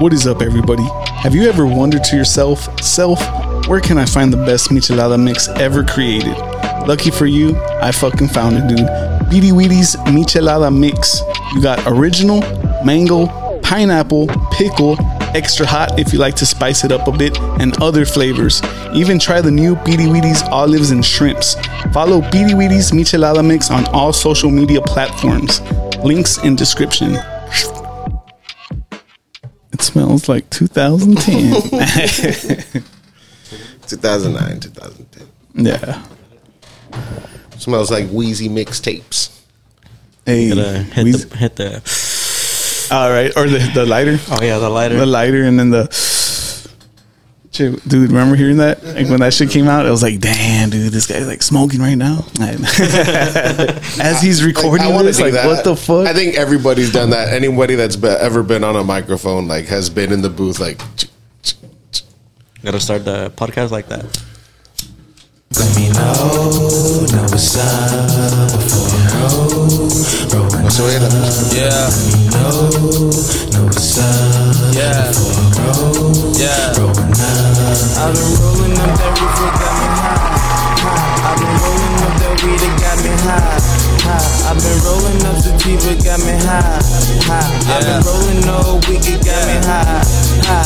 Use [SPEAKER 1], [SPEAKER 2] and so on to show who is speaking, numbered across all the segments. [SPEAKER 1] What is up, everybody? Have you ever wondered to yourself, self, where can I find the best michelada mix ever created? Lucky for you, I fucking found it, dude. Beady Weedy's Michelada Mix. You got original, mango, pineapple, pickle, extra hot if you like to spice it up a bit, and other flavors. Even try the new Beady Weedy's olives and shrimps. Follow Beady Weedy's Michelada Mix on all social media platforms. Links in description. It smells like 2010.
[SPEAKER 2] 2009, 2010.
[SPEAKER 1] yeah.
[SPEAKER 2] Smells like Wheezy mixtapes.
[SPEAKER 1] Hey,
[SPEAKER 3] Gotta hit
[SPEAKER 1] we-
[SPEAKER 3] the, hit the
[SPEAKER 1] all right, or the, the lighter,
[SPEAKER 3] oh yeah the lighter
[SPEAKER 1] the lighter, and then the. Shit, dude, remember hearing that? Like when that shit came out, it was like, damn, dude, this guy's like smoking right now. As he's recording
[SPEAKER 2] I wanna
[SPEAKER 1] this,
[SPEAKER 2] do
[SPEAKER 1] like,
[SPEAKER 2] that.
[SPEAKER 1] what the fuck?
[SPEAKER 2] I think everybody's done that. Anybody that's be- ever been on a microphone, like, has been in the booth, like, ch- ch- ch-
[SPEAKER 3] gotta start the podcast like that
[SPEAKER 4] Let me know, know what's up before I roll. Roll
[SPEAKER 2] so, yeah, that-
[SPEAKER 5] Yeah,
[SPEAKER 4] know, know what's up
[SPEAKER 5] yeah,
[SPEAKER 4] before I roll.
[SPEAKER 5] yeah.
[SPEAKER 4] Rolling up,
[SPEAKER 5] I've been rolling up that roof, it got me high. high. I've been rolling up that weed, it got me high. high. I've been rolling up the Jeep, it got me high. high. I've been rolling all week, it got me high. high.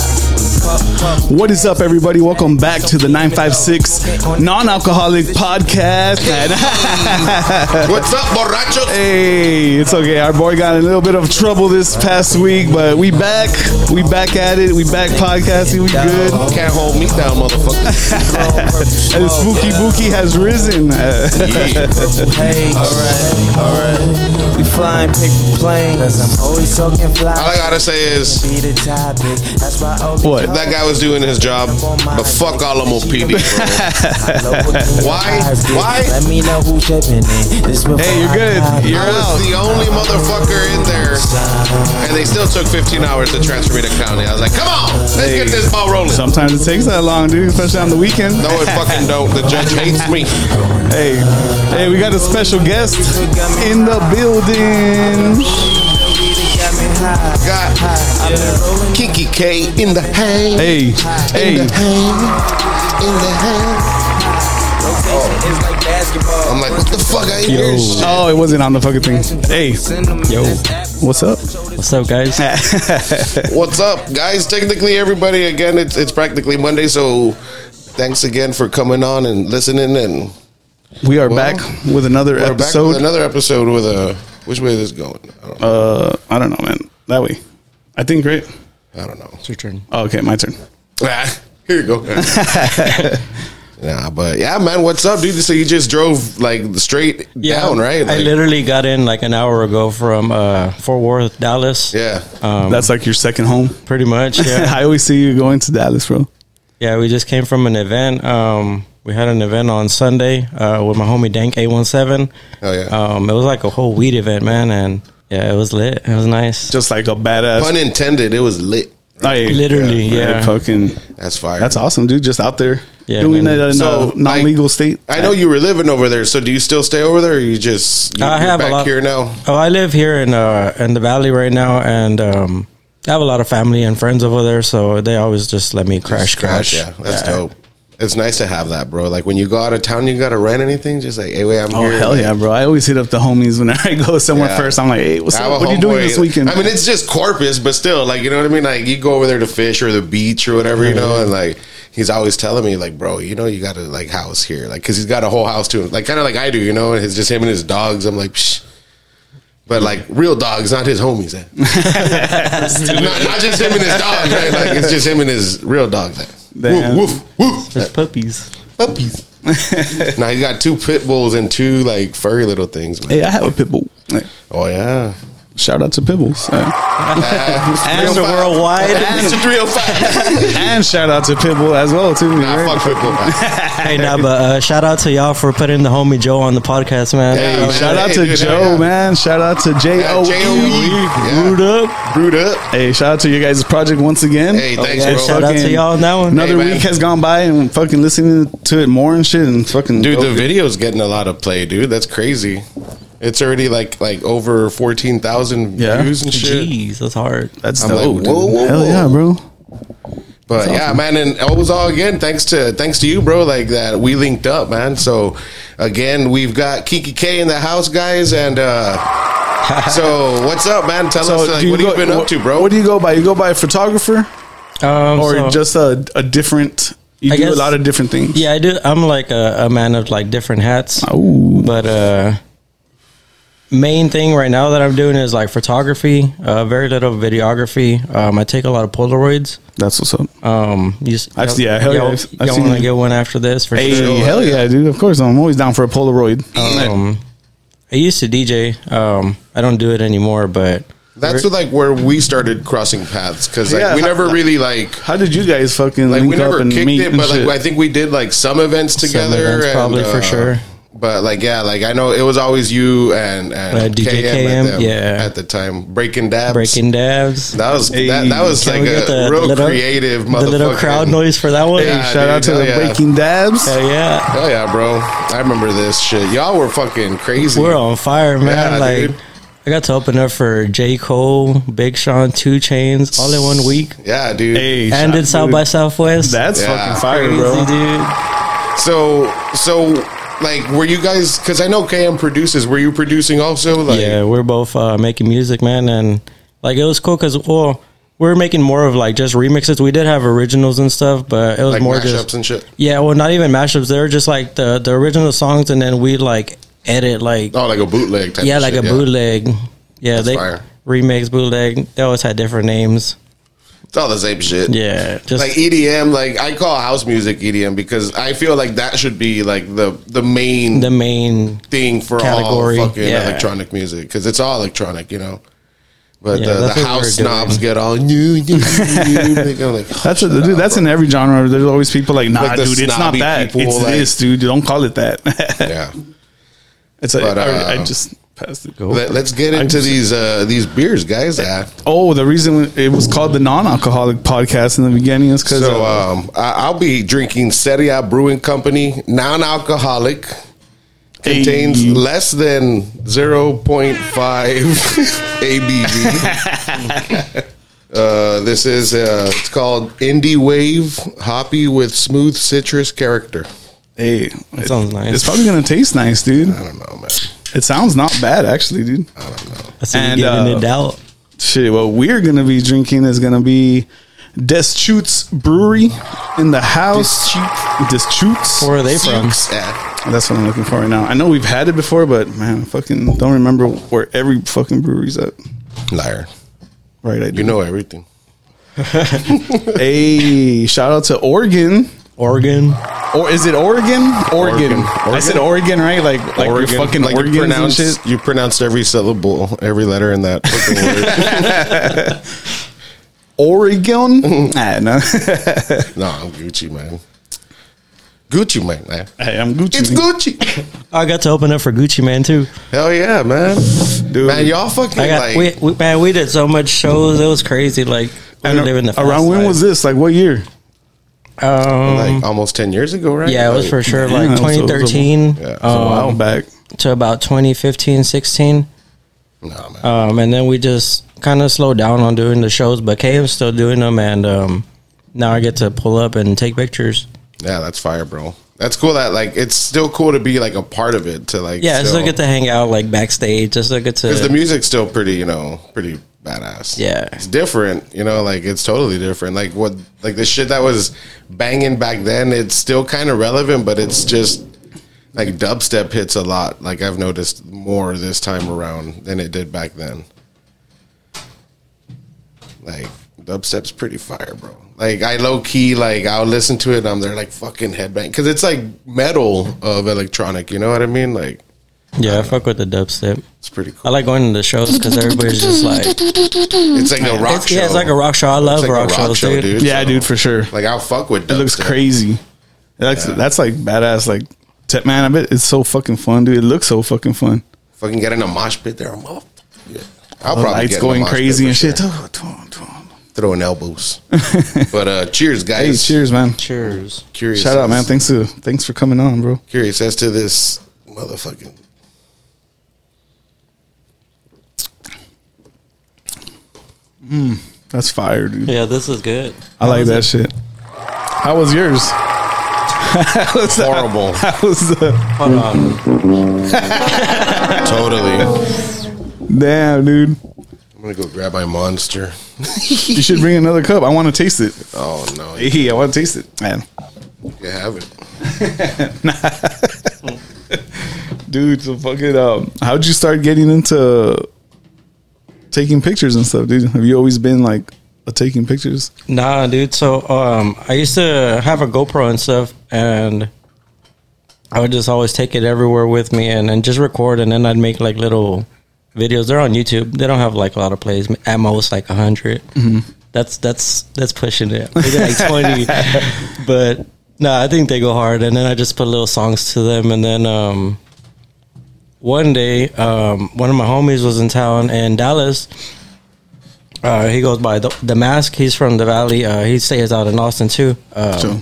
[SPEAKER 5] Puff, puff.
[SPEAKER 1] What is up, everybody? Welcome back to the 956 non alcoholic podcast.
[SPEAKER 2] What's up, borracho?
[SPEAKER 1] Hey, it's okay. Our boy got in a little bit of trouble this past week, but we back. We back at it. We back podcasting. We good.
[SPEAKER 2] Can't hold me down, motherfucker.
[SPEAKER 1] And Spooky Bookie has risen. Uh,
[SPEAKER 5] Hey, alright, alright. We flying paper planes, cause I'm always talking fly.
[SPEAKER 2] All I gotta say is
[SPEAKER 5] Be the topic, that's why I always
[SPEAKER 1] What?
[SPEAKER 2] that guy was doing his job, but fuck Alamo PD, bro.
[SPEAKER 5] Why?
[SPEAKER 2] Why?
[SPEAKER 5] Let me know who's shipping it. This
[SPEAKER 1] hey, you're good. You're
[SPEAKER 2] I
[SPEAKER 1] out.
[SPEAKER 2] was the only motherfucker in there, and they still took 15 hours to transfer me to county. I was like, come on, let's get this ball rolling.
[SPEAKER 1] Sometimes it takes that long, dude, especially on the weekend.
[SPEAKER 2] No, it fucking don't. The judge hates me.
[SPEAKER 1] Hey, hey, we got a special guest in the building.
[SPEAKER 2] Got Kiki K in the hay.
[SPEAKER 1] Hey,
[SPEAKER 2] In
[SPEAKER 1] hey,
[SPEAKER 2] the hay. In the hay. I'm like, what the fuck? I ain't hear shit.
[SPEAKER 1] oh, it wasn't on the fucking thing. Hey,
[SPEAKER 3] yo
[SPEAKER 1] what's up?
[SPEAKER 3] what's up guys
[SPEAKER 2] What's up, guys? Technically, everybody, again, it's, it's practically Monday, so thanks again for coming on and listening. And
[SPEAKER 1] We are
[SPEAKER 2] Well,
[SPEAKER 1] back with another
[SPEAKER 2] we're back with
[SPEAKER 1] episode.
[SPEAKER 2] another episode with a. Which way is this going? I don't, know.
[SPEAKER 1] uh, I don't know, man. That way, I think, right?
[SPEAKER 2] I don't know.
[SPEAKER 3] it's your turn
[SPEAKER 1] Oh, okay, my turn.
[SPEAKER 2] Ah, here you go. nah, but yeah, man, what's up, dude? So you just drove like straight down, right?
[SPEAKER 3] I
[SPEAKER 2] Like,
[SPEAKER 3] literally got in like an hour ago from uh, Fort Worth Dallas
[SPEAKER 2] yeah.
[SPEAKER 3] Uh,
[SPEAKER 1] That's like your second home.
[SPEAKER 3] pretty much Um, yeah
[SPEAKER 1] I always see you going to Dallas, bro.
[SPEAKER 3] yeah we just came from an event um we had an event on Sunday uh, with my homie Dank A17
[SPEAKER 2] Oh, yeah.
[SPEAKER 3] um it was like a whole weed event man and yeah it was lit it was nice
[SPEAKER 1] Just like a badass.
[SPEAKER 2] Pun intended. It was lit.
[SPEAKER 1] Like,
[SPEAKER 3] Literally,
[SPEAKER 1] like,
[SPEAKER 3] yeah.
[SPEAKER 1] Fucking,
[SPEAKER 2] That's fire.
[SPEAKER 1] that's awesome, dude. Just out there
[SPEAKER 3] Yeah,
[SPEAKER 1] doing
[SPEAKER 3] man.
[SPEAKER 1] it in
[SPEAKER 2] So,
[SPEAKER 1] a non-legal
[SPEAKER 2] like,
[SPEAKER 1] state.
[SPEAKER 2] I know you were living over there, so do you still stay over there, or you just you,
[SPEAKER 3] I
[SPEAKER 2] you're
[SPEAKER 3] have
[SPEAKER 2] back
[SPEAKER 3] a lot
[SPEAKER 2] here now?
[SPEAKER 3] Oh, I live here in uh, in the valley right now, and um, I have a lot of family and friends over there, so they always just let me crash, crash.
[SPEAKER 2] Gosh, yeah, that's dope. It's nice to have that, bro. Like when you go out of town, you gotta rent anything. Just like, hey, wait, I'm
[SPEAKER 1] Oh
[SPEAKER 2] here.
[SPEAKER 1] hell
[SPEAKER 2] Like,
[SPEAKER 1] yeah, bro! I always hit up the homies whenever I go somewhere
[SPEAKER 2] Yeah.
[SPEAKER 1] first. I'm like, hey, what's up?
[SPEAKER 2] I have a
[SPEAKER 1] What are you doing
[SPEAKER 2] homeboy-
[SPEAKER 1] this weekend?
[SPEAKER 2] I mean, it's just Corpus, but still, like you know what I mean. Like you go over there to fish or the beach or whatever, you
[SPEAKER 1] Mm-hmm.
[SPEAKER 2] know, and like he's always telling me, like, bro, you know, you got to like house here, like because he's got a whole house to him, like kind of like I do, you know. And it's just him and his dogs. I'm like, Psh. but like real dogs, not his homies. Eh? not, not just him and his dogs, right? Like it's just him and his real dogs. Like,
[SPEAKER 1] Damn.
[SPEAKER 2] woof, woof, woof.
[SPEAKER 3] Just puppies.
[SPEAKER 2] Puppies. now he's got two pit bulls and two like furry little things. Man.
[SPEAKER 1] hey, I have a pit bull. Like,
[SPEAKER 2] Oh yeah.
[SPEAKER 1] shout out to pit bulls, Uh,
[SPEAKER 3] Mr.
[SPEAKER 2] oh
[SPEAKER 3] Worldwide.
[SPEAKER 2] Mr. 305.
[SPEAKER 1] and shout out to pit bull as well too.
[SPEAKER 2] Nah,
[SPEAKER 1] right?
[SPEAKER 2] fuck Pitbull.
[SPEAKER 3] hey, nah, but uh, shout out to y'all for putting the homie Joe on the podcast, man.
[SPEAKER 2] Hey,
[SPEAKER 3] Uh,
[SPEAKER 2] man.
[SPEAKER 1] Shout out
[SPEAKER 2] Hey,
[SPEAKER 1] to
[SPEAKER 2] dude,
[SPEAKER 1] Joe,
[SPEAKER 2] yeah.
[SPEAKER 1] man. Shout out to J O
[SPEAKER 2] J-O-E. Yeah.
[SPEAKER 1] E. Root up.
[SPEAKER 2] Brewed up.
[SPEAKER 1] Hey, shout out to your guys' project once again.
[SPEAKER 2] Hey, thanks,
[SPEAKER 3] yeah,
[SPEAKER 2] bro.
[SPEAKER 3] shout out to y'all on that one.
[SPEAKER 1] Another
[SPEAKER 2] Hey, man.
[SPEAKER 1] week has gone by and fucking listening to it more and shit and fucking
[SPEAKER 2] Dude, the video's getting a lot of play, dude. That's crazy. It's already like like over fourteen thousand
[SPEAKER 1] Yeah.
[SPEAKER 2] views and shit.
[SPEAKER 3] Jeez, that's hard.
[SPEAKER 1] That's
[SPEAKER 2] I'm
[SPEAKER 1] dope,
[SPEAKER 2] like,
[SPEAKER 1] dude.
[SPEAKER 2] whoa, whoa,
[SPEAKER 1] Hell
[SPEAKER 2] whoa.
[SPEAKER 1] yeah, bro.
[SPEAKER 2] But yeah, man, and it was all again thanks to thanks to you, bro. Like that, we linked up, man. So again, we've got Kiki K in the house, guys, and uh so what's up, man? Tell us like,
[SPEAKER 1] do
[SPEAKER 2] what have you
[SPEAKER 1] go-
[SPEAKER 2] been
[SPEAKER 1] wha-
[SPEAKER 2] up to, bro.
[SPEAKER 1] What do you go by? You go by a photographer
[SPEAKER 3] Um,
[SPEAKER 1] or
[SPEAKER 3] so-
[SPEAKER 1] just a, a different? You
[SPEAKER 3] I
[SPEAKER 1] do
[SPEAKER 3] guess-
[SPEAKER 1] a lot of different things.
[SPEAKER 3] yeah, I do. I'm like a, a man of like different hats.
[SPEAKER 1] Ooh.
[SPEAKER 3] but uh main thing right now that i'm doing is like photography uh very little videography um i take a lot of polaroids
[SPEAKER 1] That's what's up.
[SPEAKER 3] um you s-
[SPEAKER 1] I've- yeah, hell yeah,
[SPEAKER 3] y'all,
[SPEAKER 1] I've- I've
[SPEAKER 3] y'all
[SPEAKER 1] seen
[SPEAKER 3] want
[SPEAKER 1] you.
[SPEAKER 3] to get one after this for
[SPEAKER 1] hey,
[SPEAKER 3] sure
[SPEAKER 1] hell yeah, dude. Of course, I'm always down for a Polaroid.
[SPEAKER 2] Uh,
[SPEAKER 3] um i used to dj um i don't do it anymore but
[SPEAKER 2] That's like where we started crossing paths because like
[SPEAKER 1] Yeah.
[SPEAKER 2] we never really like
[SPEAKER 1] How did you guys fucking
[SPEAKER 2] like
[SPEAKER 1] link
[SPEAKER 2] we never
[SPEAKER 1] up and
[SPEAKER 2] kicked
[SPEAKER 1] meet?
[SPEAKER 2] it,
[SPEAKER 1] and
[SPEAKER 2] but like
[SPEAKER 1] shit?
[SPEAKER 2] I think we did like some events together,
[SPEAKER 3] events, probably,
[SPEAKER 2] and, uh,
[SPEAKER 3] for sure.
[SPEAKER 2] But like yeah, like I know it was always you and, and
[SPEAKER 3] Uh, DJ KM,
[SPEAKER 2] at the,
[SPEAKER 3] yeah.
[SPEAKER 2] at the time breaking dabs,
[SPEAKER 3] breaking dabs
[SPEAKER 2] That was that, that was
[SPEAKER 3] Can
[SPEAKER 2] like
[SPEAKER 3] we get
[SPEAKER 2] a
[SPEAKER 3] the
[SPEAKER 2] real creative
[SPEAKER 3] the little
[SPEAKER 2] motherfucking-
[SPEAKER 3] crowd noise for that one
[SPEAKER 1] Hey,
[SPEAKER 2] Yeah,
[SPEAKER 1] shout
[SPEAKER 2] dude,
[SPEAKER 1] out to
[SPEAKER 2] hell
[SPEAKER 1] the
[SPEAKER 2] yeah.
[SPEAKER 1] Breaking Dabs.
[SPEAKER 3] Hell yeah
[SPEAKER 2] Oh yeah, bro! I remember this shit. Y'all were fucking crazy.
[SPEAKER 3] we're on fire man
[SPEAKER 2] Yeah,
[SPEAKER 3] like
[SPEAKER 2] dude.
[SPEAKER 3] i got to open up for j cole big sean two chains all in one week
[SPEAKER 2] yeah, dude.
[SPEAKER 1] Hey,
[SPEAKER 3] and
[SPEAKER 1] shout-
[SPEAKER 3] did South
[SPEAKER 1] dude,
[SPEAKER 3] by Southwest.
[SPEAKER 1] That's
[SPEAKER 2] Yeah.
[SPEAKER 1] fucking fire,
[SPEAKER 3] crazy,
[SPEAKER 1] bro.
[SPEAKER 3] dude.
[SPEAKER 2] So so like, were you guys? Because I know KM produces. Were you producing also? Like,
[SPEAKER 3] yeah, we're both uh, making music, man, and like it was cool because well, we are making more of like just remixes. We did have originals and stuff, but it was
[SPEAKER 2] like
[SPEAKER 3] more
[SPEAKER 2] mashups
[SPEAKER 3] just
[SPEAKER 2] and shit.
[SPEAKER 3] yeah, well, not even mashups. They were just like the the original songs, and then we like edit like
[SPEAKER 2] Oh, like a bootleg type.
[SPEAKER 3] yeah,
[SPEAKER 2] of
[SPEAKER 3] like
[SPEAKER 2] shit,
[SPEAKER 3] a bootleg. Yeah, they
[SPEAKER 2] fire.
[SPEAKER 3] remix bootleg. They always had different names.
[SPEAKER 2] It's all the same shit.
[SPEAKER 3] Yeah, just
[SPEAKER 2] Like EDM, like I call house music EDM because I feel like that should be like the the main
[SPEAKER 3] the main
[SPEAKER 2] thing for
[SPEAKER 3] category,
[SPEAKER 2] all fucking
[SPEAKER 3] yeah.
[SPEAKER 2] electronic music because it's all electronic, you know. But
[SPEAKER 3] Yeah,
[SPEAKER 2] the,
[SPEAKER 3] that's
[SPEAKER 2] the
[SPEAKER 3] what
[SPEAKER 2] house
[SPEAKER 3] we're doing.
[SPEAKER 2] snobs get all new.
[SPEAKER 1] That's a, dude. That's in every genre. There's always people like, nah,
[SPEAKER 2] Like the
[SPEAKER 1] dude. It's not
[SPEAKER 2] snobby
[SPEAKER 1] that.
[SPEAKER 2] people,
[SPEAKER 1] it's
[SPEAKER 2] like-
[SPEAKER 1] this, dude. Don't call it that.
[SPEAKER 2] yeah.
[SPEAKER 1] it's like
[SPEAKER 2] But,
[SPEAKER 1] I, I
[SPEAKER 2] uh,
[SPEAKER 1] just passed it.
[SPEAKER 2] Let, us get into these uh, these beers, guys. Yeah.
[SPEAKER 1] Oh, the reason it was called the non-alcoholic podcast in the beginning is because
[SPEAKER 2] So um, I, I'll be drinking Seria Brewing Company, non-alcoholic, contains less than zero point five ABV. Uh, this is uh, it's called Indie Wave Hoppy with smooth citrus character.
[SPEAKER 1] Hey, it-
[SPEAKER 3] sounds nice.
[SPEAKER 1] It's probably gonna taste nice, dude.
[SPEAKER 2] I don't know, man.
[SPEAKER 1] It sounds not bad, actually, dude.
[SPEAKER 3] that's
[SPEAKER 1] and,
[SPEAKER 3] and, giving
[SPEAKER 1] uh,
[SPEAKER 3] it out.
[SPEAKER 1] Shit, what we're gonna be drinking is gonna be Deschutes Brewery in the house. Deschutes.
[SPEAKER 3] Where are they from?
[SPEAKER 2] Yeah.
[SPEAKER 1] That's what I'm looking for right now. I know we've had it before, but man, I fucking don't remember where every fucking brewery's at.
[SPEAKER 2] Liar.
[SPEAKER 1] Right, I do.
[SPEAKER 2] You know everything.
[SPEAKER 1] hey, shout out to Oregon.
[SPEAKER 3] Oregon.
[SPEAKER 1] Or is it Oregon? Oregon.
[SPEAKER 2] Oregon.
[SPEAKER 1] I said Oregon, right? Like, like your fucking
[SPEAKER 2] like you
[SPEAKER 1] organs and
[SPEAKER 2] pronounced,
[SPEAKER 1] shit.
[SPEAKER 2] you pronounced every syllable, every letter in that fucking word.
[SPEAKER 1] Oregon? nah, no.
[SPEAKER 2] no, I'm Gucci, man. Gucci, man. man.
[SPEAKER 1] hey, I'm Gucci.
[SPEAKER 2] It's
[SPEAKER 1] man.
[SPEAKER 2] Gucci.
[SPEAKER 3] I got to open up for Gucci Man too.
[SPEAKER 2] Hell yeah, man. Dude. Man, y'all fucking
[SPEAKER 3] I
[SPEAKER 2] like.
[SPEAKER 3] got we, we man, we did so much shows. It was crazy. Like we
[SPEAKER 1] And
[SPEAKER 3] were living the fast
[SPEAKER 1] around when
[SPEAKER 3] life.
[SPEAKER 1] was this? Like what year?
[SPEAKER 3] Um,
[SPEAKER 2] like almost 10 years ago, right?
[SPEAKER 3] yeah, it was for
[SPEAKER 2] Like,
[SPEAKER 3] sure
[SPEAKER 1] Yeah, it
[SPEAKER 3] like
[SPEAKER 1] was- it was a-
[SPEAKER 3] 2013
[SPEAKER 2] Yeah.
[SPEAKER 1] a while
[SPEAKER 3] um,
[SPEAKER 1] back.
[SPEAKER 3] to about 2015, 16.
[SPEAKER 2] Nah, man.
[SPEAKER 3] Um, and then we just kind of slowed down on doing the shows, but KM's still doing them, and um, now I get to pull up and take pictures.
[SPEAKER 2] yeah, that's fire, bro. That's cool that, like, it's still cool to be, like, a part of it. To, like,
[SPEAKER 3] Yeah, I still get to hang out like backstage. I still get to
[SPEAKER 2] Because the music's still pretty, you know, pretty badass.
[SPEAKER 3] Yeah.
[SPEAKER 2] It's different, you know, like, it's totally different. Like, what, like, the shit that was banging back then, it's still kind of relevant, but it's just. Like dubstep hits a lot. Like I've noticed more this time around than it did back then. Like dubstep's pretty fire, bro. Like I low key like I'll listen to it and I'm there like fucking headbang because it's like metal of electronic. You know what I mean? Like
[SPEAKER 3] yeah, I fuck with the dubstep.
[SPEAKER 2] it's pretty cool.
[SPEAKER 3] I like going to the shows because everybody's just like
[SPEAKER 2] It's like a rock
[SPEAKER 3] it's,
[SPEAKER 2] show.
[SPEAKER 3] yeah, it's like a rock show. I love
[SPEAKER 2] It's like
[SPEAKER 3] rock,
[SPEAKER 2] a
[SPEAKER 3] shows, dude.
[SPEAKER 1] Yeah,
[SPEAKER 2] So,
[SPEAKER 1] dude, for sure.
[SPEAKER 2] Like I'll fuck with.
[SPEAKER 1] It looks
[SPEAKER 2] dubstep.
[SPEAKER 1] crazy. That's that's like badass. Like, te- man, I bet it's so fucking fun, dude. It looks so fucking fun.
[SPEAKER 2] Fucking get in a mosh pit there, I'm off. Yeah. I'll
[SPEAKER 1] The
[SPEAKER 2] probably
[SPEAKER 1] lights
[SPEAKER 2] get in a
[SPEAKER 1] going
[SPEAKER 2] mosh pit
[SPEAKER 1] crazy
[SPEAKER 2] for
[SPEAKER 1] and
[SPEAKER 2] sure.
[SPEAKER 1] shit. Tw- tw- tw-
[SPEAKER 2] Throwing elbows. but uh, cheers, guys.
[SPEAKER 1] Hey, cheers, man.
[SPEAKER 3] Cheers.
[SPEAKER 2] Curious.
[SPEAKER 1] Shout out,
[SPEAKER 2] as-
[SPEAKER 1] man. Thanks to thanks for coming on, bro.
[SPEAKER 2] Curious as to this motherfucking.
[SPEAKER 1] That's fire, dude.
[SPEAKER 6] Yeah, this is good.
[SPEAKER 1] I like that shit. How was yours?
[SPEAKER 2] Horrible.
[SPEAKER 1] That was the
[SPEAKER 6] Hold on.
[SPEAKER 2] totally.
[SPEAKER 1] damn, dude.
[SPEAKER 2] I'm gonna go grab my monster.
[SPEAKER 1] You should bring another cup. I want to taste it.
[SPEAKER 2] Oh no, you
[SPEAKER 1] Hey, I want to taste it, man.
[SPEAKER 2] can have it.
[SPEAKER 1] Dude, so fucking. Um, how'd you start getting into taking pictures and stuff, dude? Have you always been like a taking pictures?
[SPEAKER 3] Nah, dude. So um, I used to have a GoPro and stuff, and I would just always take it everywhere with me and, and just record, and then I'd make like little videos. They're on YouTube. They don't have like a lot of plays. At most, like a 100 That's that's that's pushing it. Maybe like twenty, but no, I think they go hard. And then I just put little songs to them, and then um, one day, um, one of my homies was in town in Dallas. Uh, he goes by the, the mask. He's from the valley. Uh, he stays out in Austin too. Uh,
[SPEAKER 1] So,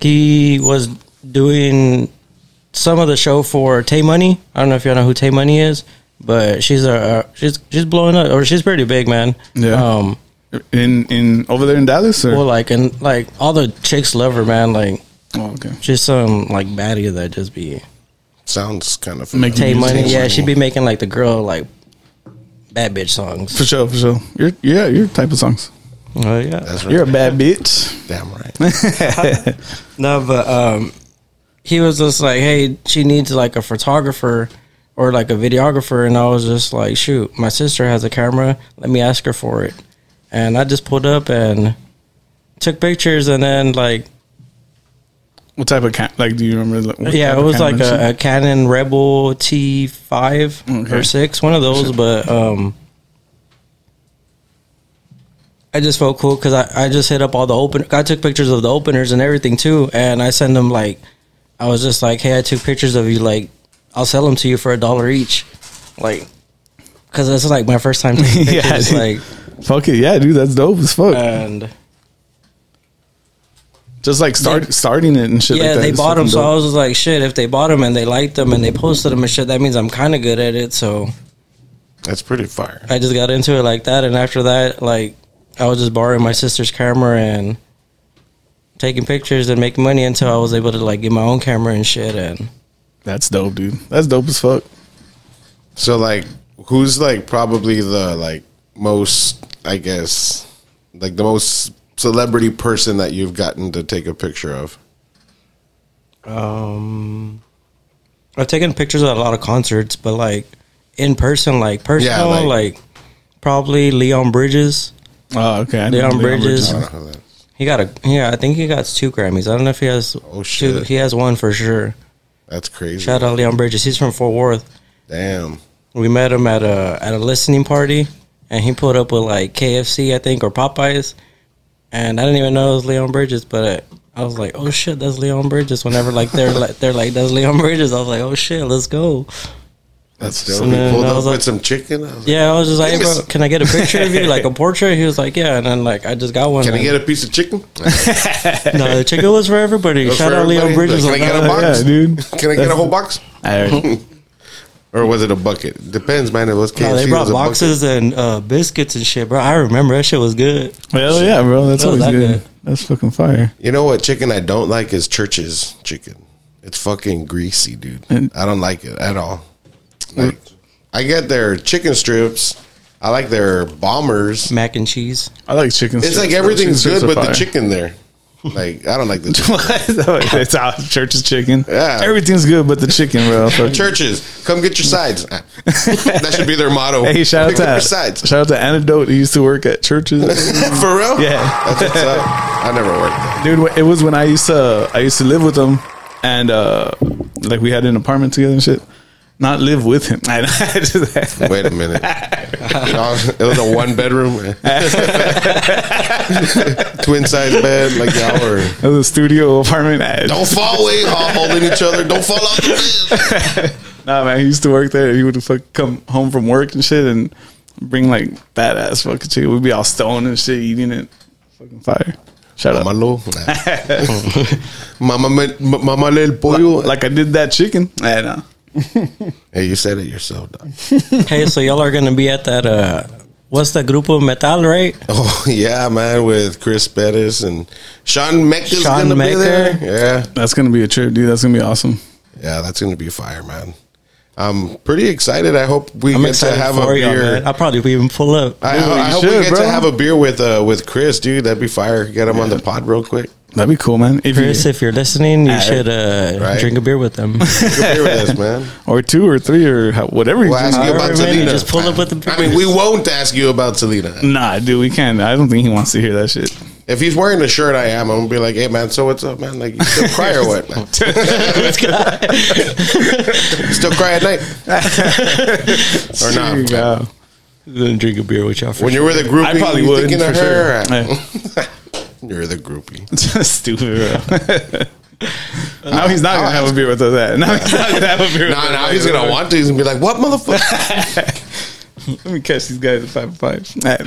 [SPEAKER 3] he was doing some of the show for Tay Money. I don't know if y'all know who Tay Money is, but she's a uh, she's she's blowing up or she's pretty big, man.
[SPEAKER 1] Yeah.
[SPEAKER 3] Um,
[SPEAKER 1] in in over there in Dallas, or
[SPEAKER 3] well, like and like all the chicks love her, man. Like
[SPEAKER 1] oh, okay,
[SPEAKER 3] she's some like baddie that just be
[SPEAKER 2] Sounds kind of
[SPEAKER 1] Make
[SPEAKER 3] Tay
[SPEAKER 1] Tay
[SPEAKER 3] Money. Yeah,
[SPEAKER 2] Money.
[SPEAKER 3] she'd be making like the girl like bad bitch songs.
[SPEAKER 1] for sure, for sure. You're yeah, your type of songs.
[SPEAKER 3] Oh yeah.
[SPEAKER 2] That's right.
[SPEAKER 1] You're a bad bitch.
[SPEAKER 2] damn right.
[SPEAKER 3] No, but um, he was just like, "Hey, she needs like a photographer or like a videographer," and I was just like, "Shoot, my sister has a camera. Let me ask her for it." And I just pulled up and took pictures, and then like,
[SPEAKER 1] What type of ca- like? Do you remember? Like, what
[SPEAKER 3] yeah,
[SPEAKER 1] type
[SPEAKER 3] it
[SPEAKER 1] of
[SPEAKER 3] was
[SPEAKER 1] camera
[SPEAKER 3] like
[SPEAKER 1] and
[SPEAKER 3] a, a Canon Rebel T five
[SPEAKER 1] Okay.
[SPEAKER 3] or six, one of those. But um, I just felt cool because I, I just hit up all the open. I took pictures of the openers and everything too, and I sent them like I was just like, hey, I took pictures of you. Like, I'll sell them to you for a dollar each, like because this is like my first time taking
[SPEAKER 1] Yeah,
[SPEAKER 3] pictures,
[SPEAKER 1] dude.
[SPEAKER 3] like
[SPEAKER 1] shit? fuck it, yeah, dude, that's dope as fuck.
[SPEAKER 3] and.
[SPEAKER 1] Just like start
[SPEAKER 3] they-
[SPEAKER 1] starting it and shit.
[SPEAKER 3] Yeah,
[SPEAKER 1] like that
[SPEAKER 3] they
[SPEAKER 1] is
[SPEAKER 3] bought them.
[SPEAKER 1] fucking
[SPEAKER 3] So I
[SPEAKER 1] dope.
[SPEAKER 3] was just like, shit, if they bought them and they liked them and they posted them and shit, that means I'm kind of good at it. So
[SPEAKER 2] That's pretty fire.
[SPEAKER 3] I just got into it like that. And after that, like, I was just borrowing my sister's camera and taking pictures and making money until I was able to, like, get my own camera and shit. And
[SPEAKER 1] That's dope, dude. That's dope as fuck.
[SPEAKER 2] So like, who's like probably the like most, I guess, like the most celebrity person that you've gotten to take a picture of?
[SPEAKER 3] um, I've taken pictures at a lot of concerts, but, like, in person, like, personal,
[SPEAKER 2] like-
[SPEAKER 3] like, probably Leon Bridges.
[SPEAKER 1] Oh, okay. I know
[SPEAKER 3] Leon Bridges.
[SPEAKER 2] I don't know how that-
[SPEAKER 3] He got a, yeah, I think he got two Grammys. I don't know if he has,
[SPEAKER 2] Oh,
[SPEAKER 3] two,
[SPEAKER 2] shit.
[SPEAKER 3] he has one for sure.
[SPEAKER 2] That's crazy.
[SPEAKER 3] Shout out Leon Bridges. He's from Fort Worth.
[SPEAKER 2] Damn.
[SPEAKER 3] We met him at a at a listening party, and he pulled up with like KFC, I think, or Popeyes, and I didn't even know it was Leon Bridges, but I was like, oh shit, that's Leon Bridges. Whenever like they're like they're like that's Leon Bridges, I was like, oh shit, let's go.
[SPEAKER 2] That's dope.
[SPEAKER 3] and
[SPEAKER 2] You
[SPEAKER 3] then
[SPEAKER 2] pulled
[SPEAKER 3] I
[SPEAKER 2] up
[SPEAKER 3] was
[SPEAKER 2] with
[SPEAKER 3] like-
[SPEAKER 2] some chicken. I was like,
[SPEAKER 3] Yeah, I was just like, hey,
[SPEAKER 2] Yes.
[SPEAKER 3] bro, can I get a picture of you, like a portrait? He was like, yeah, and then like I just got one.
[SPEAKER 2] Can I
[SPEAKER 3] and-
[SPEAKER 2] get a piece of chicken?
[SPEAKER 3] no, the chicken was for everybody.
[SPEAKER 2] was
[SPEAKER 3] Shout
[SPEAKER 2] for
[SPEAKER 3] out Leon
[SPEAKER 2] everybody.
[SPEAKER 3] Bridges.
[SPEAKER 2] Like,
[SPEAKER 3] on
[SPEAKER 2] can I get a
[SPEAKER 3] that.
[SPEAKER 2] box?
[SPEAKER 1] Yeah, dude.
[SPEAKER 2] Can I get a whole box? Or was it a bucket? Depends, man. It was KFC.
[SPEAKER 3] No, they
[SPEAKER 2] it
[SPEAKER 3] brought
[SPEAKER 2] was a bucket.
[SPEAKER 3] boxes and uh, biscuits and shit, bro. I remember that shit was good.
[SPEAKER 1] Hell yeah, bro. That's
[SPEAKER 3] That was
[SPEAKER 1] always
[SPEAKER 3] that
[SPEAKER 1] good.
[SPEAKER 3] good.
[SPEAKER 1] That's fucking fire.
[SPEAKER 2] You know what chicken I don't like is church's chicken. It's fucking greasy, dude.
[SPEAKER 1] And-
[SPEAKER 2] I don't like it at all. Like, I get their chicken strips. I like their bombers.
[SPEAKER 3] Mac and cheese.
[SPEAKER 1] I like chicken.
[SPEAKER 2] It's
[SPEAKER 1] strips,
[SPEAKER 2] like
[SPEAKER 1] bro.
[SPEAKER 2] everything's
[SPEAKER 1] Chicken
[SPEAKER 2] good,
[SPEAKER 1] strips
[SPEAKER 2] but
[SPEAKER 1] are
[SPEAKER 2] the
[SPEAKER 1] fire.
[SPEAKER 2] chicken there. Like I don't like the chicken.
[SPEAKER 1] What? it's out church's chicken.
[SPEAKER 2] Yeah.
[SPEAKER 1] Everything's good but the chicken, bro. Fuck.
[SPEAKER 2] churches. Come get your sides. Ah. that should be their motto.
[SPEAKER 1] Hey, shout out
[SPEAKER 2] Pick up your
[SPEAKER 1] to
[SPEAKER 2] sides.
[SPEAKER 1] shout out to Antidote. He used to work at churches.
[SPEAKER 2] For real?
[SPEAKER 1] Yeah.
[SPEAKER 2] That's what's up. I never worked. there.
[SPEAKER 1] dude wh- it was when i used to i used to live with him and uh like we had an apartment together and shit not live with him I, just,
[SPEAKER 2] Wait a minute. You know, it was a one bedroom, twin size bed. Like y'all were.
[SPEAKER 1] it was a studio apartment I-
[SPEAKER 2] Don't fall away, all holding each other. Don't fall out the bed.
[SPEAKER 1] nah man he used to work there he would fuck come home from work and shit and bring like badass fucking chicken we'd be all stoned and shit eating it fucking fire shout
[SPEAKER 2] Mama
[SPEAKER 1] out
[SPEAKER 2] Lou. Mama, ma- mama little pollo.
[SPEAKER 1] like i did that chicken i know
[SPEAKER 2] Hey, you said it yourself, dog.
[SPEAKER 3] Hey, so y'all are gonna be at that uh What's the Grupo Metal, right?
[SPEAKER 2] Oh yeah, man, with Chris Bettis and Sean Mecca's
[SPEAKER 3] Shawn
[SPEAKER 2] gonna
[SPEAKER 3] Mecca.
[SPEAKER 2] be there. Yeah,
[SPEAKER 1] That's gonna be a trip, dude. That's gonna be awesome.
[SPEAKER 2] yeah, that's gonna be fire, man. I'm pretty excited. I hope we
[SPEAKER 3] I'm
[SPEAKER 2] get to
[SPEAKER 3] excited
[SPEAKER 2] have a
[SPEAKER 3] for you,
[SPEAKER 2] beer.
[SPEAKER 3] man. I'll probably even pull up.
[SPEAKER 2] I,
[SPEAKER 1] Dude,
[SPEAKER 2] I
[SPEAKER 1] you
[SPEAKER 2] hope
[SPEAKER 1] should,
[SPEAKER 2] we get
[SPEAKER 1] bro.
[SPEAKER 2] to have a beer with uh with Chris, dude. That'd be fire. Get him on the pod real quick.
[SPEAKER 1] That'd be cool, man. If
[SPEAKER 3] Chris,
[SPEAKER 1] you,
[SPEAKER 3] if you're listening, you should uh,
[SPEAKER 2] Right.
[SPEAKER 3] drink a beer with them.
[SPEAKER 2] Get a beer with us, man.
[SPEAKER 1] or two or three or how, whatever. you
[SPEAKER 2] We'll ask you
[SPEAKER 1] do.
[SPEAKER 2] about
[SPEAKER 3] However many,
[SPEAKER 2] Selena.
[SPEAKER 3] just pull up with the
[SPEAKER 2] I mean, we won't ask you about Selena.
[SPEAKER 1] Nah, dude, we can't. I don't think he wants to hear that shit.
[SPEAKER 2] If he's wearing the shirt I am, I'm gonna be like, "Hey, man, so what's up, man? Like, you still cry or what? man? still cry at night or
[SPEAKER 1] Here you
[SPEAKER 2] not?
[SPEAKER 1] go.
[SPEAKER 3] Then drink a beer with y'all. For
[SPEAKER 2] When you're with a groupie,
[SPEAKER 1] I probably
[SPEAKER 2] you
[SPEAKER 1] would,
[SPEAKER 2] thinking of
[SPEAKER 1] for
[SPEAKER 2] her.
[SPEAKER 1] sure. Yeah.
[SPEAKER 2] You're the groupie.
[SPEAKER 1] Stupid, bro. now he's not gonna have a beer with us. At. Now he's not gonna have a beer. with
[SPEAKER 2] Nah,
[SPEAKER 1] us
[SPEAKER 2] now
[SPEAKER 1] at.
[SPEAKER 2] he's gonna want to. He's gonna be like, "What, motherfucker?"
[SPEAKER 1] Let me catch these guys at five five. Alright.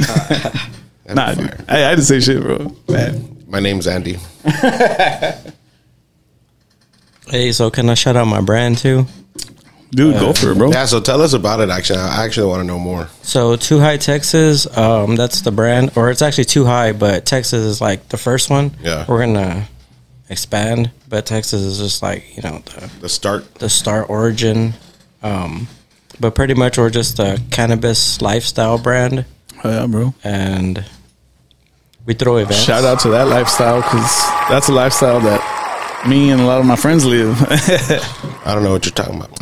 [SPEAKER 1] nah,
[SPEAKER 2] fire.
[SPEAKER 1] dude. I, I didn't say shit, bro. Man.
[SPEAKER 2] My name's Andy.
[SPEAKER 3] Hey, so can I shout out my brand too?
[SPEAKER 1] Dude,
[SPEAKER 3] Uh,
[SPEAKER 1] go for it, bro.
[SPEAKER 2] Yeah, so tell us about it. Actually, I actually want to know more.
[SPEAKER 3] So Too High Texas, um, that's the brand, or it's actually Too High, but Texas is like the first one.
[SPEAKER 2] Yeah.
[SPEAKER 3] we're gonna expand, but Texas is just like you know the
[SPEAKER 2] The start.
[SPEAKER 3] the star origin. Um, but pretty much we're just a cannabis lifestyle brand,
[SPEAKER 1] Oh, yeah, bro.
[SPEAKER 3] and we throw events.
[SPEAKER 1] Shout out to that lifestyle because that's a lifestyle that me and a lot of my friends live.
[SPEAKER 2] I don't know what you're talking about.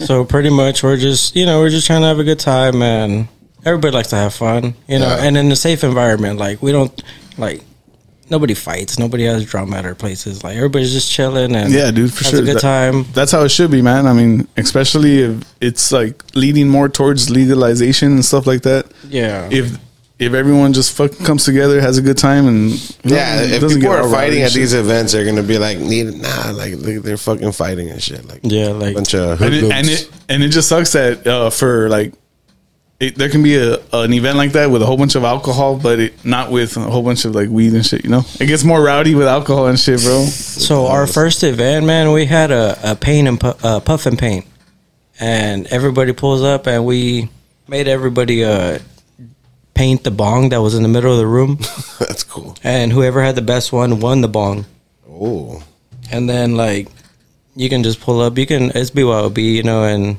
[SPEAKER 3] So pretty much we're just you know we're just trying to have a good time and everybody likes to have fun you know
[SPEAKER 2] Yeah.
[SPEAKER 3] and in a safe environment like we don't like nobody fights nobody has drama at our places like everybody's just chilling and
[SPEAKER 1] Yeah, dude, for
[SPEAKER 3] has
[SPEAKER 1] sure.
[SPEAKER 3] a good
[SPEAKER 1] That-
[SPEAKER 3] time
[SPEAKER 1] that's how it should be, man. I mean, especially if it's like leading more towards legalization and stuff like that.
[SPEAKER 3] yeah
[SPEAKER 1] If if everyone just fucking comes together, has a good time, and
[SPEAKER 2] Yeah,
[SPEAKER 1] it
[SPEAKER 2] if
[SPEAKER 1] doesn't
[SPEAKER 2] people
[SPEAKER 1] get
[SPEAKER 2] are
[SPEAKER 1] all rowdy
[SPEAKER 2] fighting
[SPEAKER 1] and
[SPEAKER 2] at
[SPEAKER 1] shit.
[SPEAKER 2] these events, they're gonna be like, "Need nah," like they- they're fucking fighting and shit. Like
[SPEAKER 3] Yeah, like-
[SPEAKER 2] bunch of
[SPEAKER 1] and it,
[SPEAKER 2] hoodlums.
[SPEAKER 1] and it and it just sucks that uh, for like it, there can be a an event like that with a whole bunch of alcohol, but it, not with a whole bunch of like weed and shit. You know, it gets more rowdy with alcohol and shit, bro.
[SPEAKER 3] so our first event man we had a, a paint and pu- uh, puff and paint and everybody pulls up and we made everybody uh paint the bong that was in the middle of the room
[SPEAKER 2] That's cool.
[SPEAKER 3] and whoever had the best one won the bong.
[SPEAKER 2] Oh,
[SPEAKER 3] and then like you can just pull up. You can it's BYOB, you know, and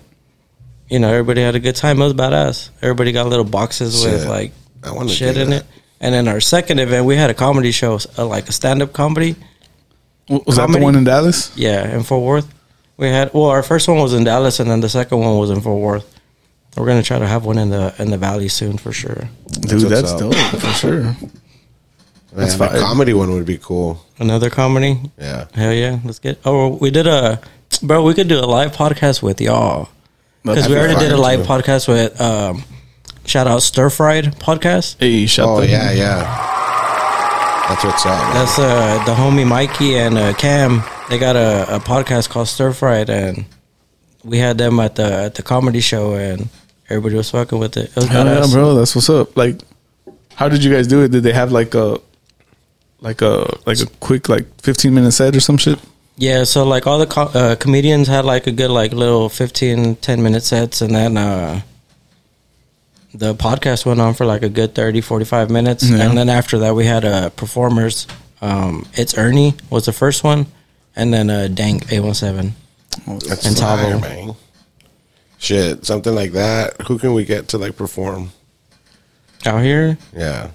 [SPEAKER 3] you know everybody had a good time. It was badass. Everybody got little boxes with
[SPEAKER 2] Shit.
[SPEAKER 3] like
[SPEAKER 2] I wanna
[SPEAKER 3] shit
[SPEAKER 2] do
[SPEAKER 3] in
[SPEAKER 2] that.
[SPEAKER 3] it. And then our second event, we had a comedy show, uh, like a stand-up comedy.
[SPEAKER 1] W- Was that
[SPEAKER 3] Comedy?
[SPEAKER 1] the one in Dallas?
[SPEAKER 3] Yeah, in Fort Worth, we had. Well, our first one was in Dallas, and then the second one was in Fort Worth. We're gonna try to have one in the in the Valley soon for sure.
[SPEAKER 1] Dude, that's,
[SPEAKER 2] what's up.
[SPEAKER 1] dope for sure.
[SPEAKER 2] that's
[SPEAKER 1] fire.
[SPEAKER 2] A comedy one would be cool.
[SPEAKER 3] Another comedy.
[SPEAKER 2] Yeah.
[SPEAKER 3] Hell yeah, let's get. Oh, we did a, bro. We could do a live podcast with y'all. because we
[SPEAKER 2] That'd be
[SPEAKER 3] already did a
[SPEAKER 2] fire,
[SPEAKER 3] live
[SPEAKER 2] too.
[SPEAKER 3] podcast with um, shout out Stir Fried podcast.
[SPEAKER 1] Hey, shut
[SPEAKER 2] Oh
[SPEAKER 1] the-
[SPEAKER 2] yeah, yeah. That's what's up.
[SPEAKER 3] That's uh, the homie Mikey and uh, Cam. They got a, a podcast called Stir Fried, and we had them at the at the comedy show, and everybody was fucking with it. It was
[SPEAKER 1] Hell yeah,
[SPEAKER 3] badass.
[SPEAKER 1] bro. That's what's up. Like, how did you guys do it? Did they have like a like a like a quick like fifteen minute set or some shit?
[SPEAKER 3] Yeah, so like all the co- uh, comedians had like a good like little 15, 10 minute sets, and then uh, the podcast went on for like a good 30, 45 minutes.
[SPEAKER 1] Yeah.
[SPEAKER 3] And then after that, we had uh, performers. Um, it's Ernie was the first one, and then uh, Dank A17.
[SPEAKER 2] That's
[SPEAKER 3] And
[SPEAKER 2] fire,
[SPEAKER 3] Tavo.
[SPEAKER 2] man. Shit, something like that. Who can we get to like perform?
[SPEAKER 3] Out here,
[SPEAKER 2] Yeah.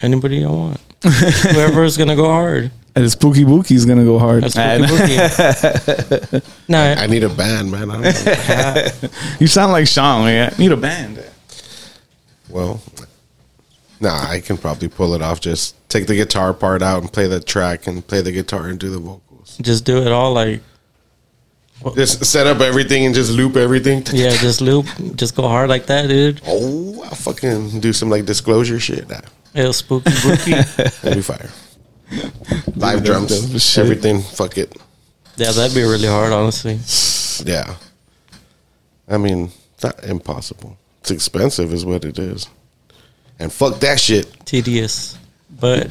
[SPEAKER 3] anybody I want. Whoever's going to go hard.
[SPEAKER 1] And it's Pookie Bookie's gonna go hard.
[SPEAKER 3] That's Bookie Bookie. no,
[SPEAKER 2] I need a band, man. I don't know.
[SPEAKER 1] You sound like Sean. Like, I need a band.
[SPEAKER 2] well, nah, I can probably pull it off. Just take the guitar part out and play the track and play the guitar and do the vocals.
[SPEAKER 3] just do it all like,
[SPEAKER 2] Just set up everything and just loop everything.
[SPEAKER 3] yeah, just loop, just go hard like that, dude.
[SPEAKER 2] Oh, I'll fucking do some like disclosure shit. Nah,
[SPEAKER 3] It'll spooky bookie.
[SPEAKER 2] that'd be fire. Live drums,
[SPEAKER 1] shit.
[SPEAKER 2] everything. Fuck it.
[SPEAKER 3] Yeah, that'd be really hard, honestly.
[SPEAKER 2] Yeah. I mean, it's not impossible. It's expensive, is what it is. And fuck that shit.
[SPEAKER 3] Tedious, but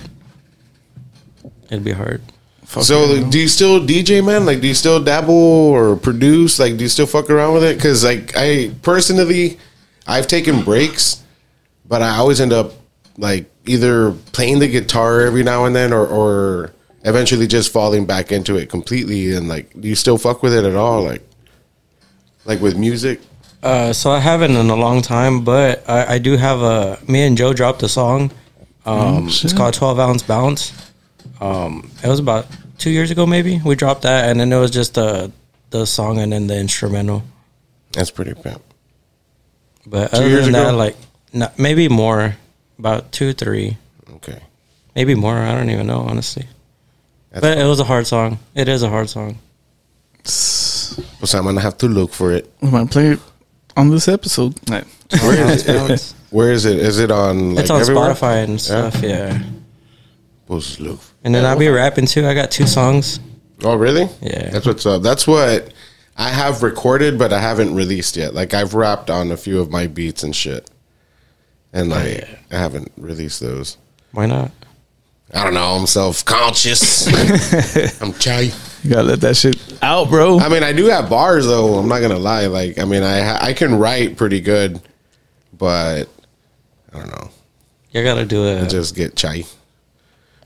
[SPEAKER 3] it'd be hard.
[SPEAKER 2] so, like, do you still DJ, man? Like, do you still dabble or produce? Like, do you still fuck around with it? Because, like, I personally, I've taken breaks, but I always end up like either playing the guitar every now and then or, or eventually just falling back into it completely. And like, do you still fuck with it at all? Like, like with music?
[SPEAKER 3] Uh, so I haven't in a long time, but I, I do have a. Me and Joe dropped a song. Um, it's called 12 Ounce Bounce. Um, it was about two years ago, maybe. We dropped that, and then it was just the, the song and then the instrumental.
[SPEAKER 2] That's pretty pimp.
[SPEAKER 3] But other
[SPEAKER 2] years
[SPEAKER 3] than that,
[SPEAKER 2] ago?
[SPEAKER 3] like not, maybe more, about two, three,
[SPEAKER 2] Okay.
[SPEAKER 3] maybe more. I don't even know, honestly.
[SPEAKER 2] That's
[SPEAKER 3] but it was a hard song. It is a hard song.
[SPEAKER 2] Well, so I'm gonna have to look for it.
[SPEAKER 1] We might play it on this episode. Right.
[SPEAKER 2] Where is it?
[SPEAKER 3] It's
[SPEAKER 2] Where is it? Is it on? Like,
[SPEAKER 3] it's on
[SPEAKER 2] everywhere?
[SPEAKER 3] Spotify and stuff, yeah.
[SPEAKER 2] Let's look.
[SPEAKER 3] And then I'll be rapping too. I got two songs.
[SPEAKER 2] Oh, really?
[SPEAKER 3] Yeah.
[SPEAKER 2] That's what's up. That's what I have recorded, but I haven't released yet. Like I've rapped on a few of my beats and shit,
[SPEAKER 3] Oh,
[SPEAKER 2] and like I haven't released those.
[SPEAKER 3] Why not?
[SPEAKER 2] I don't know. I'm self conscious. I'm shy.
[SPEAKER 1] You gotta let that shit out, bro.
[SPEAKER 2] I mean, I do have bars though. I'm not gonna lie. Like, I mean, I ha- I can write pretty good, but I don't know.
[SPEAKER 3] You gotta do
[SPEAKER 2] I
[SPEAKER 3] it.
[SPEAKER 2] just get shy.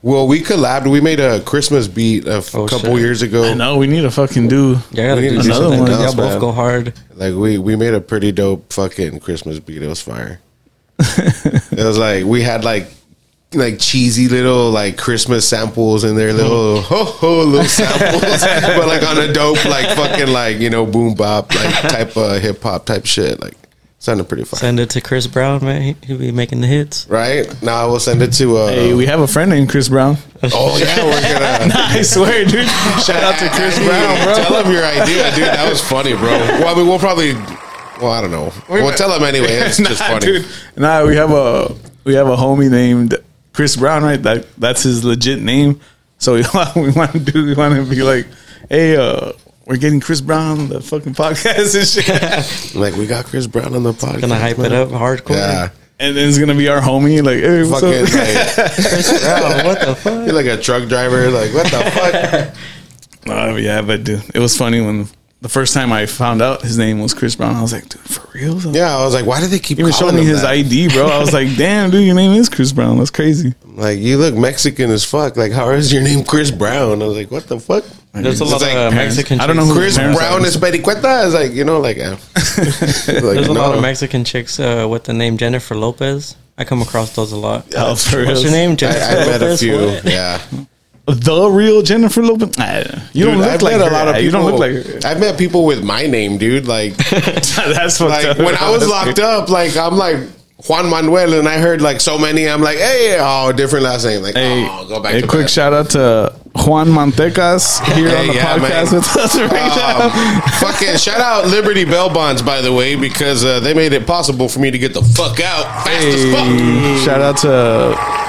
[SPEAKER 2] Well, we collabed. We made a Christmas beat a f-
[SPEAKER 3] Oh,
[SPEAKER 2] couple
[SPEAKER 3] shit.
[SPEAKER 2] years ago.
[SPEAKER 1] I know we need to fucking do.
[SPEAKER 3] You gotta
[SPEAKER 2] We
[SPEAKER 3] do
[SPEAKER 2] need to do
[SPEAKER 3] another
[SPEAKER 2] something
[SPEAKER 3] one.
[SPEAKER 2] else,
[SPEAKER 3] Y'all both
[SPEAKER 2] man.
[SPEAKER 3] go hard.
[SPEAKER 2] Like we we made a pretty dope fucking Christmas beat. It was fire. it was like we had like like cheesy little like Christmas samples in there, little ho ho little samples, but like on a dope like fucking like you know boom bop like type of hip hop type shit. Like sounded pretty fire,
[SPEAKER 3] Send it to Chris Brown, man. He- He'll be making the hits.
[SPEAKER 2] right? Now I will send it to. Uh,
[SPEAKER 1] Hey, we have a friend named Chris Brown.
[SPEAKER 2] oh yeah, we're gonna.
[SPEAKER 1] I swear, dude. Shout out to Chris
[SPEAKER 2] Hey,
[SPEAKER 1] Brown, bro.
[SPEAKER 2] Tell him your idea, dude. That was funny, bro. Well, I mean, we'll probably. Well, I don't know. We'll tell him anyway. It's just
[SPEAKER 1] nah,
[SPEAKER 2] funny.
[SPEAKER 1] dude. Nah, we have a we have a homie named Chris Brown, right? That that's his legit name. So we, we want to do we want to be like, hey, uh, we're getting Chris Brown on the fucking podcast and shit,
[SPEAKER 2] Like we got Chris Brown on the podcast.
[SPEAKER 3] Gonna hype it
[SPEAKER 2] man.
[SPEAKER 3] up hardcore.
[SPEAKER 2] Yeah,
[SPEAKER 1] and then it's gonna be our homie. Like, hey, what's
[SPEAKER 2] fucking
[SPEAKER 1] up?
[SPEAKER 2] like,
[SPEAKER 3] Chris Brown, Oh, what the fuck?
[SPEAKER 2] you're like a truck driver. Like what the fuck?
[SPEAKER 1] Oh yeah, but dude, it was funny when the first time I found out his name was Chris Brown, I was like, dude, for real?
[SPEAKER 2] Yeah, I was like, why do they keep?
[SPEAKER 1] He was
[SPEAKER 2] calling
[SPEAKER 1] showing me
[SPEAKER 2] him
[SPEAKER 1] his
[SPEAKER 2] that?
[SPEAKER 1] ID, bro. I was like, damn, dude, your name is Chris Brown. That's crazy.
[SPEAKER 2] Like you look Mexican as fuck. Like how is your name Chris Brown? I was like, what the fuck?
[SPEAKER 3] There's a
[SPEAKER 2] It's
[SPEAKER 3] lot
[SPEAKER 2] like
[SPEAKER 3] of um,
[SPEAKER 2] parents-
[SPEAKER 3] Mexican.
[SPEAKER 1] I don't know
[SPEAKER 3] chicks.
[SPEAKER 1] who
[SPEAKER 2] Chris
[SPEAKER 1] Parents
[SPEAKER 2] Brown
[SPEAKER 1] are-
[SPEAKER 2] is periqueta. Is like you know like. eh. like
[SPEAKER 3] There's a lot
[SPEAKER 2] no.
[SPEAKER 3] of Mexican chicks uh, with the name Jennifer Lopez. I come across those a lot.
[SPEAKER 1] Oh, for real.
[SPEAKER 3] What's your name,
[SPEAKER 2] I,
[SPEAKER 3] Jennifer
[SPEAKER 2] I met a
[SPEAKER 3] Lopez?
[SPEAKER 2] few.
[SPEAKER 3] What?
[SPEAKER 2] Yeah.
[SPEAKER 1] The real Jennifer Lopez. Nah, you don't
[SPEAKER 2] Dude,
[SPEAKER 1] look
[SPEAKER 2] I've
[SPEAKER 1] like
[SPEAKER 2] met
[SPEAKER 1] her.
[SPEAKER 2] a lot of people.
[SPEAKER 1] You don't look like her.
[SPEAKER 2] I've met people with my name, dude. Like
[SPEAKER 1] That's fucked
[SPEAKER 2] like
[SPEAKER 1] up.
[SPEAKER 2] when I was locked up, like I'm like Juan Manuel, and I heard like so many. I'm like, hey, oh, different last name. Like,
[SPEAKER 1] Hey,
[SPEAKER 2] oh, go back.
[SPEAKER 1] a
[SPEAKER 2] to
[SPEAKER 1] quick
[SPEAKER 2] bed.
[SPEAKER 1] shout out to Juan Mantecas here
[SPEAKER 2] Hey,
[SPEAKER 1] on the
[SPEAKER 2] yeah,
[SPEAKER 1] podcast
[SPEAKER 2] man.
[SPEAKER 1] with us right
[SPEAKER 2] Um,
[SPEAKER 1] now.
[SPEAKER 2] fucking shout out Liberty Bell Bonds, by the way, because uh, they made it possible for me to get the fuck out fast as fuck.
[SPEAKER 1] Hey, shout out to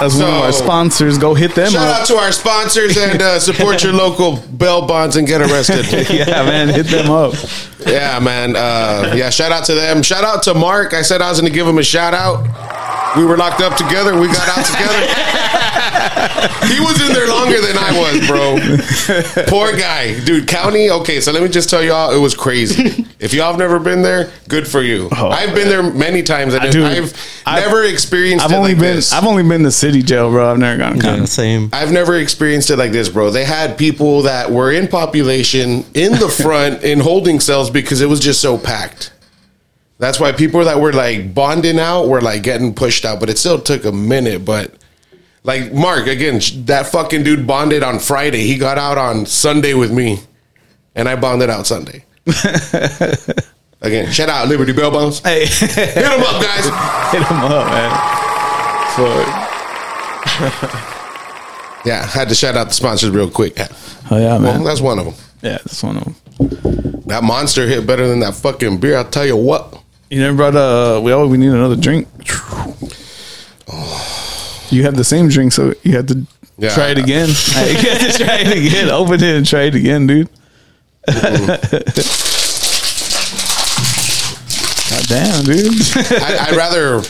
[SPEAKER 1] that's one of our
[SPEAKER 2] So-
[SPEAKER 1] sponsors. Go hit them
[SPEAKER 2] Shout
[SPEAKER 1] up.
[SPEAKER 2] out to our sponsors and uh, support your local Bell Bonds and get arrested.
[SPEAKER 1] yeah, man, hit them up.
[SPEAKER 2] yeah, man. Uh, yeah, shout out to them. Shout out to Mark. I said I was going to give him a shout out. We were locked up together. We got out together. he was in there longer than I was, bro. Poor guy, dude. County. Okay, so let me just tell y'all, it was crazy. If y'all have never been there, good for you.
[SPEAKER 1] Oh,
[SPEAKER 2] I've been there many times, and
[SPEAKER 1] Dude,
[SPEAKER 2] I've,
[SPEAKER 1] I've-
[SPEAKER 2] never experienced.
[SPEAKER 1] I've
[SPEAKER 2] it
[SPEAKER 1] only
[SPEAKER 2] like
[SPEAKER 1] been
[SPEAKER 2] this.
[SPEAKER 1] I've only been to city jail, bro. I've never gone to
[SPEAKER 3] Yeah,
[SPEAKER 1] county.
[SPEAKER 3] same.
[SPEAKER 2] I've never experienced it like this, bro. They had people that were in population in the front in holding cells because it was just so packed. That's why people that were like bonding out were like getting pushed out, but it still took a minute. But like Mark, again, sh- that fucking dude bonded on Friday. He got out on Sunday with me, and I bonded out Sunday. again, shout out Liberty Bell Bones. Hit
[SPEAKER 1] Hey, hit
[SPEAKER 2] them up, guys.
[SPEAKER 1] them up, man. Fuck.
[SPEAKER 2] Yeah, had to shout out the sponsors real quick.
[SPEAKER 1] Oh yeah,
[SPEAKER 2] Well,
[SPEAKER 1] man.
[SPEAKER 2] that's one of them.
[SPEAKER 1] yeah, that's one of them.
[SPEAKER 2] That monster hit better than that fucking beer. I'll tell you what.
[SPEAKER 1] You never brought a. We all we need another drink. You have the same drink, so you have to
[SPEAKER 2] Yeah.
[SPEAKER 1] try it again. you have to try it again. Open it and try it again, dude. God damn, dude.
[SPEAKER 2] I, I'd rather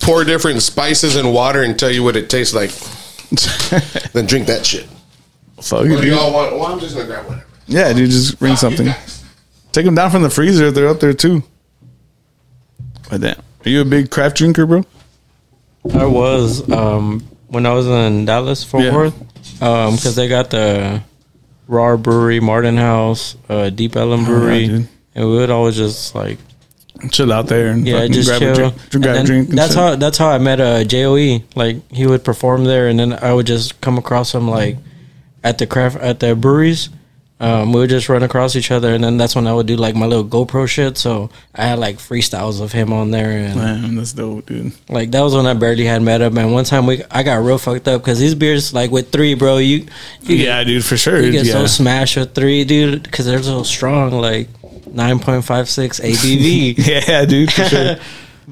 [SPEAKER 2] pour different spices and water and tell you what it tastes like than drink that shit.
[SPEAKER 1] Fuck
[SPEAKER 2] What
[SPEAKER 1] it,
[SPEAKER 2] do y'all
[SPEAKER 1] dude.
[SPEAKER 2] want? Well, I'm just gonna grab whatever.
[SPEAKER 1] Yeah, dude. Just bring
[SPEAKER 2] Fuck you
[SPEAKER 1] something.
[SPEAKER 2] guys.
[SPEAKER 1] Take them down from the freezer. They're up there too. God damn. Are you a big craft drinker, bro?
[SPEAKER 3] I was um, when I was in Dallas Fort
[SPEAKER 1] Yeah.
[SPEAKER 3] Worth because they got the Raw Brewery, Martin House, uh, Deep
[SPEAKER 2] Oh,
[SPEAKER 3] Ellum Brewery,
[SPEAKER 1] dude.
[SPEAKER 3] and we would always just like
[SPEAKER 1] Chill out there and
[SPEAKER 3] yeah,
[SPEAKER 1] fucking
[SPEAKER 3] just
[SPEAKER 1] grab
[SPEAKER 3] chill.
[SPEAKER 1] a drink.
[SPEAKER 3] And
[SPEAKER 1] Grab a
[SPEAKER 3] then
[SPEAKER 1] drink and
[SPEAKER 3] that's
[SPEAKER 1] shit.
[SPEAKER 3] how that's how I met uh, Joe. Like he would perform there, and then I would just come across him like at the craft at the breweries. Um, we would just run across each other, and then that's when I would do like my little GoPro shit. So I had like freestyles of him on there, and
[SPEAKER 1] Man, that's dope, dude.
[SPEAKER 3] like that was when I barely had met up. And one time we I got real fucked up because these beers like with three, bro. You you
[SPEAKER 1] Yeah, dude, for sure.
[SPEAKER 3] you get
[SPEAKER 1] yeah.
[SPEAKER 3] so smashed with three, dude, because they're so strong. Like nine point five six ABV.
[SPEAKER 1] yeah, dude, for sure. Yeah,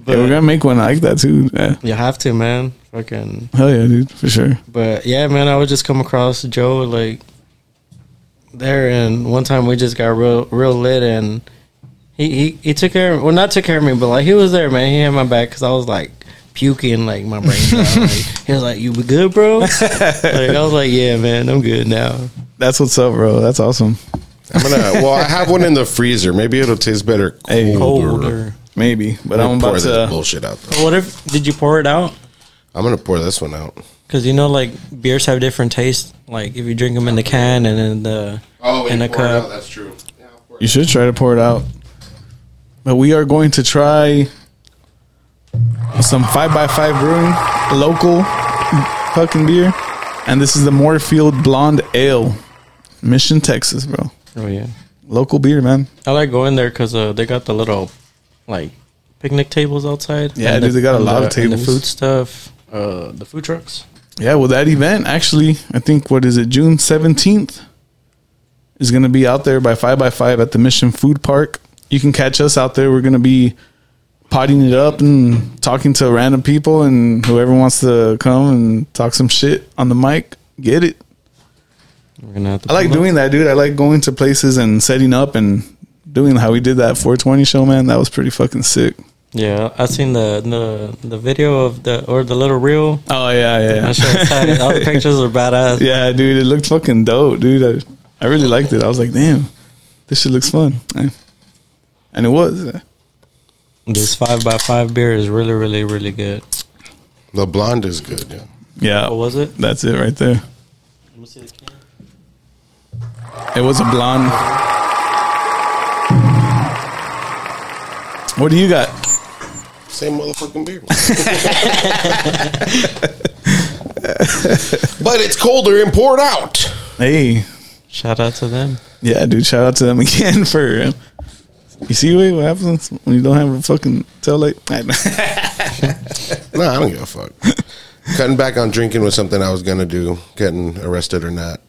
[SPEAKER 1] we're gonna make one like that too. Yeah.
[SPEAKER 3] you have to, man. Fucking.
[SPEAKER 1] Hell yeah, dude, for sure.
[SPEAKER 3] But yeah, man, I would just come across Joe like there, and one time we just got real, real lit, and he he, he took care. Of, well, not took care of me, but like he was there, man. He had my back because I was like puking, like my brain. Like, he was like, "You be good, bro." like I was like, "Yeah, man, I'm good now."
[SPEAKER 1] That's what's up, bro. That's awesome.
[SPEAKER 2] I'm gonna. Well, I have one in the freezer. Maybe it'll taste better
[SPEAKER 1] Hey.
[SPEAKER 2] colder.
[SPEAKER 1] Maybe, but I'm
[SPEAKER 2] I'm gonna
[SPEAKER 1] about
[SPEAKER 2] pour this
[SPEAKER 1] to.
[SPEAKER 2] bullshit out. Though.
[SPEAKER 3] But what if did you pour it out?
[SPEAKER 2] I'm gonna pour this one out.
[SPEAKER 3] Because you know, like beers have different tastes. Like if you drink them in the can and in the
[SPEAKER 2] Oh,
[SPEAKER 3] in a cup.
[SPEAKER 2] That's true.
[SPEAKER 1] You should try to pour it out. But we are going to try some five by five brewing local fucking beer, and this is the Moorfield Blonde Ale, Mission, Texas, bro.
[SPEAKER 3] Oh yeah.
[SPEAKER 1] Local beer, man.
[SPEAKER 3] I like going there because uh, they got the little like picnic tables outside.
[SPEAKER 1] Yeah,
[SPEAKER 3] And
[SPEAKER 1] dude,
[SPEAKER 3] the-
[SPEAKER 1] they got a
[SPEAKER 3] and
[SPEAKER 1] lot
[SPEAKER 3] the-
[SPEAKER 1] of
[SPEAKER 3] and
[SPEAKER 1] tables.
[SPEAKER 3] the food stuff, uh, the food trucks.
[SPEAKER 1] Yeah, well, that event actually, I think what is it, June seventeenth, is going to be out there by five by five at the Mission Food Park. You can catch us out there. We're going to be potting it up and talking to random people and whoever wants to come and talk some shit on the mic, get it.
[SPEAKER 3] We're gonna have to
[SPEAKER 1] I like
[SPEAKER 3] pull up.
[SPEAKER 1] doing that, dude. I like going to places and setting up and doing how we did that 420 show, man. That was pretty fucking sick.
[SPEAKER 3] Yeah, I seen the the the video of the or the little reel.
[SPEAKER 1] Oh yeah, yeah.
[SPEAKER 3] That shit was tight. All the pictures are badass.
[SPEAKER 1] Yeah, dude, it looked fucking dope, dude. I, I really liked it. I was like, damn, this shit looks fun. Eh. And it was. eh.
[SPEAKER 3] This five by five beer is really, really, really good.
[SPEAKER 2] The blonde is good. Yeah.
[SPEAKER 1] Yeah.
[SPEAKER 3] What Oh, was it?
[SPEAKER 1] That's it right there.
[SPEAKER 3] Let me see the can.
[SPEAKER 1] It was a blonde. What do you got?
[SPEAKER 2] Same motherfucking beer. but it's colder and poured out.
[SPEAKER 1] Hey.
[SPEAKER 3] Shout out to them.
[SPEAKER 1] Yeah, dude, shout out to them again for. eh, You see wait, what happens when you don't have a fucking tail light?
[SPEAKER 2] No, I don't give a fuck. Cutting back on drinking was something I was gonna do. Getting arrested or not?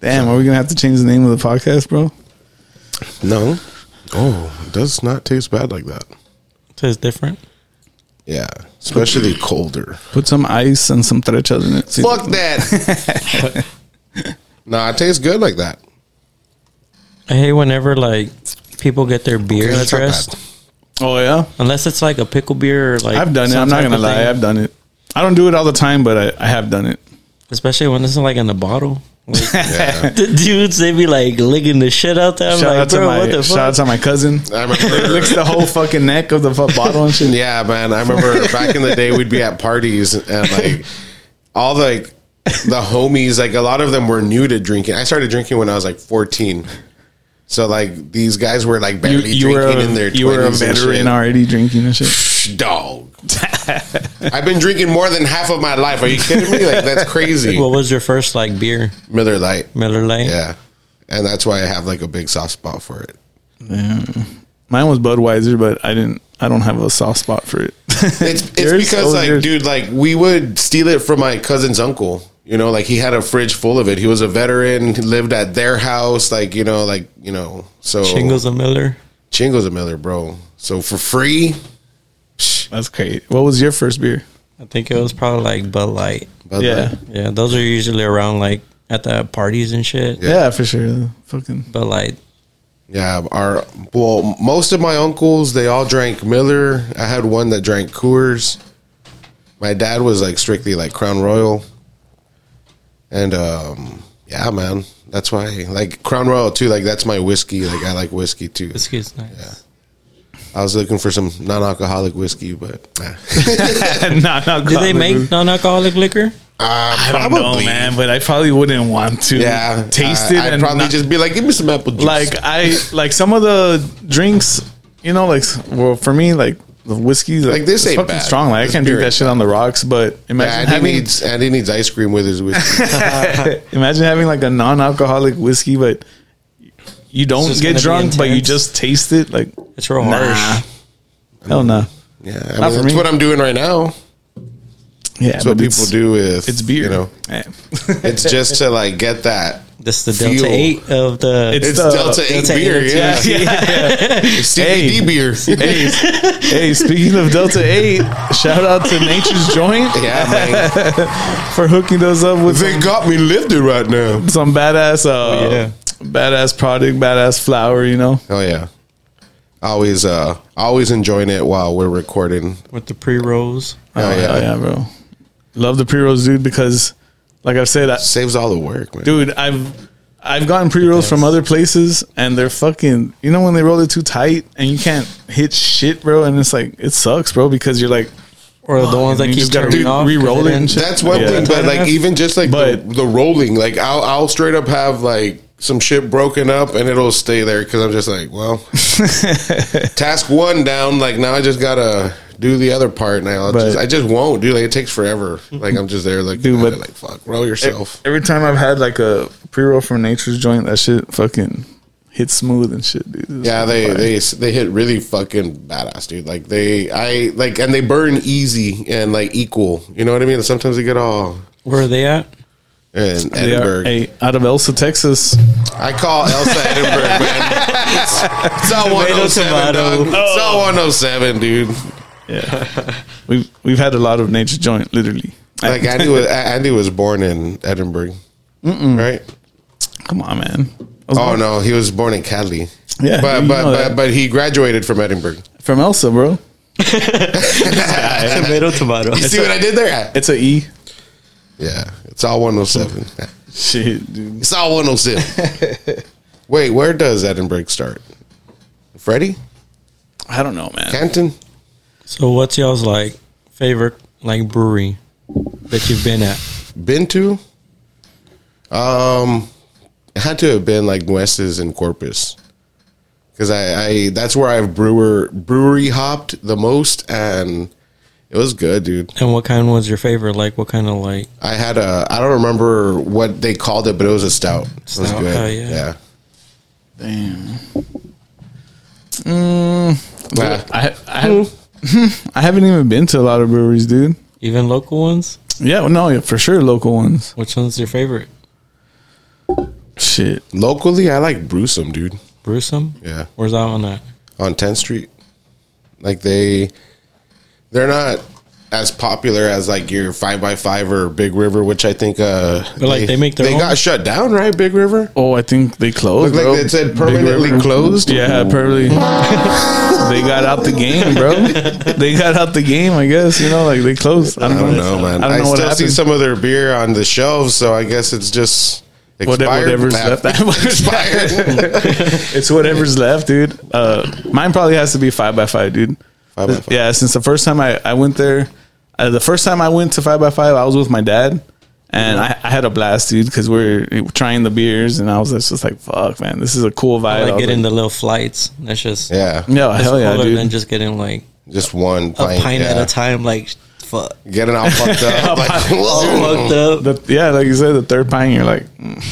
[SPEAKER 1] Damn, are we gonna have to change the name of the podcast, bro?
[SPEAKER 2] No. Oh, it does not taste bad like that.
[SPEAKER 3] Tastes different.
[SPEAKER 2] Yeah, especially colder.
[SPEAKER 1] Put some ice and some trechas in it. See-
[SPEAKER 2] Fuck that. nah, it tastes good like that.
[SPEAKER 3] I hate whenever like people get their beer
[SPEAKER 2] Okay, that's not
[SPEAKER 3] dressed.
[SPEAKER 2] bad.
[SPEAKER 1] Oh yeah,
[SPEAKER 3] Unless it's like a pickle beer. Or, like
[SPEAKER 1] I've done it.
[SPEAKER 3] some
[SPEAKER 1] I'm not
[SPEAKER 3] type
[SPEAKER 1] gonna
[SPEAKER 3] of
[SPEAKER 1] lie,
[SPEAKER 3] thing.
[SPEAKER 1] I've done it. I don't do it all the time, but I, I have done it.
[SPEAKER 3] Especially when it's like in a bottle. Like,
[SPEAKER 2] Yeah.
[SPEAKER 3] the dudes they be like licking the shit out there. I'm
[SPEAKER 1] shout
[SPEAKER 3] like,
[SPEAKER 1] out to
[SPEAKER 3] bro,
[SPEAKER 1] my
[SPEAKER 3] what the
[SPEAKER 1] shout out to
[SPEAKER 3] fuck?
[SPEAKER 1] my cousin.
[SPEAKER 2] I remember,
[SPEAKER 1] Licks the whole fucking neck of the fuck bottle and shit.
[SPEAKER 2] yeah, man. I remember back in the day we'd be at parties and like all the, like the homies, like a lot of them were new to drinking. I started drinking when I was like fourteen. So like these guys were like
[SPEAKER 1] You,
[SPEAKER 2] barely
[SPEAKER 1] you were
[SPEAKER 2] drinking
[SPEAKER 1] a,
[SPEAKER 2] in their
[SPEAKER 1] you were a veteran
[SPEAKER 2] already.
[SPEAKER 1] already drinking and shit.
[SPEAKER 2] dog. I've been drinking more than half of my life. Are you kidding me? Like that's crazy.
[SPEAKER 3] What was your first like beer?
[SPEAKER 2] Miller Lite.
[SPEAKER 3] Miller Lite.
[SPEAKER 2] Yeah. And that's why I have like a big soft spot for it.
[SPEAKER 1] Mine was Budweiser, but I didn't. I don't have a soft spot for it.
[SPEAKER 2] It's it's
[SPEAKER 1] Yours?
[SPEAKER 2] because
[SPEAKER 1] Oh,
[SPEAKER 2] like
[SPEAKER 1] yours.
[SPEAKER 2] dude, like we would steal it from my cousin's uncle. You know, like he had a fridge full of it. He was a veteran, he lived at their house, like, you know, like, you know, so
[SPEAKER 3] Shingles and Miller.
[SPEAKER 2] Chingo's a Miller, bro. So for free,
[SPEAKER 1] That's crazy. What was your first beer?
[SPEAKER 3] I think it was probably like Bud Light.
[SPEAKER 2] but
[SPEAKER 1] Yeah.
[SPEAKER 2] like,
[SPEAKER 3] Yeah, those are usually around like at the parties and shit.
[SPEAKER 1] yeah, for sure. Fucking
[SPEAKER 3] Bud Light.
[SPEAKER 2] Yeah, our well, most of my uncles they all drank Miller. I had one that drank Coors. My dad was like strictly like Crown Royal, and um, yeah, man, that's why like Crown Royal too. Like that's my whiskey. Like I like whiskey too.
[SPEAKER 3] Whiskey's nice.
[SPEAKER 2] I was looking for some non-alcoholic whiskey, but eh.
[SPEAKER 1] nah, not
[SPEAKER 3] Do they make non-alcoholic liquor?
[SPEAKER 1] I don't know, man, but I probably wouldn't want to
[SPEAKER 2] yeah,
[SPEAKER 1] taste
[SPEAKER 2] I-
[SPEAKER 1] it
[SPEAKER 2] I'd
[SPEAKER 1] and
[SPEAKER 2] probably
[SPEAKER 1] not-
[SPEAKER 2] just be like, give me some apple juice.
[SPEAKER 1] like I like some of the drinks, you know, like well for me like the whiskey like,
[SPEAKER 2] Like, this
[SPEAKER 1] it's
[SPEAKER 2] ain't
[SPEAKER 1] fucking
[SPEAKER 2] bad.
[SPEAKER 1] strong. Like I
[SPEAKER 2] This
[SPEAKER 1] can't drink
[SPEAKER 2] beer
[SPEAKER 1] that
[SPEAKER 2] ain't
[SPEAKER 1] shit on the rocks, but
[SPEAKER 2] yeah,
[SPEAKER 1] imagine
[SPEAKER 2] Andy
[SPEAKER 1] having
[SPEAKER 2] needs Andy needs ice cream with his whiskey.
[SPEAKER 1] imagine having like a non-alcoholic whiskey, but you don't
[SPEAKER 3] just
[SPEAKER 1] get
[SPEAKER 3] gonna be
[SPEAKER 1] drunk, but you
[SPEAKER 3] intense.
[SPEAKER 1] just taste it. Like
[SPEAKER 3] It's real
[SPEAKER 1] nah,
[SPEAKER 3] harsh.
[SPEAKER 1] hell no.
[SPEAKER 2] yeah, I mean,
[SPEAKER 1] Not for
[SPEAKER 2] that's
[SPEAKER 1] me.
[SPEAKER 2] what I'm doing right now.
[SPEAKER 1] Yeah,
[SPEAKER 2] That's what people do with
[SPEAKER 1] It's beer,
[SPEAKER 2] You know,
[SPEAKER 1] Eh.
[SPEAKER 2] it's just to like get that.
[SPEAKER 3] This is the Delta
[SPEAKER 2] Fuel.
[SPEAKER 3] Eight of the.
[SPEAKER 1] It's
[SPEAKER 2] It's
[SPEAKER 1] the-
[SPEAKER 2] Delta Eight
[SPEAKER 3] Delta
[SPEAKER 2] beer,
[SPEAKER 3] eight,
[SPEAKER 2] yeah,
[SPEAKER 1] yeah.
[SPEAKER 2] It's CBD
[SPEAKER 1] Hey.
[SPEAKER 2] beer.
[SPEAKER 1] hey, hey, speaking of Delta Eight, shout out to Nature's Joint
[SPEAKER 2] Yeah, man.
[SPEAKER 1] for hooking us up with
[SPEAKER 2] they got me lifted right now.
[SPEAKER 1] some badass, uh,
[SPEAKER 3] yeah.
[SPEAKER 1] badass product, badass flower. You know,
[SPEAKER 2] Oh yeah, always uh, always enjoying it while we're recording.
[SPEAKER 3] with the pre rolls.
[SPEAKER 2] Oh, yeah.
[SPEAKER 1] oh, yeah, bro. Love the pre rolls, dude, because like I've said, I,
[SPEAKER 2] saves all the work, man.
[SPEAKER 1] dude, I've I've gotten pre rolls from other places, and they're fucking. You know when they roll it too tight and you can't hit shit, bro, and it's like it sucks, bro, because you're like
[SPEAKER 3] Or the ones that
[SPEAKER 1] you
[SPEAKER 3] keep
[SPEAKER 1] just gotta
[SPEAKER 3] turning
[SPEAKER 1] do-
[SPEAKER 3] off.
[SPEAKER 1] re-roll
[SPEAKER 3] 'cause
[SPEAKER 1] it and
[SPEAKER 3] didn't-
[SPEAKER 1] shit.
[SPEAKER 2] That's one
[SPEAKER 1] Yeah.
[SPEAKER 2] thing, but like
[SPEAKER 3] Enough.
[SPEAKER 2] even just like
[SPEAKER 1] But-
[SPEAKER 2] the, the rolling, like I'll I'll straight up have like some shit broken up and it'll stay there because I'm just like, well, task one down. Like now I just gotta do the other part, and I'll
[SPEAKER 1] But-
[SPEAKER 2] just I just won't, dude. Like it takes forever. Like I'm just there, like
[SPEAKER 1] Dude,
[SPEAKER 2] dude,
[SPEAKER 1] but-
[SPEAKER 2] like fuck, roll yourself.
[SPEAKER 1] every time I've had like a pre roll from Nature's Joint, that shit fucking hits smooth and shit, dude. It's
[SPEAKER 2] yeah, they,
[SPEAKER 1] fire.
[SPEAKER 2] they they hit really fucking badass, dude. Like they, I like, and they burn easy and like equal. You know what I mean? Sometimes they get all
[SPEAKER 3] Where are they at?
[SPEAKER 2] and
[SPEAKER 1] They are,
[SPEAKER 2] Edinburgh.
[SPEAKER 1] hey, out of Elsa, Texas.
[SPEAKER 2] I call Elsa Edinburgh, man. It's, it's all 107,
[SPEAKER 3] tomato.
[SPEAKER 2] dog. It's all 107, dude.
[SPEAKER 1] Yeah, we've we've had a lot of nature joint, literally.
[SPEAKER 2] Like Andy was, Andy was born in Edinburgh, right?
[SPEAKER 1] Come on, man.
[SPEAKER 2] Oh no, he was born in Cali.
[SPEAKER 1] Yeah, you
[SPEAKER 2] But but
[SPEAKER 1] know
[SPEAKER 2] but,
[SPEAKER 1] that.
[SPEAKER 2] but he graduated from Edinburgh.
[SPEAKER 1] from Elsa, bro.
[SPEAKER 3] Tomato, tomato.
[SPEAKER 2] You see what I did there?
[SPEAKER 1] It's a E.
[SPEAKER 2] Yeah, it's all 107.
[SPEAKER 1] Shit, dude.
[SPEAKER 2] It's all 107. Wait, where does Edinburgh start? Freddie,
[SPEAKER 1] I don't know, man.
[SPEAKER 2] Canton.
[SPEAKER 3] So what's y'all's like favorite like brewery that you've been at?
[SPEAKER 2] been to? Um, it had to have been like Nueces and Corpus, because I, I that's where I've brewer brewery hopped the most, and it was good, dude.
[SPEAKER 3] And what kind was your favorite? Like what kind of like
[SPEAKER 2] I had a I don't remember what they called it, but it was a stout. It was
[SPEAKER 3] Stout,
[SPEAKER 2] good.
[SPEAKER 3] oh, yeah.
[SPEAKER 2] yeah. yeah.
[SPEAKER 1] Damn.
[SPEAKER 2] Nah,
[SPEAKER 1] I I,
[SPEAKER 2] Hmm.
[SPEAKER 1] I haven't even been to a lot of breweries, dude.
[SPEAKER 3] even local ones?
[SPEAKER 1] Yeah, well, no, yeah, for sure, local ones.
[SPEAKER 3] Which one's your favorite?
[SPEAKER 1] Shit.
[SPEAKER 2] locally, I like Brewsome, dude.
[SPEAKER 3] Brewsome?
[SPEAKER 2] Yeah.
[SPEAKER 3] Where's that one at?
[SPEAKER 2] on 10th Street. Like they they're not as popular as like your 5x5 or Big River, which I think uh
[SPEAKER 3] But, like, they make their
[SPEAKER 2] They
[SPEAKER 3] own?
[SPEAKER 2] got shut down, right? Big River?
[SPEAKER 1] Oh, I think they closed.
[SPEAKER 2] Looked like
[SPEAKER 1] bro.
[SPEAKER 2] it said
[SPEAKER 1] Big
[SPEAKER 2] permanently
[SPEAKER 1] River.
[SPEAKER 2] closed.
[SPEAKER 1] Yeah, permanently. they got out the game, bro. They got out the game. I guess you know, like they closed.
[SPEAKER 2] I don't know, man.
[SPEAKER 1] I
[SPEAKER 2] I,
[SPEAKER 1] don't know what
[SPEAKER 2] still see
[SPEAKER 1] happened.
[SPEAKER 2] some of their beer on the shelves, so I guess it's just
[SPEAKER 1] Whatever-
[SPEAKER 2] expired.
[SPEAKER 1] whatever's left.
[SPEAKER 2] expired.
[SPEAKER 1] It's whatever's left, dude. Uh, mine probably has to be five by five, dude.
[SPEAKER 2] Five by five.
[SPEAKER 1] Yeah, since the first time I, I went there, uh, the first time I went to five by five, I was with my dad, and I, I had a blast, dude, because we're trying the beers, and I was just like, "Fuck, man, this is a cool vibe."
[SPEAKER 3] I
[SPEAKER 1] I
[SPEAKER 3] like
[SPEAKER 1] was
[SPEAKER 3] getting
[SPEAKER 1] like,
[SPEAKER 3] the little flights. That's just
[SPEAKER 2] yeah.
[SPEAKER 1] yeah,
[SPEAKER 3] that's
[SPEAKER 1] hell yeah,
[SPEAKER 3] cooler
[SPEAKER 1] dude.
[SPEAKER 3] than just getting like
[SPEAKER 2] Just one
[SPEAKER 3] a
[SPEAKER 2] pint,
[SPEAKER 3] pint at
[SPEAKER 2] yeah.
[SPEAKER 3] a time. Like fuck,
[SPEAKER 2] Getting all fucked up. like, whoa.
[SPEAKER 3] fucked up.
[SPEAKER 1] The- yeah, like you said, the third pint, you're like, "Mm,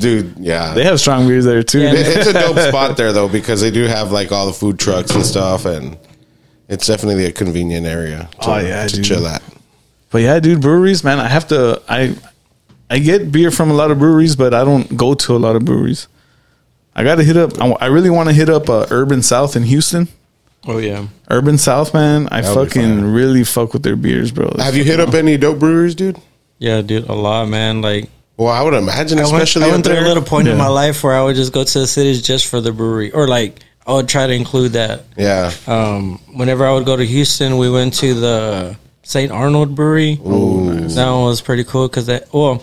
[SPEAKER 2] Dude, yeah.
[SPEAKER 1] they have strong beers there too.
[SPEAKER 3] Yeah,
[SPEAKER 1] dude.
[SPEAKER 2] It- it's a dope spot there though because they do have like all the food trucks and stuff, and it's definitely a convenient area. To,
[SPEAKER 1] Oh, yeah,
[SPEAKER 2] to
[SPEAKER 1] dude.
[SPEAKER 2] chill at.
[SPEAKER 1] But yeah, dude, breweries, man. I have to. I I get beer from a lot of breweries, but I don't go to a lot of breweries. I got to hit up. I, w- I really want to hit up uh, Urban South in Houston.
[SPEAKER 3] Oh yeah,
[SPEAKER 1] Urban South, man. I
[SPEAKER 2] That would be
[SPEAKER 1] fucking
[SPEAKER 2] fire.
[SPEAKER 1] really fuck with their beers, bro.
[SPEAKER 2] Have you hit up any dope breweries, dude?
[SPEAKER 3] yeah, dude, a lot, man. Like
[SPEAKER 2] Well, I would imagine,
[SPEAKER 3] I went,
[SPEAKER 2] especially
[SPEAKER 3] I went
[SPEAKER 2] up
[SPEAKER 3] through
[SPEAKER 2] there.
[SPEAKER 3] a little point
[SPEAKER 1] Yeah.
[SPEAKER 3] in my life where I would just go to the cities just for the brewery, or like I would try to include that.
[SPEAKER 2] yeah,
[SPEAKER 3] Um, whenever I would go to Houston, we went to the St. Arnold Brewery. That one was pretty cool because that well,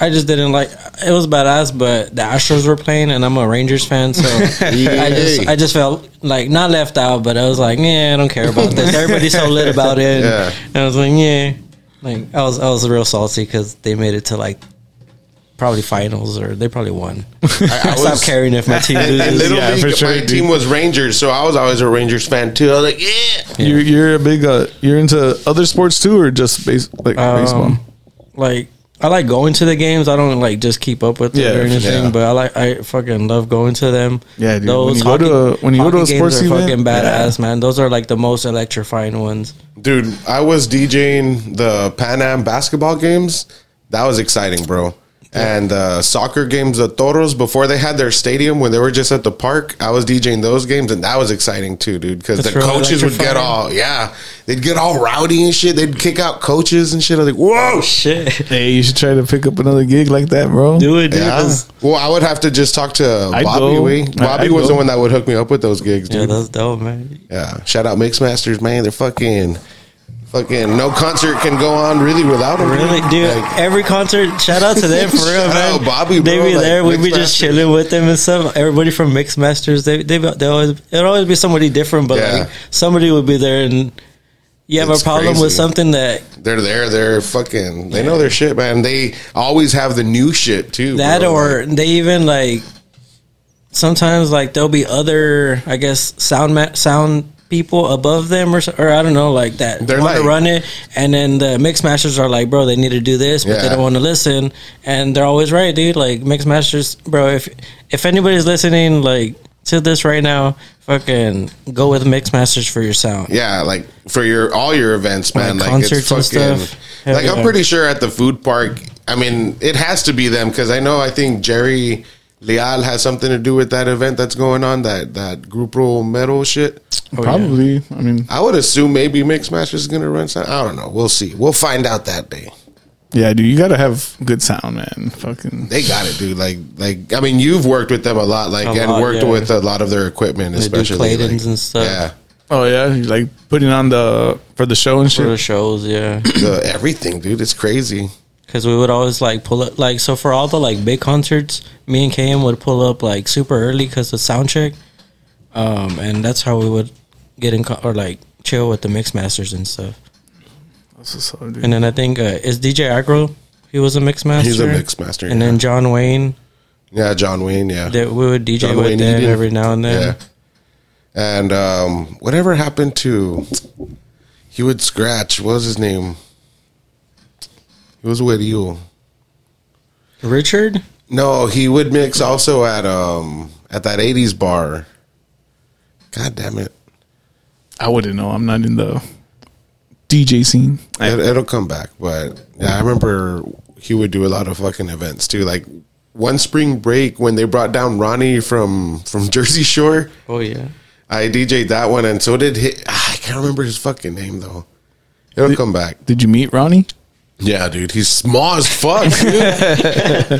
[SPEAKER 3] I just didn't like. It was badass, but the Astros were playing, and I'm a Rangers fan, so I just I just felt like not left out, but I was like, yeah, I don't care about this. Everybody's so lit about it.
[SPEAKER 2] Yeah.
[SPEAKER 3] And I was like, yeah, like I was I was real salty because they made it to like probably finals or they probably won. I, stopped caring if my team
[SPEAKER 2] And, and
[SPEAKER 3] loses.
[SPEAKER 2] little
[SPEAKER 1] Yeah,
[SPEAKER 2] league,
[SPEAKER 1] for sure,
[SPEAKER 2] my
[SPEAKER 1] dude.
[SPEAKER 2] team was Rangers, so I was always a Rangers fan too. I was like, yeah,
[SPEAKER 1] You're you're a big uh, you're into other sports too, or just base like
[SPEAKER 3] Um,
[SPEAKER 1] baseball?
[SPEAKER 3] Like I like going to the games. I don't like just keep up with it
[SPEAKER 1] Yeah,
[SPEAKER 3] or
[SPEAKER 1] for
[SPEAKER 3] anything.
[SPEAKER 2] sure.
[SPEAKER 3] But I like I fucking love going to them.
[SPEAKER 1] Yeah, dude. When you go to a- when you go to
[SPEAKER 3] hockey
[SPEAKER 1] a
[SPEAKER 3] games
[SPEAKER 1] sports
[SPEAKER 3] are
[SPEAKER 1] event,
[SPEAKER 3] fucking
[SPEAKER 1] yeah.
[SPEAKER 3] badass, man. Those are like the most electrifying ones.
[SPEAKER 2] dude. I was DJing the Pan Am basketball games. That was exciting, bro. And uh, soccer games, the Toros before they had their stadium when they were just at the park. I was DJing those games, and that was exciting too, dude. Because the
[SPEAKER 3] That's really
[SPEAKER 2] coaches would get
[SPEAKER 3] electrifying.
[SPEAKER 2] all yeah, they'd get all rowdy and shit. They'd kick out coaches and shit. I was like, whoa,
[SPEAKER 3] Shit,
[SPEAKER 1] Hey, you should try to pick up another gig like that, bro.
[SPEAKER 3] do it, dude.
[SPEAKER 2] Yeah.
[SPEAKER 3] That's-
[SPEAKER 2] Well, I would have to just talk to
[SPEAKER 1] I'd
[SPEAKER 2] Bobby.
[SPEAKER 1] go.
[SPEAKER 2] Wee. Bobby
[SPEAKER 1] I'd
[SPEAKER 2] was the
[SPEAKER 1] go.
[SPEAKER 2] one that would hook me up with those gigs,
[SPEAKER 3] Yeah,
[SPEAKER 2] dude. Yeah.
[SPEAKER 3] that's dope, man.
[SPEAKER 2] Shout out Mixmasters, man. They're fucking, fucking. No concert can go on really without them.
[SPEAKER 3] Really, dude.
[SPEAKER 2] Like,
[SPEAKER 3] every concert, shout out to them for real,
[SPEAKER 2] Shout
[SPEAKER 3] man.
[SPEAKER 2] out Bobby,
[SPEAKER 3] they
[SPEAKER 2] bro,
[SPEAKER 3] be
[SPEAKER 2] like,
[SPEAKER 3] there. We be
[SPEAKER 2] Mixmasters.
[SPEAKER 3] just chilling with them and stuff. Everybody from Mixmasters, they they be- they always it'll always be somebody different, but
[SPEAKER 2] Yeah.
[SPEAKER 3] like somebody would be there and. You have
[SPEAKER 2] It's
[SPEAKER 3] a problem with
[SPEAKER 2] crazy.
[SPEAKER 3] something that
[SPEAKER 2] they're there. They're fucking. They know their shit, man. They always have the new shit too.
[SPEAKER 3] That
[SPEAKER 2] bro.
[SPEAKER 3] or
[SPEAKER 2] Like,
[SPEAKER 3] they even like sometimes like there'll be other I guess sound ma- sound people above them or so- or I don't know like that
[SPEAKER 2] They're
[SPEAKER 3] want to
[SPEAKER 2] like-
[SPEAKER 3] run it and then the mix masters are like bro they need to do this but they
[SPEAKER 2] Yeah.
[SPEAKER 3] don't want to listen and they're always right dude like mix masters bro if if anybody's listening like to this right now fucking go with mix masters for your sound
[SPEAKER 2] yeah, like for your all your events, man. Like,
[SPEAKER 3] Like
[SPEAKER 2] it's
[SPEAKER 3] concerts and
[SPEAKER 2] fucking.
[SPEAKER 3] stuff. Hell
[SPEAKER 2] Like I'm
[SPEAKER 3] yeah.
[SPEAKER 2] pretty sure at the food park. I mean, it has to be them because I know. I think Jerry Leal has something to do with that event that's going on. That that Grupo Metal shit.
[SPEAKER 3] Oh,
[SPEAKER 1] Probably. I mean,
[SPEAKER 2] I would assume maybe Mixmasters is gonna run some. I don't know. We'll see. We'll find out that day.
[SPEAKER 1] yeah, dude. You gotta have good sound, man. Fucking.
[SPEAKER 2] They got it, dude. Like, like I mean, you've worked with them a lot, like,
[SPEAKER 3] A
[SPEAKER 2] and
[SPEAKER 3] lot,
[SPEAKER 2] worked
[SPEAKER 3] yeah.
[SPEAKER 2] with a lot of their equipment,
[SPEAKER 3] They do
[SPEAKER 2] especially
[SPEAKER 3] play-dins
[SPEAKER 2] like,
[SPEAKER 3] and stuff.
[SPEAKER 2] Yeah,
[SPEAKER 1] Oh yeah, you like putting on the for the show and
[SPEAKER 3] for the
[SPEAKER 1] shit.
[SPEAKER 3] shows yeah
[SPEAKER 2] the, everything, dude. It's crazy.
[SPEAKER 3] Cause we would always like pull up like so for all the like big concerts, me and KM would pull up like super early because of sound check, um, and that's how we would get in co- or like chill with the mix masters and stuff.
[SPEAKER 1] That's what's up, dude.
[SPEAKER 3] And then I think uh, is DJ Agro, he was a mix master.
[SPEAKER 2] He's a mixmaster,
[SPEAKER 3] And
[SPEAKER 2] yeah.
[SPEAKER 3] then John Wayne,
[SPEAKER 2] Yeah, John Wayne. Yeah,
[SPEAKER 3] that we would DJ
[SPEAKER 2] John
[SPEAKER 3] with
[SPEAKER 2] Wayne
[SPEAKER 3] them
[SPEAKER 2] Eden.
[SPEAKER 3] every now and then.
[SPEAKER 2] yeah. And um, whatever happened to, he would scratch. What was his name? He was with you.
[SPEAKER 3] Richard,
[SPEAKER 2] No, he would mix also at um at that '80s bar. God damn it.
[SPEAKER 1] I wouldn't know. I'm not in the DJ scene.
[SPEAKER 2] It, it'll come back, but yeah, I remember he would do a lot of fucking events too. Like one spring break when they brought down Ronnie from from Jersey Shore,
[SPEAKER 3] oh yeah,
[SPEAKER 2] I DJ'd that one, and so did hit. I can't remember his fucking name though. It'll come back.
[SPEAKER 1] Did you meet Ronnie?
[SPEAKER 2] Yeah, dude, he's small as fuck. dude.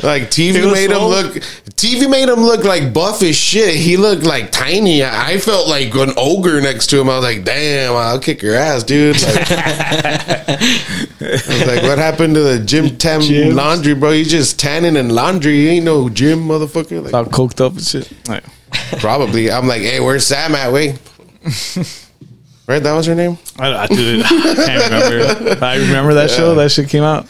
[SPEAKER 2] like TV
[SPEAKER 3] was
[SPEAKER 2] made
[SPEAKER 3] small?
[SPEAKER 2] him look. TV made him look like buff as shit. He looked like tiny. I I felt like an ogre next to him. I was like, damn, I'll kick your ass, dude. Like, I was like, what happened to the gym tam
[SPEAKER 1] Gyms.
[SPEAKER 2] laundry, bro? You just tanning and laundry. You ain't no gym, motherfucker. Like,
[SPEAKER 1] All coked up and shit. Like,
[SPEAKER 2] probably. I'm like, hey, where's Sam at? Wait. Right, that was her name.
[SPEAKER 1] I, I, dude, I can't remember. I remember that show. That shit came out.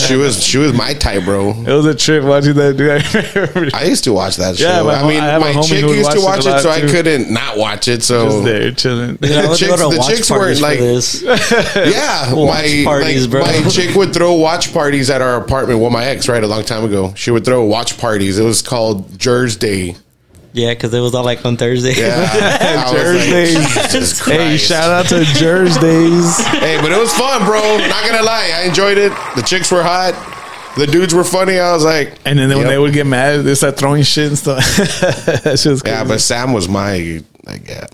[SPEAKER 2] She was she was my type, bro.
[SPEAKER 1] It was a trip watching that dude. I remember.
[SPEAKER 2] I used to watch that
[SPEAKER 1] Yeah,
[SPEAKER 2] show.
[SPEAKER 1] my
[SPEAKER 2] I
[SPEAKER 1] hom-
[SPEAKER 2] mean,
[SPEAKER 1] I have a
[SPEAKER 2] my
[SPEAKER 1] homie
[SPEAKER 2] chick
[SPEAKER 1] who would
[SPEAKER 2] used to
[SPEAKER 1] watch
[SPEAKER 2] watch
[SPEAKER 1] it
[SPEAKER 2] it,
[SPEAKER 1] a lot,
[SPEAKER 2] so I
[SPEAKER 1] too.
[SPEAKER 2] couldn't not watch it.
[SPEAKER 1] Just
[SPEAKER 2] So
[SPEAKER 1] there chilling.
[SPEAKER 3] Dude, I
[SPEAKER 2] The
[SPEAKER 3] would
[SPEAKER 2] chicks-
[SPEAKER 3] go
[SPEAKER 2] the
[SPEAKER 3] to watch
[SPEAKER 2] chicks weren't,
[SPEAKER 3] parties
[SPEAKER 2] like-
[SPEAKER 3] for this.
[SPEAKER 2] yeah, my
[SPEAKER 3] parties,
[SPEAKER 2] like,
[SPEAKER 3] bro.
[SPEAKER 2] my chick would throw watch parties at our apartment. Well, my ex, right, a long time ago, she would throw watch parties. It was called Jersey Day.
[SPEAKER 3] yeah, because it was all like on Thursday.
[SPEAKER 2] Yeah, I was like,
[SPEAKER 1] Jersey's.
[SPEAKER 2] Jesus
[SPEAKER 1] Hey,
[SPEAKER 2] Christ.
[SPEAKER 1] shout out to Jersey's.
[SPEAKER 2] Hey, but it was fun, bro. Not gonna lie, I enjoyed it. The chicks were hot. The dudes were funny. I was like,
[SPEAKER 1] And then when
[SPEAKER 2] Yep.
[SPEAKER 1] they would get mad, they start throwing shit and stuff. that shit was crazy.
[SPEAKER 2] yeah, but Sam was my. Like, yeah.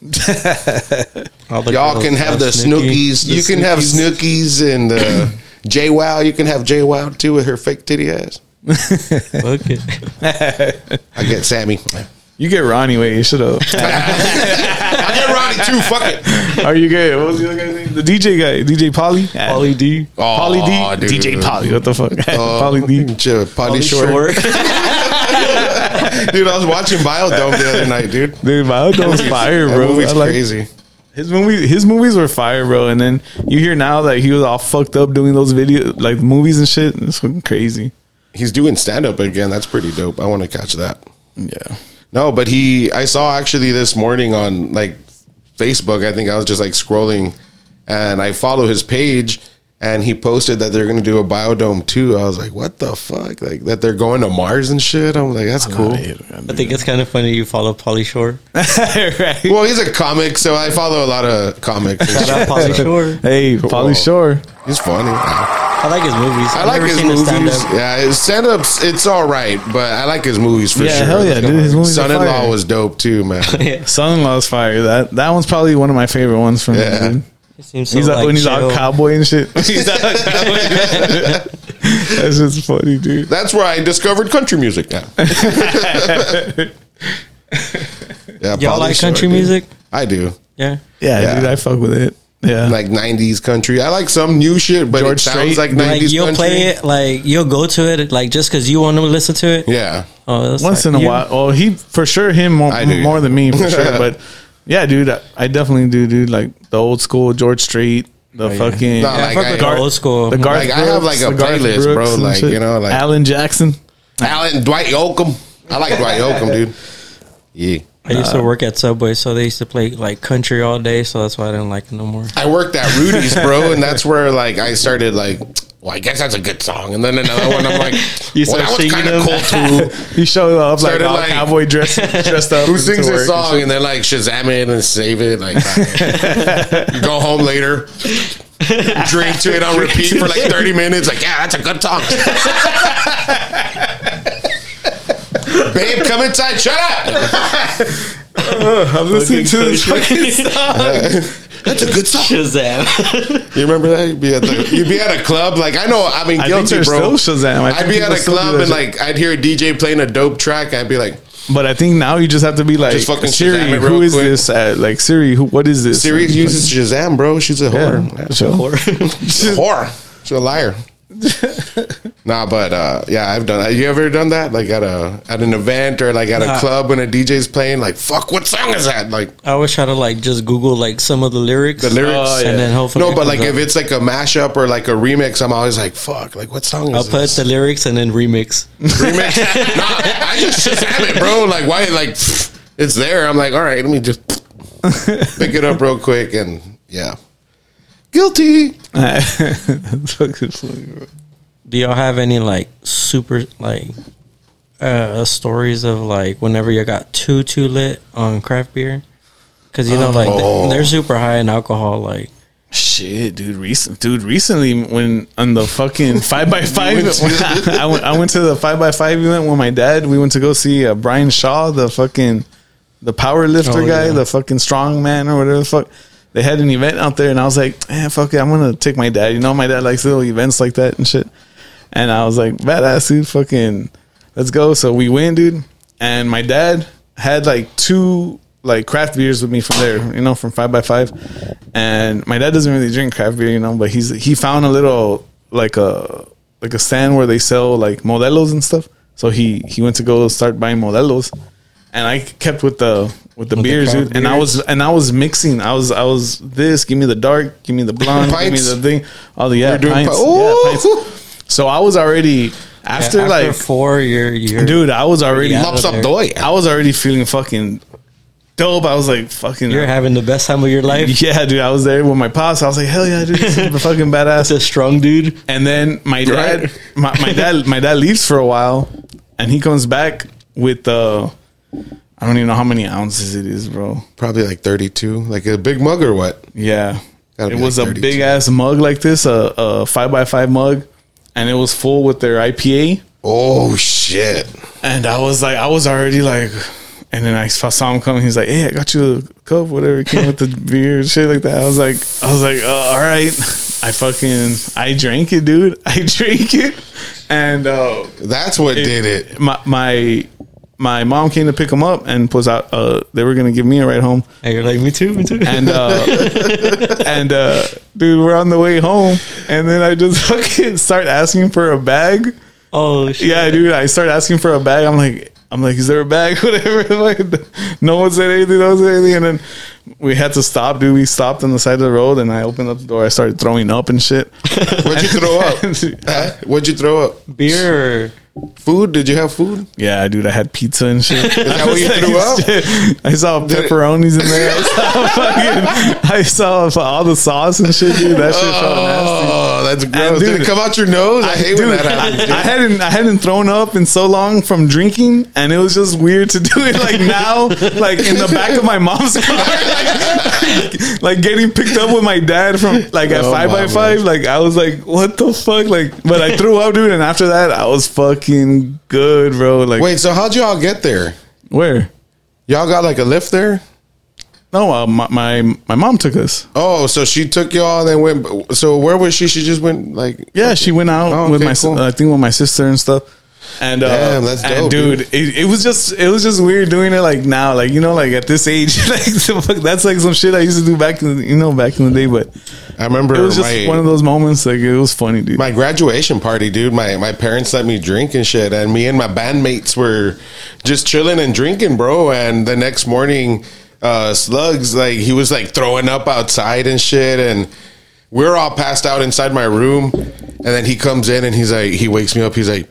[SPEAKER 3] All the
[SPEAKER 2] Y'all
[SPEAKER 3] girls
[SPEAKER 2] can have the
[SPEAKER 3] Snooki.
[SPEAKER 2] snookies. You can have snookies and uh, J Wow. You can have J Wow too with her fake titty ass.
[SPEAKER 3] Fuck it.
[SPEAKER 2] I get Sammy.
[SPEAKER 1] You get Ronnie. Wait, you should have.
[SPEAKER 2] I get Ronnie too. Fuck it.
[SPEAKER 1] Are you gay? What was the other guy's name? The DJ guy, DJ Polly, Polly D,
[SPEAKER 2] Aw,
[SPEAKER 1] Polly D,
[SPEAKER 2] dude.
[SPEAKER 1] DJ Polly. What the fuck,
[SPEAKER 2] Uh,
[SPEAKER 1] Polly D?
[SPEAKER 2] J- Polly Shore. dude, I was watching Biodome the other night, dude.
[SPEAKER 1] Dude, my uncle was fire,
[SPEAKER 2] That
[SPEAKER 1] bro.
[SPEAKER 2] movie's
[SPEAKER 1] I like-
[SPEAKER 2] crazy.
[SPEAKER 1] His movie, his movies were fire, bro. And then you hear now that he was all fucked up doing those video like movies and shit. It's fucking crazy.
[SPEAKER 2] He's doing stand up again. That's pretty dope. I want to catch that.
[SPEAKER 1] Yeah.
[SPEAKER 2] No, but he I saw actually this morning on like Facebook, I think I was just like scrolling and I follow his page and he posted that they're gonna do a biodome too. I was like, what the fuck? Like that they're going to Mars and shit. I'm like, that's cool.
[SPEAKER 3] I think it's kind of funny you follow Polly Shore.
[SPEAKER 1] right.
[SPEAKER 2] Well, he's a comic, so I follow a lot of comics. and shit.
[SPEAKER 3] Polly Shore.
[SPEAKER 1] Hey, Polly
[SPEAKER 2] Whoa.
[SPEAKER 1] Shore.
[SPEAKER 2] He's funny. I
[SPEAKER 3] I like his movies. I've
[SPEAKER 2] like
[SPEAKER 3] never
[SPEAKER 2] his
[SPEAKER 3] seen his
[SPEAKER 2] movies.
[SPEAKER 3] stand-up.
[SPEAKER 2] Yeah, his stand ups, it's all right, but I like his movies for
[SPEAKER 1] Yeah,
[SPEAKER 2] sure.
[SPEAKER 1] hell yeah, dude, his movies are
[SPEAKER 2] Son in law
[SPEAKER 1] fire.
[SPEAKER 2] was dope too, man.
[SPEAKER 1] Son-in-law's fire. That that one's probably one of my favorite ones from
[SPEAKER 2] Yeah.
[SPEAKER 1] him. Dude.
[SPEAKER 3] He seems so
[SPEAKER 1] He's like,
[SPEAKER 3] like,
[SPEAKER 1] when he's all
[SPEAKER 3] chill.
[SPEAKER 1] cowboy and shit. He's all cowboy. That's just funny, dude.
[SPEAKER 2] That's where I discovered country music. Yeah, yeah
[SPEAKER 3] Y'all
[SPEAKER 2] probably
[SPEAKER 3] like
[SPEAKER 2] sure,
[SPEAKER 3] country
[SPEAKER 2] dude.
[SPEAKER 3] music?
[SPEAKER 2] I do.
[SPEAKER 3] Yeah.
[SPEAKER 1] Yeah,
[SPEAKER 2] Yeah.
[SPEAKER 1] dude, I fuck with it. Yeah,
[SPEAKER 2] Like '90s country. I like some new shit, but
[SPEAKER 1] George
[SPEAKER 2] it sounds
[SPEAKER 1] Strait.
[SPEAKER 2] like '90s
[SPEAKER 3] Like you'll
[SPEAKER 2] country.
[SPEAKER 3] play it, like you'll go to it, like just because you want to listen to it.
[SPEAKER 2] Yeah,
[SPEAKER 3] Oh, that's
[SPEAKER 1] once in
[SPEAKER 3] like-
[SPEAKER 1] a
[SPEAKER 3] you-
[SPEAKER 1] while. Oh, he for sure him more,
[SPEAKER 2] I do,
[SPEAKER 1] more
[SPEAKER 2] yeah.
[SPEAKER 1] than me for sure. But yeah, dude, I, I definitely do, dude. Like the old school George Strait, the fucking
[SPEAKER 2] Nah,
[SPEAKER 3] Oh, Yeah, I
[SPEAKER 2] Like,
[SPEAKER 3] fuck
[SPEAKER 2] I-
[SPEAKER 3] with the old school.
[SPEAKER 1] the Garth.
[SPEAKER 2] Like, I have, like,
[SPEAKER 1] the
[SPEAKER 2] a
[SPEAKER 1] Garth
[SPEAKER 2] playlist, bro,
[SPEAKER 1] Brooks and
[SPEAKER 2] like, you know, like-
[SPEAKER 1] Alan Jackson.
[SPEAKER 2] Alan Dwight Yoakam. I like Dwight Yoakam, dude. Yeah,
[SPEAKER 3] I used to work at Subway, so they used to play like country all day, so that's why I didn't like it no more.
[SPEAKER 2] I worked at Rudy's, bro, and that's where like I started like. Well, I guess that's a good song, and then another one. I'm like,
[SPEAKER 1] You start
[SPEAKER 2] well, that was
[SPEAKER 1] singing
[SPEAKER 2] kind
[SPEAKER 1] them.
[SPEAKER 2] of cool too.
[SPEAKER 1] He showed up like,
[SPEAKER 2] Started,
[SPEAKER 1] all
[SPEAKER 2] like-
[SPEAKER 1] cowboy dress, dressed up.
[SPEAKER 2] Who
[SPEAKER 1] and
[SPEAKER 2] sings
[SPEAKER 1] to
[SPEAKER 2] this
[SPEAKER 1] work.
[SPEAKER 2] song and then like Shazam it and save it? Like, go home later, drink to it on repeat for like 30 minutes. Like, yeah, that's a good song. Babe, come inside. Shut up.
[SPEAKER 1] I'm listening to this fucking
[SPEAKER 2] That's a good song.
[SPEAKER 3] Shazam!
[SPEAKER 2] You remember that? You'd be at, the, you'd be at a club. Like, I know I've been
[SPEAKER 1] I think
[SPEAKER 2] guilty,
[SPEAKER 1] there's
[SPEAKER 2] bro.
[SPEAKER 1] still Shazam. I
[SPEAKER 2] I'd
[SPEAKER 1] think
[SPEAKER 2] be at
[SPEAKER 1] people
[SPEAKER 2] a
[SPEAKER 1] still do
[SPEAKER 2] club
[SPEAKER 1] that
[SPEAKER 2] and
[SPEAKER 1] shit.
[SPEAKER 2] like I'd hear a DJ playing a dope track. I'd be like,
[SPEAKER 1] But I think now you just have to be like
[SPEAKER 2] Just fucking Shazam
[SPEAKER 1] Siri.
[SPEAKER 2] it
[SPEAKER 1] Who
[SPEAKER 2] real
[SPEAKER 1] is
[SPEAKER 2] quick.
[SPEAKER 1] this? At? Like Siri, who? What is this?
[SPEAKER 2] Siri uses Shazam, bro. She's a
[SPEAKER 1] Yeah. So-
[SPEAKER 2] whore. She's a whore. She's a liar. nah, but uh, yeah, I've done. Have you ever done that? Like at a at an event or like at a
[SPEAKER 3] Nah.
[SPEAKER 2] club when a DJ's playing? Like, fuck, what song is that? Like
[SPEAKER 3] I always try to like just Google like some of the lyrics,
[SPEAKER 2] the lyrics.
[SPEAKER 1] Oh, yeah.
[SPEAKER 3] and then hopefully
[SPEAKER 2] No,
[SPEAKER 3] it
[SPEAKER 2] but
[SPEAKER 3] comes
[SPEAKER 2] like if
[SPEAKER 3] up.
[SPEAKER 2] it's like a mashup or like a remix, I'm always like, fuck, like what song
[SPEAKER 3] I'll
[SPEAKER 2] is
[SPEAKER 3] put
[SPEAKER 2] this?
[SPEAKER 3] the lyrics and then remix.
[SPEAKER 2] remix? nah, I just Shazam it, bro. Like why? Like it's there. I'm like, all right, let me just pick it up real quick and yeah, guilty.
[SPEAKER 1] That's fucking funny, bro.
[SPEAKER 3] Do y'all have any like super like uh stories of like whenever you got too too lit on craft beer? Because you know like th-
[SPEAKER 2] Oh.
[SPEAKER 3] they're super high in alcohol. Like
[SPEAKER 1] Shit, dude. Recent, dude. Recently, when on the fucking five by five, I went. I went to the five by five event with my dad. We went to go see uh, Brian Shaw, the fucking the power lifter
[SPEAKER 3] Oh,
[SPEAKER 1] guy,
[SPEAKER 3] yeah.
[SPEAKER 1] the fucking strong man or whatever the fuck. They had an event out there, and I was like, eh, fuck it, I'm gonna take my dad. You know, my dad likes little events like that and shit. And I was like, badass dude, fucking let's go. So we win, dude. And my dad had like two like craft beers with me from there, you know, from five by five. And my dad doesn't really drink craft beer, you know, but he's he found a little like a like a stand where they sell like modelos and stuff. So he he went to go start buying modelos. And I kept with the with the beers,
[SPEAKER 3] craft
[SPEAKER 1] dude. And I was and I was mixing. I was I was this. Give me the dark. Give me the blonde. give me
[SPEAKER 2] Pints?
[SPEAKER 1] the thing. All the yeah,
[SPEAKER 2] doing
[SPEAKER 1] pints.
[SPEAKER 2] pi-
[SPEAKER 1] Yeah, pints.
[SPEAKER 2] Ooh.
[SPEAKER 1] So I was already after,
[SPEAKER 3] after,
[SPEAKER 1] like
[SPEAKER 3] four, you're you're
[SPEAKER 1] dude, I was already
[SPEAKER 3] Yeah.
[SPEAKER 2] Lops up doy.
[SPEAKER 1] I was already feeling fucking dope. I was like fucking uh,
[SPEAKER 3] you're having the best time of your life.
[SPEAKER 1] yeah, dude. I was there with my pops. I was like hell yeah, dude, this is fucking badass.
[SPEAKER 3] It's a strong dude.
[SPEAKER 1] And then my dad,
[SPEAKER 2] Right.
[SPEAKER 1] my, my dad, my dad leaves for a while, and he comes back with uh, I don't even know how many ounces it is, bro.
[SPEAKER 2] Probably like 32, like a big mug or what?
[SPEAKER 1] Yeah.
[SPEAKER 2] Gotta
[SPEAKER 1] it
[SPEAKER 2] be
[SPEAKER 1] was
[SPEAKER 2] like
[SPEAKER 1] a
[SPEAKER 2] 32.
[SPEAKER 1] big ass mug like this, a, a five by five mug, and it was full with their IPA.
[SPEAKER 2] Oh shit!
[SPEAKER 1] And I was like, I was already like, and then I saw him coming. He's like, "Hey, I got you a cup, whatever. It Came with the beer, and shit like that." I was like, I was like, uh, "All right." I fucking I drank it, dude. I drank it, and uh,
[SPEAKER 2] That's what did it.
[SPEAKER 1] my my my mom came to pick him up and was out. Uh, they were gonna give me a ride home,
[SPEAKER 3] And you're like, me too, me too.
[SPEAKER 1] and uh, and uh, dude, we're on the way home, and then I just fucking start asking for a bag.
[SPEAKER 3] oh, shit.
[SPEAKER 1] Yeah, dude, I start asking for a bag. I'm like, I'm like, is there a bag? Whatever. like, no one said anything. No one said anything. And then we had to stop, dude. We stopped on the side of the road, and I opened up the door. I started throwing up and shit.
[SPEAKER 2] What'd you throw up? Huh? What'd you throw up?
[SPEAKER 3] Beer.
[SPEAKER 2] Food? Did you have food?
[SPEAKER 1] yeah, dude, I had pizza and shit.
[SPEAKER 2] Is that what you threw up?
[SPEAKER 1] I saw pepperonis in there. I saw, fucking, I saw all the sauce and shit, dude. That shit felt nasty.
[SPEAKER 2] Oh, that's gross. Did
[SPEAKER 1] dude-
[SPEAKER 2] it come out your nose? I, hate when
[SPEAKER 1] Dude,
[SPEAKER 2] that happens. dude.
[SPEAKER 1] I, I hadn't I hadn't thrown up in so long from drinking, and it was just weird to do it like now, like in the back of my mom's car, like, like getting picked up with my dad from like at
[SPEAKER 2] Oh,
[SPEAKER 1] five by
[SPEAKER 2] mama.
[SPEAKER 1] five. Like I was like, what the fuck? Like, but I threw up, dude, and after that, I was fucking good, bro. Like,
[SPEAKER 2] Wait, so how'd y'all get there?
[SPEAKER 1] where?
[SPEAKER 2] Y'all got like a lift there?
[SPEAKER 1] No, uh, my, my my mom took us.
[SPEAKER 2] Oh, so she took y'all and then went. So where was she? She just went like.
[SPEAKER 1] Yeah, she went out
[SPEAKER 2] Oh,
[SPEAKER 1] with
[SPEAKER 2] okay,
[SPEAKER 1] my si-
[SPEAKER 2] cool.
[SPEAKER 1] I think with my sister and stuff. And uh,
[SPEAKER 2] Damn, that's
[SPEAKER 1] and
[SPEAKER 2] dope,
[SPEAKER 1] dude,
[SPEAKER 2] dude.
[SPEAKER 1] It, it was just it was just weird doing it like now, like you know, like at this age, like the fuck, that's like some shit I used to do back in the, you know back in the day. But
[SPEAKER 2] I remember
[SPEAKER 1] it was just
[SPEAKER 2] my,
[SPEAKER 1] one of those moments, like it was funny, dude.
[SPEAKER 2] my graduation party, dude. My my parents let me drink and shit, and me and my bandmates were just chilling and drinking, bro. And the next morning, uh, Slugs like he was like throwing up outside and shit, and we are all passed out inside my room. And then he comes in and he's like, he wakes me up. He's like,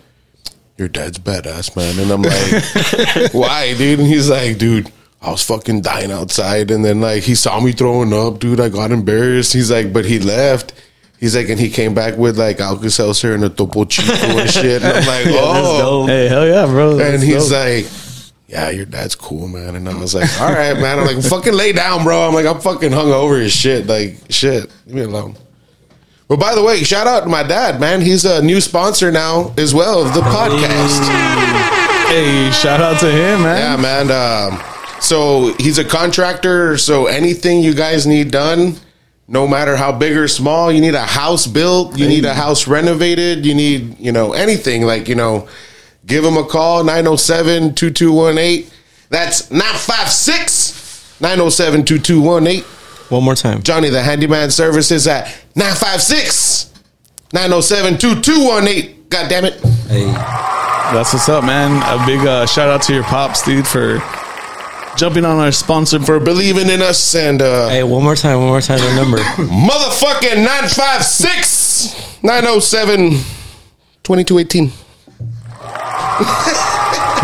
[SPEAKER 2] "Your dad's badass, man," and I'm like, "Why, dude?" And he's like, "Dude." I was fucking dying outside, and then like he saw me throwing up, dude. I got embarrassed. He's like, but he left. He's like, and he came back with like Alka Seltzer and a Topo Chico and shit. And I'm like, oh.
[SPEAKER 1] hey, hell yeah, bro!
[SPEAKER 2] and
[SPEAKER 1] That's
[SPEAKER 2] he's
[SPEAKER 1] dope.
[SPEAKER 2] like, yeah, your dad's cool, man. And I was like, all right, man. I'm like, fucking lay down, bro. I'm like, I'm fucking hungover as shit. Like, shit, leave me alone. But by the way, shout out to my dad, man. He's a new sponsor now as well of the podcast.
[SPEAKER 1] hey, shout out to him,
[SPEAKER 2] uh, Yeah,
[SPEAKER 1] man.
[SPEAKER 2] man. Um, so he's a contractor. So anything you guys need done, no matter how big or small, you need a house built, you need a house renovated, you need, you know, anything like, you know, give him a call 907 2218. That's 956 907 2218.
[SPEAKER 3] One more time.
[SPEAKER 2] Johnny the Handyman Services at 956 907 2218. God damn it.
[SPEAKER 1] That's what's up, man. A big uh, shout out to your pops, dude, for jumping on our sponsor for
[SPEAKER 2] For believing in us and uh,
[SPEAKER 3] Hey, one more time, one more time, the number.
[SPEAKER 2] motherfucking 956 907 2218.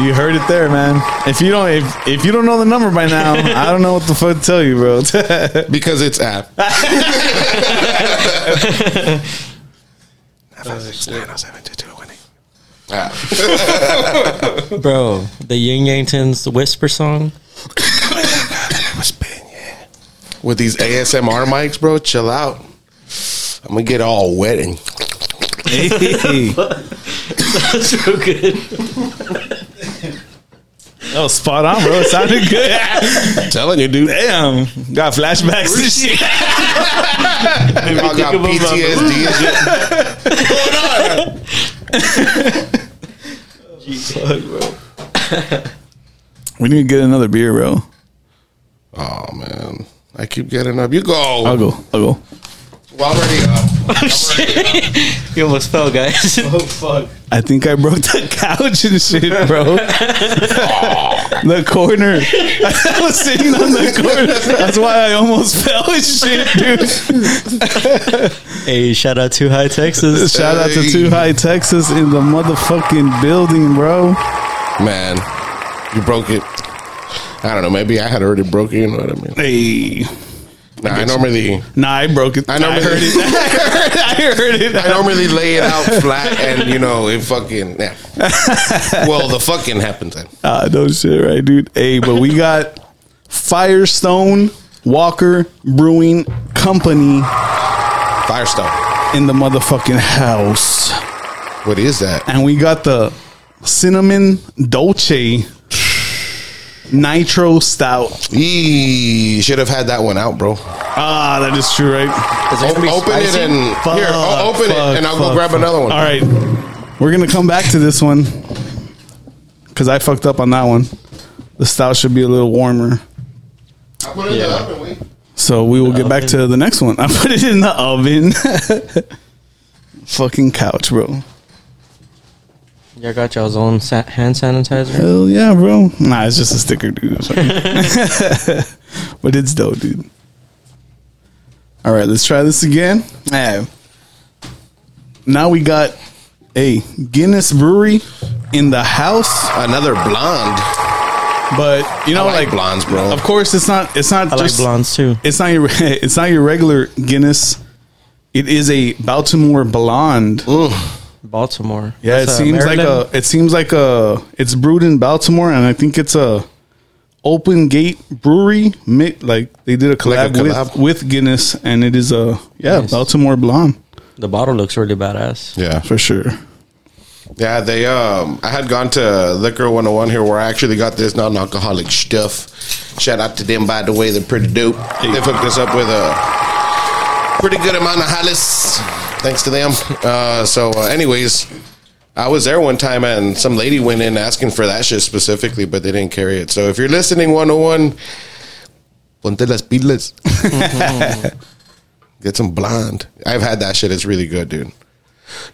[SPEAKER 1] You heard it there, man. If you don't, if if you don't know the number by now, I don't know what the fuck to tell you, bro.
[SPEAKER 2] Because it's app. oh Ah.
[SPEAKER 3] Bro, the Ying Yang Tins Whisper song.
[SPEAKER 2] With these ASMR mics, bro, chill out. I'm gonna get all wet and
[SPEAKER 1] that
[SPEAKER 3] That's real good.
[SPEAKER 1] was spot on, bro. It sounded good.
[SPEAKER 2] I'm telling you, dude.
[SPEAKER 1] Damn, got flashbacks. and shit.
[SPEAKER 2] I got PTSD and shit.
[SPEAKER 1] We need to get another beer, bro.
[SPEAKER 2] Oh man. I keep getting up. You go.
[SPEAKER 1] I'll go. I'll go.
[SPEAKER 2] Well, I'm already up.
[SPEAKER 3] You almost fell, guys.
[SPEAKER 1] I think I broke the couch and shit, bro. the corner. I was sitting on the corner. That's why I almost fell and shit, dude.
[SPEAKER 3] hey, shout out to High Texas.
[SPEAKER 1] Shout out to Two High Texas in the motherfucking building, bro.
[SPEAKER 2] Man, you broke it. I don't know. Maybe I had already broke it. You know what I mean?
[SPEAKER 1] Hey.
[SPEAKER 2] Nah, I normally.
[SPEAKER 1] Nah, I broke it.
[SPEAKER 2] I know, but-
[SPEAKER 1] heard it. I heard it.
[SPEAKER 2] I normally lay it out flat, and you know it fucking. Yeah. Well, the fucking happens then.
[SPEAKER 1] Ah, no shit, right, dude. Hey, but we got Firestone Walker Brewing Company
[SPEAKER 2] Firestone.
[SPEAKER 1] in the motherfucking house,
[SPEAKER 2] What is that?
[SPEAKER 1] and we got the cinnamon dolce nitro stout.
[SPEAKER 2] Eee, should have had that one out, bro.
[SPEAKER 1] Ah, that is true, right?
[SPEAKER 2] O- open it and here, o- open it,
[SPEAKER 1] fuck,
[SPEAKER 2] and I'll
[SPEAKER 1] fuck,
[SPEAKER 2] go grab another one.
[SPEAKER 1] All right, we're gonna come back to this one because I fucked up on that one. The stout should be a little warmer.
[SPEAKER 2] I put it in the oven, wait.
[SPEAKER 1] So we will get back
[SPEAKER 3] oven.
[SPEAKER 1] to the next one. I put it in the oven. Fucking couch, bro.
[SPEAKER 3] Y'all got y'all's own sa- hand sanitizer.
[SPEAKER 1] Hell yeah, bro. Nah, it's just a sticker, dude. I'm sorry. but it's dope, dude. All right, let's try this again. Man. Now we got a Guinness Brewery in the house,
[SPEAKER 2] Another blonde.
[SPEAKER 1] but you know,
[SPEAKER 2] I like
[SPEAKER 1] like,
[SPEAKER 2] blondes, bro.
[SPEAKER 1] Of course, it's not. It's not
[SPEAKER 3] I like
[SPEAKER 1] just
[SPEAKER 3] blondes too.
[SPEAKER 1] It's not your. It's not your regular Guinness. It is a Baltimore blonde.
[SPEAKER 3] Baltimore.
[SPEAKER 1] Yeah, it
[SPEAKER 3] That's, uh,
[SPEAKER 1] seems
[SPEAKER 3] Maryland?
[SPEAKER 1] like a. It seems like a. It's brewed in Baltimore, and I think it's a open gate brewery. mi- Like they did a collab,
[SPEAKER 2] Like a collab.
[SPEAKER 1] With, with Guinness, and it is a yeah
[SPEAKER 3] Nice.
[SPEAKER 1] Baltimore blonde
[SPEAKER 3] the bottle looks really badass.
[SPEAKER 2] Yeah.
[SPEAKER 1] for sure.
[SPEAKER 2] Yeah, they um I had gone to Liquor 101 here where I actually got this non-alcoholic stuff. Shout out to them by the way, they're pretty dope. They hooked us up with a pretty good amount of Hollis. Thanks to them. Uh so uh, anyways, I was there one time and some lady went in asking for that shit specifically, but they didn't carry it. So if you're listening 101, ponte las pilas. Get some blonde. I've had that shit. It's really good, dude.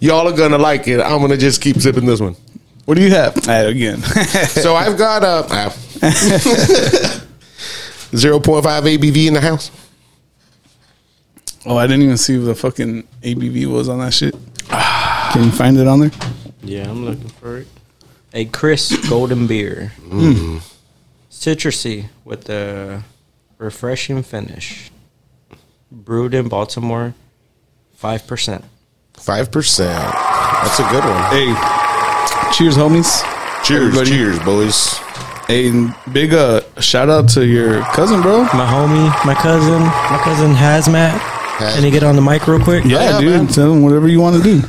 [SPEAKER 2] Y'all are gonna like it. I'm gonna just keep sipping this one.
[SPEAKER 1] What do you have? Ah, again,
[SPEAKER 2] So I've got a zero point five ABV in the house.
[SPEAKER 1] oh, I didn't even see what the fucking ABV was on that shit. Can you find it on there?
[SPEAKER 3] Yeah, I'm looking for it. A crisp golden beer. Citrusy with a refreshing finish. Brewed in Baltimore, 5%.
[SPEAKER 2] Five percent. That's a good one.
[SPEAKER 1] Hey, cheers, homies.
[SPEAKER 2] Cheers,
[SPEAKER 1] everybody.
[SPEAKER 2] cheers, boys.
[SPEAKER 1] Hey, and big uh, shout out to your cousin, bro.
[SPEAKER 3] My homie, my cousin, my cousin Hazmat. Can you get on the mic real quick?
[SPEAKER 1] Yeah,
[SPEAKER 2] Yeah,
[SPEAKER 1] dude.
[SPEAKER 2] man.
[SPEAKER 1] Tell him whatever you want to do.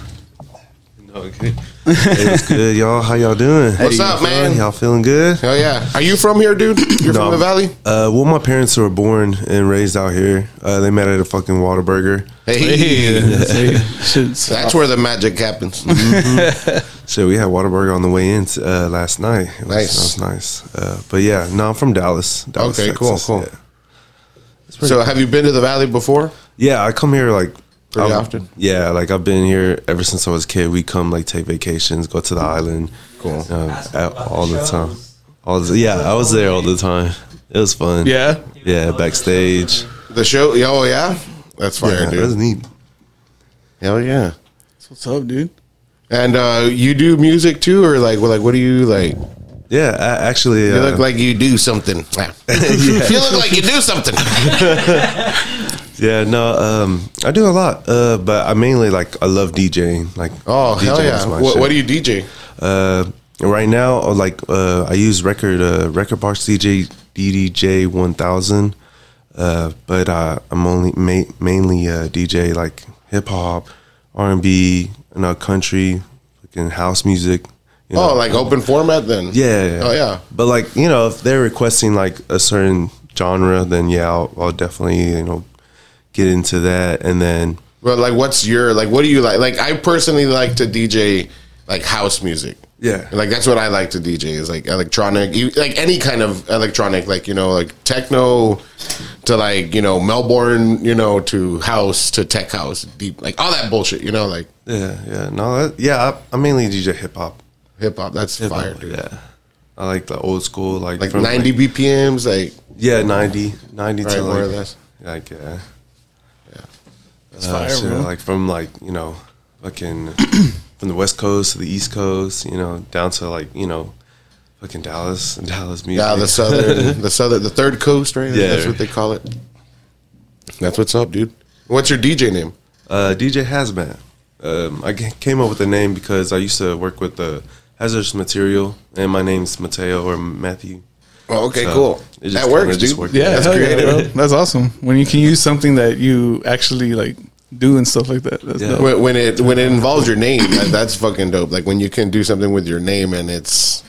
[SPEAKER 7] Okay. Hey, what's good, y'all? How y'all doing?
[SPEAKER 2] What's up, man?
[SPEAKER 7] Y'all feeling good?
[SPEAKER 2] Oh yeah. Are you from here, dude? You're
[SPEAKER 7] No.
[SPEAKER 2] from the valley.
[SPEAKER 7] Uh, well, my parents were born and raised out here. Uh, they met at a fucking Whataburger.
[SPEAKER 2] Hey,
[SPEAKER 1] Shit's-
[SPEAKER 2] that's where the magic happens.
[SPEAKER 7] So we had Whataburger on the way in uh, last night. It was,
[SPEAKER 2] Nice.
[SPEAKER 7] That was nice. Uh, but yeah, no, I'm from Dallas. Dallas
[SPEAKER 2] Okay, cool, cool.
[SPEAKER 7] Yeah.
[SPEAKER 2] so, have you been to the valley before?
[SPEAKER 7] Yeah, I come here like
[SPEAKER 2] Pretty
[SPEAKER 7] I'm-
[SPEAKER 2] often?
[SPEAKER 7] Yeah, like I've been here ever since I was a kid. We come like take vacations, go to the island.
[SPEAKER 2] Cool.
[SPEAKER 7] Um, at- all the time. All the, yeah, I was there all the time. It was fun.
[SPEAKER 1] yeah.
[SPEAKER 7] Yeah, backstage.
[SPEAKER 2] The show? Oh yeah. That's fire,
[SPEAKER 7] Yeah, it was
[SPEAKER 2] dude.
[SPEAKER 7] neat.
[SPEAKER 2] Hell yeah.
[SPEAKER 1] What's up, dude?
[SPEAKER 2] And uh, you do music too, or like, well, like, what do you like?
[SPEAKER 7] Yeah, I, actually,
[SPEAKER 2] You
[SPEAKER 7] uh,
[SPEAKER 2] look like you do something. You look like you do something.
[SPEAKER 7] yeah, no, um, I do a lot, uh, but I mainly like I love DJing. Like,
[SPEAKER 2] Oh hell yeah! What, what do you DJ?
[SPEAKER 7] Uh, right now, uh, like uh, I use record uh, record box DJ DDJ one thousand, uh, but uh, I'm only ma- mainly uh, DJ like hip hop, R and B, you know, country, fucking house music. You know.
[SPEAKER 2] Oh, like open format then?
[SPEAKER 7] Yeah, yeah.
[SPEAKER 2] Oh yeah.
[SPEAKER 7] But like you know, if they're requesting like a certain genre, then yeah, I'll, I'll definitely you know get into that. And then
[SPEAKER 2] But like, what's your like? What do you like? Like, I personally like to DJ like house music.
[SPEAKER 7] Yeah.
[SPEAKER 2] Like that's what I like to DJ is like electronic, you- like any kind of electronic, like you know, like techno to like you know Melbourne, you know, to house to tech house, deep like all that bullshit, you know, like
[SPEAKER 7] yeah, yeah, no, that, yeah, I, I mainly DJ hip hop.
[SPEAKER 2] hip hop. That's fire, dude.
[SPEAKER 7] Yeah, I like the old school, like
[SPEAKER 2] Like
[SPEAKER 7] from,
[SPEAKER 2] ninety BPMs, like
[SPEAKER 7] yeah, 90, 90
[SPEAKER 2] Right,
[SPEAKER 7] to
[SPEAKER 2] more
[SPEAKER 7] like,
[SPEAKER 2] or less.
[SPEAKER 7] like yeah,
[SPEAKER 2] that's
[SPEAKER 7] uh,
[SPEAKER 2] fire,
[SPEAKER 7] shit,
[SPEAKER 2] bro.
[SPEAKER 7] like from like you know, fucking from the west coast to the east coast, you know, down to like you know, fucking Dallas and Dallas music.
[SPEAKER 2] Yeah, the southern, the southern, the third coast, right?
[SPEAKER 7] Yeah.
[SPEAKER 2] That's what they call it. That's what's up, dude. What's your DJ name?
[SPEAKER 7] Uh, DJ Hazmat. Um, I g- came up with the name because I used to work with the Hazardous Material, and my name's Mateo or Matthew.
[SPEAKER 2] Oh, okay,
[SPEAKER 7] So,
[SPEAKER 2] cool.
[SPEAKER 7] it just
[SPEAKER 2] That
[SPEAKER 7] kinda
[SPEAKER 2] works,
[SPEAKER 7] just
[SPEAKER 2] dude.
[SPEAKER 7] worked
[SPEAKER 1] Yeah,
[SPEAKER 2] that's
[SPEAKER 1] hell yeah,
[SPEAKER 2] creative.
[SPEAKER 1] bro. That's awesome. When you can use something that you actually like do and stuff like that. That's
[SPEAKER 7] Yeah.
[SPEAKER 1] dope.
[SPEAKER 2] When, when it when it involves your name, that, that's fucking dope. Like when you can do something with your name and it's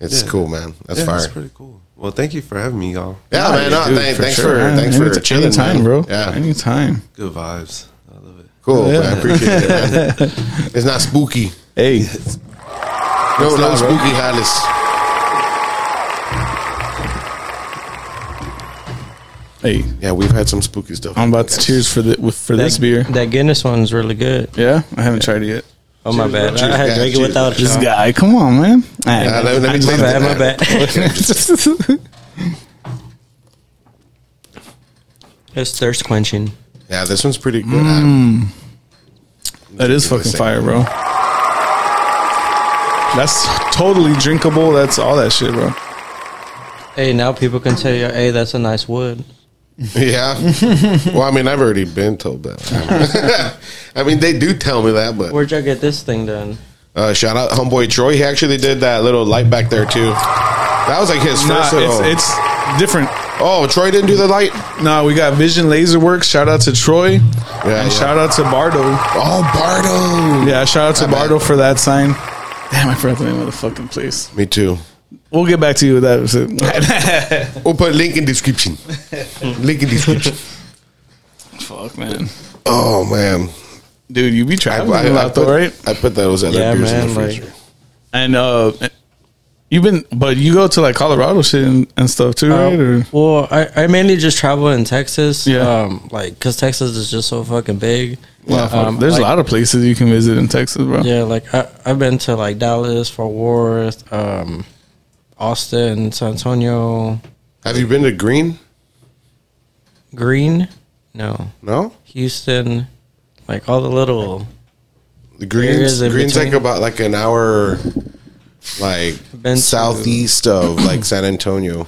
[SPEAKER 2] it's
[SPEAKER 7] Yeah.
[SPEAKER 2] cool, man. That's
[SPEAKER 7] yeah,
[SPEAKER 2] fire.
[SPEAKER 7] that's pretty cool. Well, thank you for having me, y'all.
[SPEAKER 2] yeah, man. No,
[SPEAKER 1] Dude,
[SPEAKER 2] thank, thanks
[SPEAKER 1] sure,
[SPEAKER 2] for
[SPEAKER 1] man.
[SPEAKER 2] thanks
[SPEAKER 1] Any-
[SPEAKER 2] for chilling,
[SPEAKER 1] anytime,
[SPEAKER 2] man.
[SPEAKER 1] bro.
[SPEAKER 2] Yeah,
[SPEAKER 1] Anytime.
[SPEAKER 7] Good vibes. I love it.
[SPEAKER 2] cool. man. I appreciate it. Man. It's not spooky.
[SPEAKER 1] Hey.
[SPEAKER 2] No, no, spooky Hollis.
[SPEAKER 1] Hey,
[SPEAKER 2] Yeah, we've had some spooky stuff.
[SPEAKER 1] I'm about to cheers for the with, for this
[SPEAKER 3] that,
[SPEAKER 1] beer.
[SPEAKER 3] That Guinness one's really good.
[SPEAKER 1] Yeah, I haven't tried it yet.
[SPEAKER 3] Oh my bad.
[SPEAKER 2] bro.
[SPEAKER 3] I had to
[SPEAKER 2] Cheers,
[SPEAKER 3] drink it
[SPEAKER 2] guys.
[SPEAKER 3] without a
[SPEAKER 1] This
[SPEAKER 3] shot.
[SPEAKER 1] guy, come on, man. All
[SPEAKER 2] Uh,
[SPEAKER 1] right.
[SPEAKER 2] let, let me
[SPEAKER 3] My
[SPEAKER 2] change
[SPEAKER 3] bad. My
[SPEAKER 2] that.
[SPEAKER 3] bad. it's thirst quenching.
[SPEAKER 2] Yeah, this one's pretty good. Adam.
[SPEAKER 1] that is fucking fire, bro. That's totally drinkable. That's all that shit, bro.
[SPEAKER 3] Hey, now people can tell you, hey, that's a nice wood.
[SPEAKER 2] Yeah. well, I mean, I've already been told that. I mean, they do tell me that, but
[SPEAKER 3] Where'd y'all get this thing done?
[SPEAKER 2] uh, shout out homeboy Troy. He actually did that little light back there too. That was like his
[SPEAKER 1] Nah,
[SPEAKER 2] first. little-
[SPEAKER 1] it's, it's different.
[SPEAKER 2] oh, Troy didn't do the light.
[SPEAKER 1] Nah, we got Vision Laser Works. Shout out to Troy.
[SPEAKER 2] Yeah,
[SPEAKER 1] and
[SPEAKER 2] yeah.
[SPEAKER 1] shout out to Bardo.
[SPEAKER 2] Oh, Bardo.
[SPEAKER 1] Yeah, shout out to
[SPEAKER 2] I bet.
[SPEAKER 1] Bardo for that sign. Damn, I forgot the name of the fucking place.
[SPEAKER 2] Me too.
[SPEAKER 1] We'll get back to you with that.
[SPEAKER 2] We'll put link in description. link in description.
[SPEAKER 1] Fuck, man.
[SPEAKER 2] Oh man,
[SPEAKER 1] Dude, you be traveling a lot,
[SPEAKER 2] put,
[SPEAKER 1] though, right?
[SPEAKER 2] I put those other
[SPEAKER 3] Yeah,
[SPEAKER 2] beers in
[SPEAKER 3] man,
[SPEAKER 2] the
[SPEAKER 3] like-
[SPEAKER 2] freezer.
[SPEAKER 1] And uh, you've been, but you go to like Colorado shit and, and stuff too,
[SPEAKER 3] Um,
[SPEAKER 1] right? Or
[SPEAKER 3] Well, I, I mainly just travel in Texas.
[SPEAKER 1] Yeah.
[SPEAKER 3] Um, like, because Texas is just so fucking big. Um,
[SPEAKER 1] Nah, fuck, there's
[SPEAKER 3] like-
[SPEAKER 1] a lot of places you can visit in Texas, bro.
[SPEAKER 3] Yeah, like I, I've been to like Dallas, Fort Worth, um, Austin, San Antonio,
[SPEAKER 2] Have you been to Green?
[SPEAKER 3] Green, no,
[SPEAKER 2] No,
[SPEAKER 3] Houston, like all the little
[SPEAKER 2] the Green's
[SPEAKER 3] Areas in
[SPEAKER 2] Green's like
[SPEAKER 3] between.
[SPEAKER 2] about like an hour, like
[SPEAKER 3] Been to-
[SPEAKER 2] southeast of like San Antonio.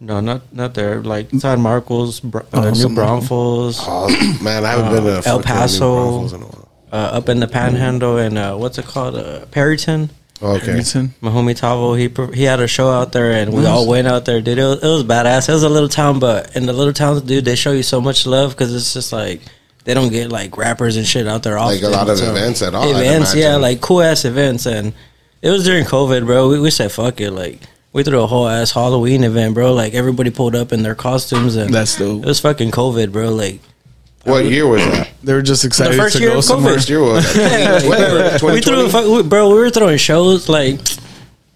[SPEAKER 3] no, not not there. Like San Marcos, Br-
[SPEAKER 1] Oh,
[SPEAKER 3] uh, New Braunfels,
[SPEAKER 2] Oh man, I haven't been to
[SPEAKER 3] Uh, El
[SPEAKER 2] fucking New
[SPEAKER 3] Paso.
[SPEAKER 2] Braunfels in a while.
[SPEAKER 3] uh, up in the Panhandle, and uh, what's it called, uh, Perryton.
[SPEAKER 2] Okay,
[SPEAKER 1] Houston.
[SPEAKER 3] My homie Tavo, he per- he had a show out there, and we all went out there. Dude, it was, it was badass. It was a little town, but in the little towns, dude, they show you so much love because it's just like they don't get like rappers and shit out there. Often,
[SPEAKER 2] Like, a lot of events at all, I'd
[SPEAKER 3] Events, yeah,
[SPEAKER 2] imagine.
[SPEAKER 3] like cool ass events, and it was during COVID, bro. We, we said fuck it, like we threw a whole ass Halloween event, bro. Like everybody pulled up in their costumes, and
[SPEAKER 1] That's dope.
[SPEAKER 3] It was fucking COVID, bro. Like
[SPEAKER 2] what year was that?
[SPEAKER 1] They were just excited
[SPEAKER 3] first
[SPEAKER 1] to
[SPEAKER 3] year
[SPEAKER 1] go
[SPEAKER 3] of COVID.
[SPEAKER 1] somewhere.
[SPEAKER 2] First year was whatever.
[SPEAKER 3] we threw, a
[SPEAKER 2] 2020?
[SPEAKER 3] fuck, we, bro. We were throwing shows like.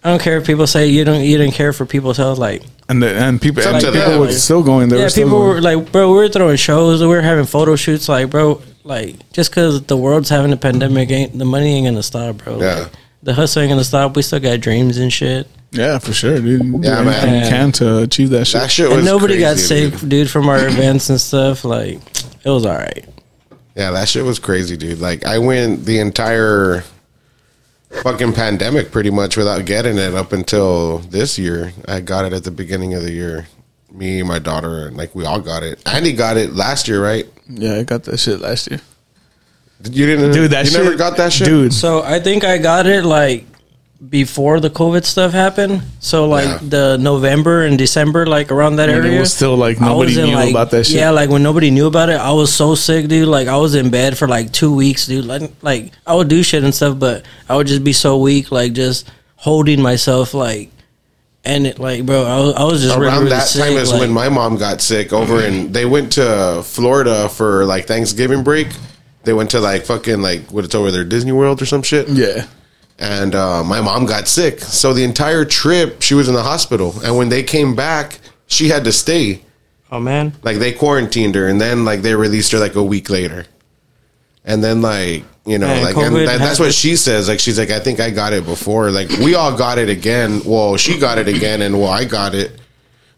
[SPEAKER 3] I don't care if people say you don't you didn't care for people's health like
[SPEAKER 1] And the, and people
[SPEAKER 2] It's up
[SPEAKER 1] and
[SPEAKER 2] to
[SPEAKER 1] people
[SPEAKER 2] them.
[SPEAKER 1] were still going. They
[SPEAKER 3] yeah,
[SPEAKER 1] were still
[SPEAKER 3] people
[SPEAKER 1] going.
[SPEAKER 3] were like, bro, we were throwing shows, we were having photo shoots, like, bro, like, just because the world's having a pandemic, ain't the money ain't gonna stop, bro.
[SPEAKER 2] Yeah.
[SPEAKER 3] Like, the hustle ain't gonna stop. We still got dreams and shit,
[SPEAKER 1] yeah, for sure, dude. You
[SPEAKER 2] Yeah,
[SPEAKER 1] yeah, do anything
[SPEAKER 2] man.
[SPEAKER 1] you can to achieve that shit.
[SPEAKER 2] That shit was
[SPEAKER 3] and nobody got
[SPEAKER 2] crazy,
[SPEAKER 3] sick,
[SPEAKER 2] dude.
[SPEAKER 3] dude. from our events and stuff. Like, it was all right.
[SPEAKER 2] Yeah, that shit was crazy, dude. Like I went the entire fucking pandemic pretty much without getting it up until this year. I got it at the beginning of the year. Me, my daughter, and like we all got it. Andy got it last year, right?
[SPEAKER 1] yeah, I got that shit last year,
[SPEAKER 2] You didn't,
[SPEAKER 1] dude. That
[SPEAKER 2] you
[SPEAKER 1] shit,
[SPEAKER 2] never got that shit,
[SPEAKER 1] dude.
[SPEAKER 3] So I think I got it like before the COVID stuff happened. So like
[SPEAKER 2] Yeah.
[SPEAKER 3] the November and December, like around that
[SPEAKER 1] And
[SPEAKER 3] area,
[SPEAKER 1] it was still like
[SPEAKER 3] I
[SPEAKER 1] nobody
[SPEAKER 3] was in,
[SPEAKER 1] knew
[SPEAKER 3] like-
[SPEAKER 1] about that shit.
[SPEAKER 3] Yeah, like when nobody knew about it, I was so sick, dude. Like I was in bed for like two weeks, dude. Like, like I would do shit and stuff, but I would just be so weak, like just holding myself, like and it, like bro, I was, I was just really,
[SPEAKER 2] Around
[SPEAKER 3] really
[SPEAKER 2] that
[SPEAKER 3] sick,
[SPEAKER 2] time is
[SPEAKER 3] like-
[SPEAKER 2] when my mom got sick over and they went to Florida for like Thanksgiving break. They went to like fucking like what it's over there, Disney World or some shit.
[SPEAKER 1] yeah,
[SPEAKER 2] and uh, my mom got sick. So the entire trip, she was in the hospital. And when they came back, she had to stay.
[SPEAKER 3] oh man,
[SPEAKER 2] Like they quarantined her, and then like they released her like a week later. And then like you know
[SPEAKER 3] Man,
[SPEAKER 2] like and
[SPEAKER 3] COVID
[SPEAKER 2] that, that's
[SPEAKER 3] has
[SPEAKER 2] what
[SPEAKER 3] this-
[SPEAKER 2] she says. Like she's like, I think I got it before. Like we all got it again. Well, she got it again, and well, I got it.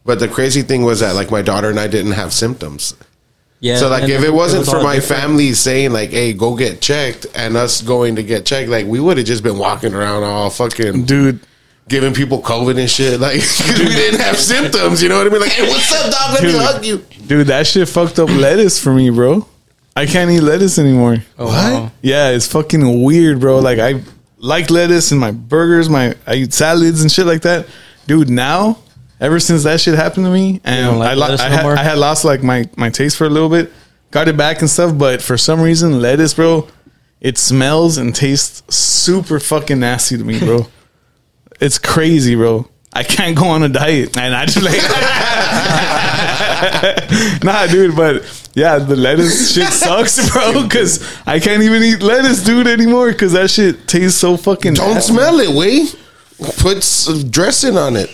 [SPEAKER 2] But the crazy thing was that like my daughter and I didn't have symptoms.
[SPEAKER 3] yeah.
[SPEAKER 2] So like,
[SPEAKER 3] and
[SPEAKER 2] if it wasn't
[SPEAKER 3] was
[SPEAKER 2] for
[SPEAKER 3] all
[SPEAKER 2] my
[SPEAKER 3] different.
[SPEAKER 2] family saying like, "Hey, go get checked," and us going to get checked, like we would have just been walking around all fucking
[SPEAKER 1] dude.
[SPEAKER 2] giving people COVID and shit. Like 'cause we didn't have symptoms, you know what I mean? Like, hey, what's up, dog? Let me
[SPEAKER 1] Dude.
[SPEAKER 2] hug you.
[SPEAKER 1] Dude, that shit fucked up lettuce for me, bro. I can't eat lettuce anymore.
[SPEAKER 3] Oh, wow.
[SPEAKER 1] Yeah, it's fucking weird, bro. Like I like lettuce in my burgers, my I eat salads and shit like that. Dude, now ever since that shit happened to me, and
[SPEAKER 3] don't like
[SPEAKER 1] I, lo-
[SPEAKER 3] lettuce
[SPEAKER 1] I,
[SPEAKER 3] no
[SPEAKER 1] had,
[SPEAKER 3] more?
[SPEAKER 1] I had lost like my my taste for a little bit, got it back and stuff. But for some reason, lettuce, bro, it smells and tastes super fucking nasty to me, bro. it's crazy, bro. I can't go on a diet, and I just like nah, dude. But Yeah, the lettuce shit sucks, bro. Because I can't even eat lettuce, dude, anymore. Because that shit tastes so fucking.
[SPEAKER 2] Don't
[SPEAKER 1] bad.
[SPEAKER 2] smell it, we. Put some dressing on it.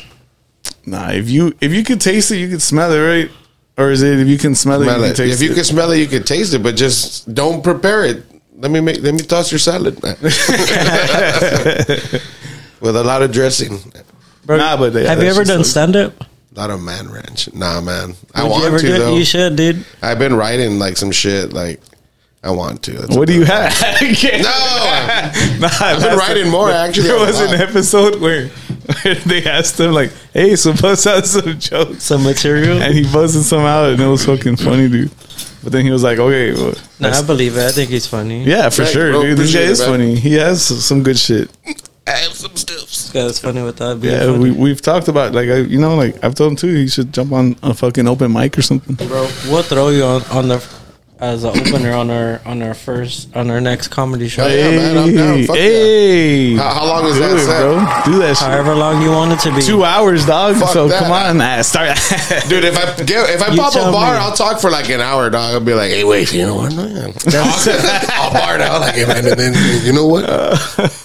[SPEAKER 1] Nah, if you if you could taste it, you could smell it, right? Or is it if you can smell it,
[SPEAKER 2] Smell
[SPEAKER 1] you
[SPEAKER 2] it.
[SPEAKER 1] can taste
[SPEAKER 2] If you
[SPEAKER 1] it?
[SPEAKER 2] can smell it, you can taste it, but just don't prepare it. Let me make. Let me toss your salad with a lot of dressing,
[SPEAKER 3] Bro,
[SPEAKER 1] Nah, but they-
[SPEAKER 3] have you
[SPEAKER 1] that
[SPEAKER 3] ever
[SPEAKER 1] shit's
[SPEAKER 3] done
[SPEAKER 1] like-
[SPEAKER 3] stand up?
[SPEAKER 2] a lot of man ranch. Nah, man, I
[SPEAKER 3] Would you
[SPEAKER 2] want
[SPEAKER 3] ever
[SPEAKER 2] to
[SPEAKER 3] do
[SPEAKER 2] though.
[SPEAKER 3] it? You should, dude.
[SPEAKER 2] I've been writing like some shit. Like I want to. That's
[SPEAKER 1] What do you have? I can't-
[SPEAKER 2] No, I've
[SPEAKER 1] Nah, I've
[SPEAKER 2] been writing more actually.
[SPEAKER 1] There
[SPEAKER 2] a
[SPEAKER 1] was an
[SPEAKER 2] lot.
[SPEAKER 1] episode where, where they asked him like, "Hey, so bust out some jokes,"
[SPEAKER 3] Some material.
[SPEAKER 1] and he busted some out, and it was fucking funny, dude. But then he was like, "Okay, well,
[SPEAKER 3] No, I believe it. I think he's funny.
[SPEAKER 1] yeah, for
[SPEAKER 2] Thanks,
[SPEAKER 1] sure,
[SPEAKER 2] bro.
[SPEAKER 1] dude. This guy
[SPEAKER 2] Appreciate it,
[SPEAKER 1] is
[SPEAKER 2] man.
[SPEAKER 1] funny. He has some good shit."
[SPEAKER 2] I have some stuffs.
[SPEAKER 3] Yeah, it's funny with that.
[SPEAKER 1] Yeah, we, we've talked about like I, you know like I've told him too. He should jump on a fucking open mic or something.
[SPEAKER 3] bro. We'll throw you on, on the as an opener on our on our first on our next comedy show.
[SPEAKER 2] Oh, yeah, man, I'm down. Fuck
[SPEAKER 1] hey,
[SPEAKER 2] How, how long is that
[SPEAKER 1] do it,
[SPEAKER 2] set?
[SPEAKER 1] bro. Do that shit.
[SPEAKER 3] However long you want it to be.
[SPEAKER 1] Two hours, dog.
[SPEAKER 2] Fuck
[SPEAKER 1] so
[SPEAKER 2] that.
[SPEAKER 1] come on, nah, start.
[SPEAKER 2] Dude, if I get, if I
[SPEAKER 3] You
[SPEAKER 2] pop a
[SPEAKER 3] tell
[SPEAKER 2] bar,
[SPEAKER 3] me.
[SPEAKER 2] I'll talk for like an hour, dog. I'll be like, hey, wait, you know what? Man? I'll bar out like, hey, man, and then you know what?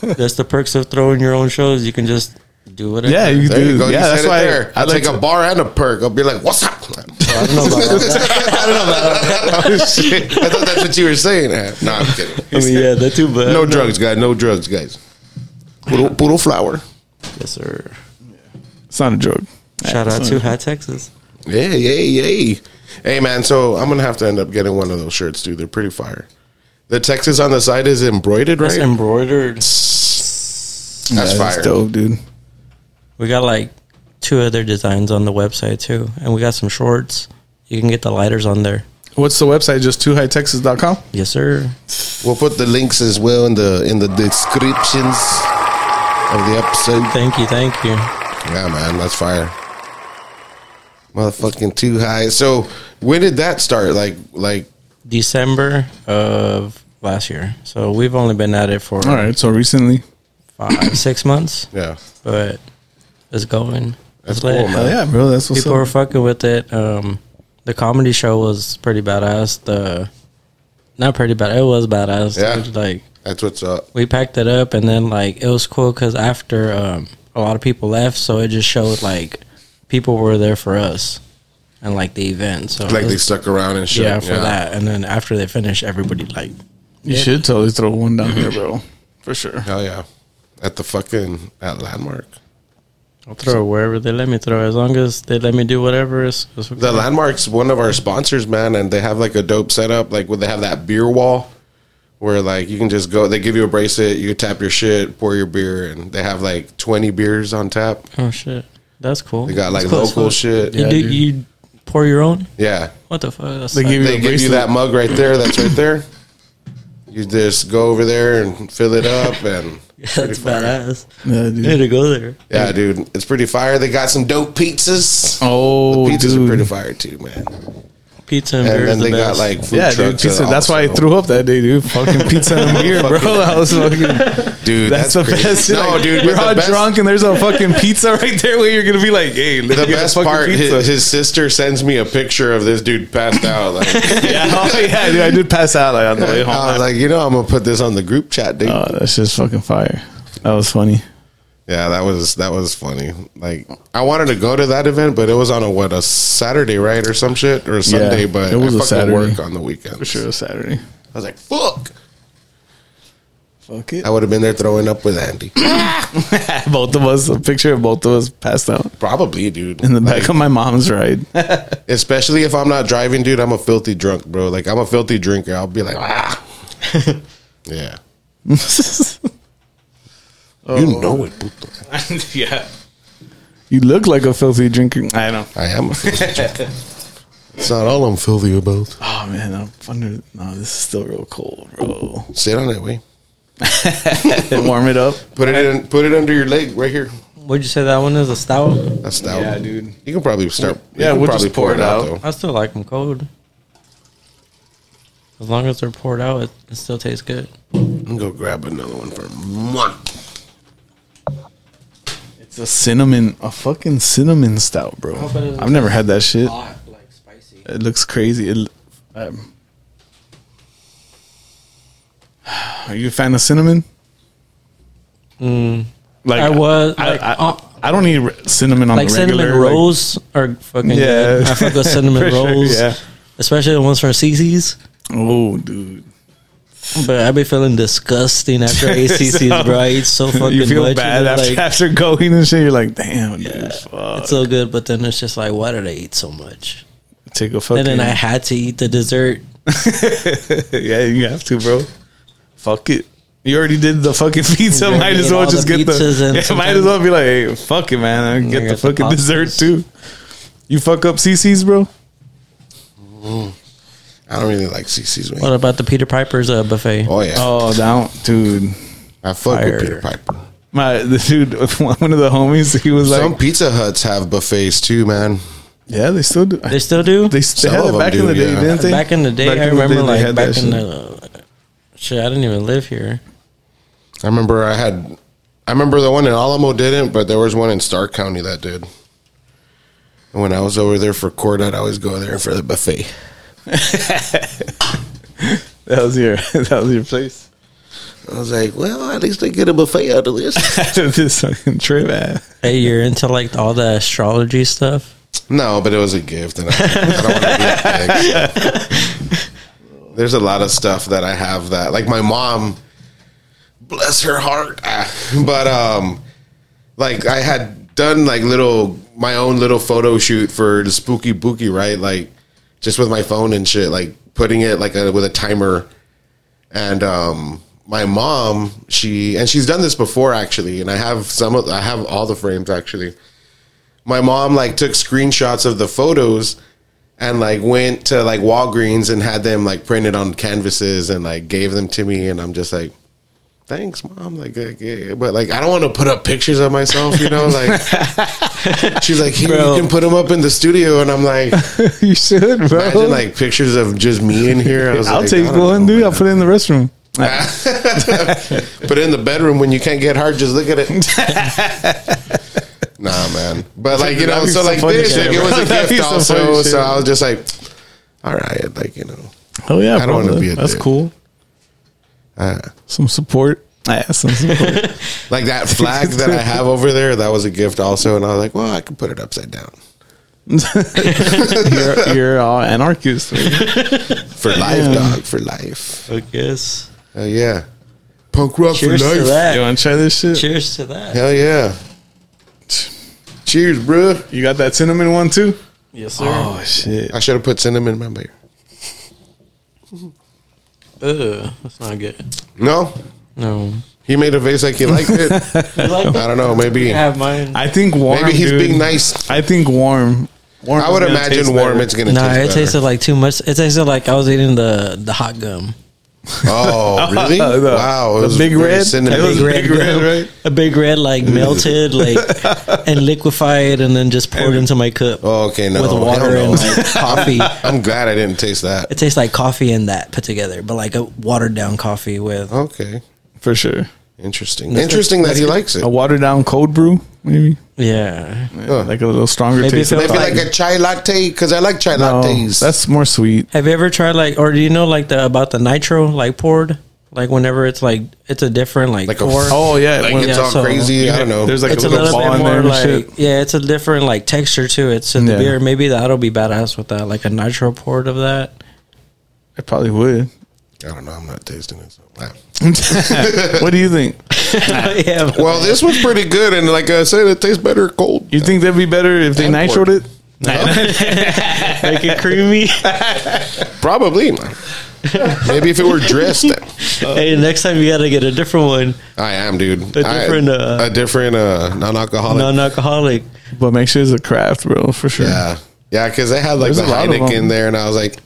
[SPEAKER 3] That's the perks of throwing your own shows. You can just do whatever.
[SPEAKER 1] yeah, you
[SPEAKER 2] There
[SPEAKER 1] do.
[SPEAKER 2] you go.
[SPEAKER 1] Yeah,
[SPEAKER 2] you
[SPEAKER 1] that's
[SPEAKER 2] said
[SPEAKER 1] why
[SPEAKER 2] it there.
[SPEAKER 1] I
[SPEAKER 2] I'll
[SPEAKER 1] like
[SPEAKER 2] take a
[SPEAKER 1] to-
[SPEAKER 2] bar and a perk. I'll be like, what's up?
[SPEAKER 3] I don't know about that.
[SPEAKER 2] Shit. I thought that's what you were saying. Eh, No, I'm kidding.
[SPEAKER 3] I mean, yeah, that too. But
[SPEAKER 1] uh,
[SPEAKER 2] No drugs, guys. No drugs, guys. Puro, puro flower.
[SPEAKER 3] yes, sir.
[SPEAKER 1] It's not a joke.
[SPEAKER 3] Shout out to High Texas.
[SPEAKER 2] Yay, yay, yay. Hey, man, so I'm going to have to end up getting one of those shirts, dude. They're pretty fire. The Texas on the side is embroidered, right?
[SPEAKER 3] That's embroidered.
[SPEAKER 2] that's
[SPEAKER 1] Yeah,
[SPEAKER 2] fire.
[SPEAKER 1] That's dope, dude.
[SPEAKER 3] We got like two other designs on the website too, and we got some shorts. You can get the lighters on there.
[SPEAKER 1] What's the website? Just twohightexas.com?
[SPEAKER 3] Yes, sir.
[SPEAKER 2] We'll put the links as well in the in the descriptions of the episode.
[SPEAKER 3] Thank you, thank you.
[SPEAKER 2] Yeah, man, that's fire. Motherfucking too high. So when did that start? Like, like
[SPEAKER 3] December of last year, so we've only been at it for
[SPEAKER 1] All right. So recently,
[SPEAKER 3] five, six months,
[SPEAKER 2] yeah,
[SPEAKER 3] but it's going.
[SPEAKER 2] That's
[SPEAKER 3] It's
[SPEAKER 2] cool,
[SPEAKER 3] lit.
[SPEAKER 2] man.
[SPEAKER 1] hell Oh, yeah, bro. That's what's
[SPEAKER 3] People were
[SPEAKER 1] up.
[SPEAKER 3] fucking with it. Um, the comedy show was pretty badass. The not pretty bad. It was badass.
[SPEAKER 2] Yeah.
[SPEAKER 3] It was like
[SPEAKER 2] that's what's up.
[SPEAKER 3] we packed it up and then like it was cool because after um, a lot of people left so it just showed like people were there for us and like the event so
[SPEAKER 2] Like
[SPEAKER 3] it
[SPEAKER 2] they
[SPEAKER 3] was-
[SPEAKER 2] stuck around and shit.
[SPEAKER 3] yeah for that and then after they finished everybody like
[SPEAKER 1] you should totally throw one down here, bro. For sure.
[SPEAKER 2] Hell yeah, at the fucking at landmark.
[SPEAKER 3] I'll throw it wherever they let me throw it, as long as they let me do whatever is
[SPEAKER 2] The landmark's one of our sponsors, man, and they have like a dope setup. Like, would they have that beer wall? Where like you can just go, they give you a bracelet, you tap your shit, pour your beer, and they have like twenty beers on tap.
[SPEAKER 3] oh shit that's cool
[SPEAKER 2] They got
[SPEAKER 3] That's
[SPEAKER 2] like
[SPEAKER 3] cool as
[SPEAKER 2] local
[SPEAKER 3] fuck.
[SPEAKER 2] shit.
[SPEAKER 3] you,
[SPEAKER 2] Yeah,
[SPEAKER 3] do,
[SPEAKER 1] dude.
[SPEAKER 3] you pour your own what the fuck That's like-
[SPEAKER 1] give
[SPEAKER 2] they
[SPEAKER 1] a
[SPEAKER 2] give you
[SPEAKER 1] bracelet.
[SPEAKER 2] that mug right there. That's right there. You just go over there and fill it up, and
[SPEAKER 3] that's badass
[SPEAKER 1] Yeah, dude.
[SPEAKER 3] I need to go there
[SPEAKER 2] yeah, dude, it's pretty fire. They got some dope pizzas.
[SPEAKER 1] Oh,
[SPEAKER 2] the pizzas
[SPEAKER 1] dude.
[SPEAKER 2] are pretty fire too, man.
[SPEAKER 3] pizza and, beer
[SPEAKER 2] And then
[SPEAKER 3] is the
[SPEAKER 2] they
[SPEAKER 3] best.
[SPEAKER 2] got like food
[SPEAKER 1] yeah, dude.
[SPEAKER 2] trucks
[SPEAKER 1] Pizza. That's why I
[SPEAKER 2] also.
[SPEAKER 1] threw up that day, dude. Fucking pizza and beer, bro. I was fucking.
[SPEAKER 2] Dude,
[SPEAKER 1] That's,
[SPEAKER 2] that's,
[SPEAKER 1] the
[SPEAKER 2] crazy.
[SPEAKER 1] best.
[SPEAKER 2] No, dude,
[SPEAKER 1] we're
[SPEAKER 2] but the
[SPEAKER 1] all
[SPEAKER 2] best-
[SPEAKER 1] drunk and there's a fucking pizza right there where you're gonna be like, "Hey, let
[SPEAKER 2] The
[SPEAKER 1] me get a
[SPEAKER 2] best
[SPEAKER 1] fucking
[SPEAKER 2] part,
[SPEAKER 1] pizza.
[SPEAKER 2] his, his sister sends me a picture of this dude passed out. Like,
[SPEAKER 1] yeah, oh, yeah, dude. I did pass out like on the way
[SPEAKER 2] I
[SPEAKER 1] home.
[SPEAKER 2] was like, you know, I'm gonna put this on the group chat, dude.
[SPEAKER 1] Oh, that's just fucking fire. That was funny.
[SPEAKER 2] Yeah, that was that was funny. Like I wanted to go to that event, but it was on a what a Saturday, right, or some shit, or a Sunday. but
[SPEAKER 1] it was
[SPEAKER 2] I
[SPEAKER 1] a
[SPEAKER 2] fucking
[SPEAKER 1] Saturday.
[SPEAKER 2] work on the weekend.
[SPEAKER 1] For sure, it was Saturday.
[SPEAKER 2] I was like, fuck.
[SPEAKER 1] Fuck it.
[SPEAKER 2] I would have been there throwing up with Andy.
[SPEAKER 1] both of us, a picture of both of us passed out
[SPEAKER 2] Probably, dude.
[SPEAKER 1] in the back of my mom's ride.
[SPEAKER 2] Especially if I'm not driving, dude. I'm a filthy drunk, bro. Like I'm a filthy drinker. I'll be like, ah, yeah. You know it. puto.
[SPEAKER 1] yeah. You look like a filthy drinker. I know.
[SPEAKER 2] I am a filthy drinker. It's not all I'm filthy about.
[SPEAKER 1] Oh man, I'm under. No, this is still real cold, bro.
[SPEAKER 2] Sit on it, way.
[SPEAKER 1] warm it up.
[SPEAKER 2] Put it in. Put it under your leg, right here.
[SPEAKER 3] would you say that one is a stout
[SPEAKER 2] That's stout.
[SPEAKER 1] Yeah, dude.
[SPEAKER 2] You can probably start. you
[SPEAKER 1] Yeah,
[SPEAKER 2] can
[SPEAKER 1] we'll just pour it out.
[SPEAKER 2] though.
[SPEAKER 3] I still like them cold. As long as they're poured out, it, it still tastes good.
[SPEAKER 2] I'm gonna grab another one for month.
[SPEAKER 1] It's a cinnamon, a fucking cinnamon stout, bro.
[SPEAKER 3] bet it
[SPEAKER 1] I've never had that shit.
[SPEAKER 3] Hot, like spicy.
[SPEAKER 1] It looks crazy. It, Um, are you a fan of cinnamon? Like
[SPEAKER 3] Mm. I was
[SPEAKER 1] I,
[SPEAKER 3] like,
[SPEAKER 1] I,
[SPEAKER 3] uh,
[SPEAKER 1] I don't need re- cinnamon on
[SPEAKER 3] like
[SPEAKER 1] the
[SPEAKER 3] cinnamon
[SPEAKER 1] regular. like-
[SPEAKER 3] rolls are fucking good.
[SPEAKER 1] Yeah.
[SPEAKER 3] I fuck with cinnamon
[SPEAKER 1] For sure,
[SPEAKER 3] rolls,
[SPEAKER 1] yeah.
[SPEAKER 3] especially the ones from CC's.
[SPEAKER 1] oh, dude.
[SPEAKER 3] But I be feeling disgusting after ACC's, bro. I eat so fucking
[SPEAKER 1] you feel
[SPEAKER 3] much,
[SPEAKER 1] bad
[SPEAKER 3] know,
[SPEAKER 1] after,
[SPEAKER 3] like,
[SPEAKER 1] after going and shit. You're like, damn, dude, fuck.
[SPEAKER 3] it's so good, but then it's just like, why did I eat so much?
[SPEAKER 1] Take a
[SPEAKER 3] And
[SPEAKER 1] fucking.
[SPEAKER 3] then I had to eat the dessert.
[SPEAKER 1] yeah, you have to, bro. Fuck it. You already did the fucking pizza.
[SPEAKER 3] You already
[SPEAKER 1] might as
[SPEAKER 3] ate
[SPEAKER 1] well
[SPEAKER 3] all
[SPEAKER 1] just
[SPEAKER 3] the
[SPEAKER 1] get the.
[SPEAKER 3] pizzas and
[SPEAKER 1] Yeah, might
[SPEAKER 3] sometimes-
[SPEAKER 1] as well be like, hey, fuck it, man. I get
[SPEAKER 3] got
[SPEAKER 1] the
[SPEAKER 3] the
[SPEAKER 1] fucking
[SPEAKER 3] pastas.
[SPEAKER 1] dessert too. You fuck up CC's, bro.
[SPEAKER 2] I don't really like CC's wing.
[SPEAKER 3] What about the Peter Piper's uh, buffet?
[SPEAKER 2] Oh yeah,
[SPEAKER 1] Oh, down, dude.
[SPEAKER 2] I fuck
[SPEAKER 3] fire.
[SPEAKER 2] with Peter Piper.
[SPEAKER 1] My the dude, one of the homies, he was like,
[SPEAKER 2] Some Pizza Huts have buffets too, man.
[SPEAKER 1] yeah, they still do.
[SPEAKER 3] They still do.
[SPEAKER 1] They, s- they
[SPEAKER 2] Some
[SPEAKER 1] had
[SPEAKER 2] of
[SPEAKER 1] it
[SPEAKER 2] them
[SPEAKER 1] back in
[SPEAKER 2] do,
[SPEAKER 1] the day,
[SPEAKER 2] yeah.
[SPEAKER 1] didn't they?
[SPEAKER 3] back in the day,
[SPEAKER 1] Back
[SPEAKER 3] I
[SPEAKER 1] in the day,
[SPEAKER 3] remember
[SPEAKER 1] they
[SPEAKER 3] like
[SPEAKER 1] had
[SPEAKER 3] back
[SPEAKER 1] that shit.
[SPEAKER 3] in the shit. I didn't even live here.
[SPEAKER 2] I remember I had, I remember the one in Alamo didn't, but there was one in Stark County that did. And when I was over there for court, I'd always go there for the buffet.
[SPEAKER 1] That was your that was your place.
[SPEAKER 2] I was like, well, at least they get a buffet out of this.
[SPEAKER 1] After this fucking trip, man.
[SPEAKER 3] Hey, you're into like all the astrology stuff.
[SPEAKER 2] no, but it was a gift, and I, I don't want to be a dick. There's a lot of stuff that I have that, like my mom, bless her heart, ah, but um, like I had done like little my own little photo shoot for the spooky bookie, right? Like just with my phone and shit, like putting it like a, with a timer. And um, my mom, she and she's done this before actually, and I have some of I have all the frames actually. My mom like took screenshots of the photos and like went to like Walgreens and had them like printed on canvases and like gave them to me, and I'm just like. Thanks, mom. Like, uh, yeah, but like, I don't want to put up pictures of myself, you know. Like, she's like, "Here,
[SPEAKER 3] Bro.
[SPEAKER 2] you can put them up in the studio," and I'm like,
[SPEAKER 1] you should, bro.
[SPEAKER 2] Imagine like pictures of just me in here. I was
[SPEAKER 1] I'll
[SPEAKER 2] like,
[SPEAKER 1] take
[SPEAKER 2] I don't
[SPEAKER 1] one,
[SPEAKER 2] know,
[SPEAKER 1] dude.
[SPEAKER 2] man.
[SPEAKER 1] I'll put it in the restroom.
[SPEAKER 2] But in the bedroom when you can't get hard, just look at it. nah, man. But like you know,
[SPEAKER 1] That'd be
[SPEAKER 2] so
[SPEAKER 1] some
[SPEAKER 2] like
[SPEAKER 1] funny
[SPEAKER 2] this,
[SPEAKER 1] shit,
[SPEAKER 2] like, it
[SPEAKER 1] bro.
[SPEAKER 2] was a
[SPEAKER 1] That'd be
[SPEAKER 2] gift
[SPEAKER 1] some funny
[SPEAKER 2] also.
[SPEAKER 1] shit.
[SPEAKER 2] So I was just like, all right, like you know,
[SPEAKER 1] Oh yeah,
[SPEAKER 2] I don't wanna
[SPEAKER 1] bro.
[SPEAKER 2] be a
[SPEAKER 1] That's
[SPEAKER 2] dick.
[SPEAKER 1] cool.
[SPEAKER 2] Ah.
[SPEAKER 1] Some support. Yeah, some support.
[SPEAKER 2] like that flag that I have over there, that was a gift also. And I was like, well, I can put it upside down
[SPEAKER 1] you're, you're all anarchist. dude.
[SPEAKER 2] for life, dog, for life.
[SPEAKER 3] I guess.
[SPEAKER 2] Hell yeah, punk rock
[SPEAKER 3] Cheers
[SPEAKER 2] for life.
[SPEAKER 3] to
[SPEAKER 1] You
[SPEAKER 3] that.
[SPEAKER 1] want to try this shit?
[SPEAKER 3] Cheers to that.
[SPEAKER 2] Hell yeah. Cheers, bruh.
[SPEAKER 1] You got that cinnamon one too?
[SPEAKER 3] Yes, sir.
[SPEAKER 1] Oh shit!
[SPEAKER 2] I should have put cinnamon in my beer.
[SPEAKER 3] Ugh, that's not good.
[SPEAKER 2] No,
[SPEAKER 3] No.
[SPEAKER 2] He made a face like he liked it. I don't know. Maybe
[SPEAKER 3] have mine.
[SPEAKER 1] I think warm.
[SPEAKER 2] maybe he's
[SPEAKER 1] dude.
[SPEAKER 2] being nice.
[SPEAKER 1] I think warm. warm
[SPEAKER 2] I would
[SPEAKER 1] is gonna taste
[SPEAKER 2] imagine warm.
[SPEAKER 1] better.
[SPEAKER 2] It's gonna
[SPEAKER 3] Nah, it
[SPEAKER 2] taste better.
[SPEAKER 3] tasted like too much. It tasted like I was eating the the hot gum.
[SPEAKER 2] oh, really?
[SPEAKER 1] The-
[SPEAKER 2] wow, it
[SPEAKER 1] the
[SPEAKER 2] was
[SPEAKER 1] big
[SPEAKER 2] very
[SPEAKER 1] red?
[SPEAKER 2] cinnamon.
[SPEAKER 1] It was
[SPEAKER 2] Big red.
[SPEAKER 1] big red,
[SPEAKER 3] gum.
[SPEAKER 1] right?
[SPEAKER 3] A big red, like melted, like and liquefied, and then just poured into my cup
[SPEAKER 2] Oh, okay, no,
[SPEAKER 3] with water
[SPEAKER 2] Hell
[SPEAKER 3] and
[SPEAKER 2] no.
[SPEAKER 3] like coffee.
[SPEAKER 2] I'm glad I didn't taste that.
[SPEAKER 3] It tastes like coffee and that put together, but like a watered down coffee with.
[SPEAKER 2] Okay,
[SPEAKER 1] for sure.
[SPEAKER 2] interesting. Interesting that he likes it.
[SPEAKER 1] A watered down cold brew, maybe
[SPEAKER 3] Yeah,
[SPEAKER 1] like a little stronger
[SPEAKER 3] Maybe
[SPEAKER 1] taste.
[SPEAKER 3] if it
[SPEAKER 2] Maybe like a chai latte because I like chai
[SPEAKER 1] No,
[SPEAKER 2] lattes.
[SPEAKER 1] that's more sweet.
[SPEAKER 3] Have you ever tried like, or do you know like the about the nitro like poured? Like whenever it's like it's a different like,
[SPEAKER 2] Like a-
[SPEAKER 3] pour.
[SPEAKER 1] Oh yeah,
[SPEAKER 2] like
[SPEAKER 1] when-
[SPEAKER 2] it's
[SPEAKER 3] yeah,
[SPEAKER 2] all
[SPEAKER 3] so-
[SPEAKER 2] crazy. I don't know.
[SPEAKER 1] There's like
[SPEAKER 3] it's
[SPEAKER 1] a
[SPEAKER 3] a
[SPEAKER 1] little,
[SPEAKER 3] little
[SPEAKER 1] ball
[SPEAKER 3] bit
[SPEAKER 1] in there
[SPEAKER 3] more
[SPEAKER 1] and
[SPEAKER 3] like
[SPEAKER 1] shit.
[SPEAKER 3] yeah, it's a different like texture to it. So the
[SPEAKER 1] Yeah.
[SPEAKER 3] beer maybe that'll be badass with that like a nitro poured of that.
[SPEAKER 1] I probably would.
[SPEAKER 2] I don't know. I'm not tasting it. So. Wow.
[SPEAKER 1] what do you think?
[SPEAKER 3] yeah, but-
[SPEAKER 2] Well, this was pretty good, and like I said, it tastes better cold.
[SPEAKER 1] You think that'd be better if they
[SPEAKER 2] And
[SPEAKER 1] nitroed
[SPEAKER 2] pork.
[SPEAKER 1] it?
[SPEAKER 3] make it creamy.
[SPEAKER 2] Probably. Maybe if it were dressed. Then.
[SPEAKER 3] hey, next time you gotta get a different one,
[SPEAKER 2] I am, dude.
[SPEAKER 3] A different,
[SPEAKER 2] I,
[SPEAKER 3] uh,
[SPEAKER 2] a different uh,
[SPEAKER 3] Oh,
[SPEAKER 2] non-alcoholic.
[SPEAKER 3] non-alcoholic.
[SPEAKER 1] But make sure it's a craft, bro, for sure.
[SPEAKER 2] yeah, yeah, because they had like
[SPEAKER 1] There's
[SPEAKER 2] the
[SPEAKER 1] a lot of
[SPEAKER 2] Heineken
[SPEAKER 1] them.
[SPEAKER 2] in there, and I was like,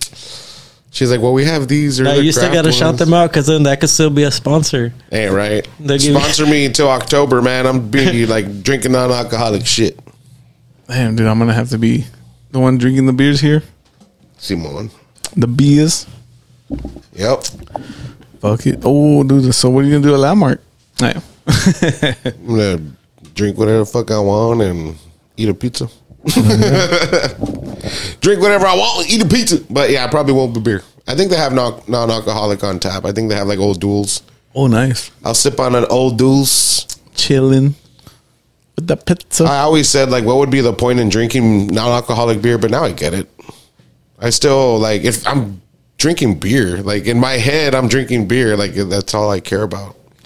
[SPEAKER 2] she's like, well, we have these. Or
[SPEAKER 3] Now
[SPEAKER 2] the
[SPEAKER 3] you still
[SPEAKER 2] craft
[SPEAKER 3] gotta shout
[SPEAKER 2] ones."
[SPEAKER 3] them out because then that could still be a sponsor.
[SPEAKER 2] Ain't right.
[SPEAKER 3] They'll give you-
[SPEAKER 2] Sponsor me until October, man. I'm be like drinking non-alcoholic shit.
[SPEAKER 1] Damn, dude, I'm gonna have to be the one drinking the beers here.
[SPEAKER 2] Simone.
[SPEAKER 1] The beers.
[SPEAKER 2] Yep.
[SPEAKER 1] Fuck it. Oh, dude. So what are you gonna do at Landmark? Hey,
[SPEAKER 2] I'm gonna drink whatever the fuck I want and eat a pizza. drink whatever I want, eat a pizza. But yeah, I probably won't be beer. I think they have non alcoholic on tap. I think they have like old duels.
[SPEAKER 1] Oh, nice.
[SPEAKER 2] I'll sip on an old duels.
[SPEAKER 1] Chilling with the pizza.
[SPEAKER 2] I always said like, what would be the point in drinking non-alcoholic beer? But now I get it. I still like if I'm drinking beer, like in my head, I'm drinking beer. Like that's all I care about.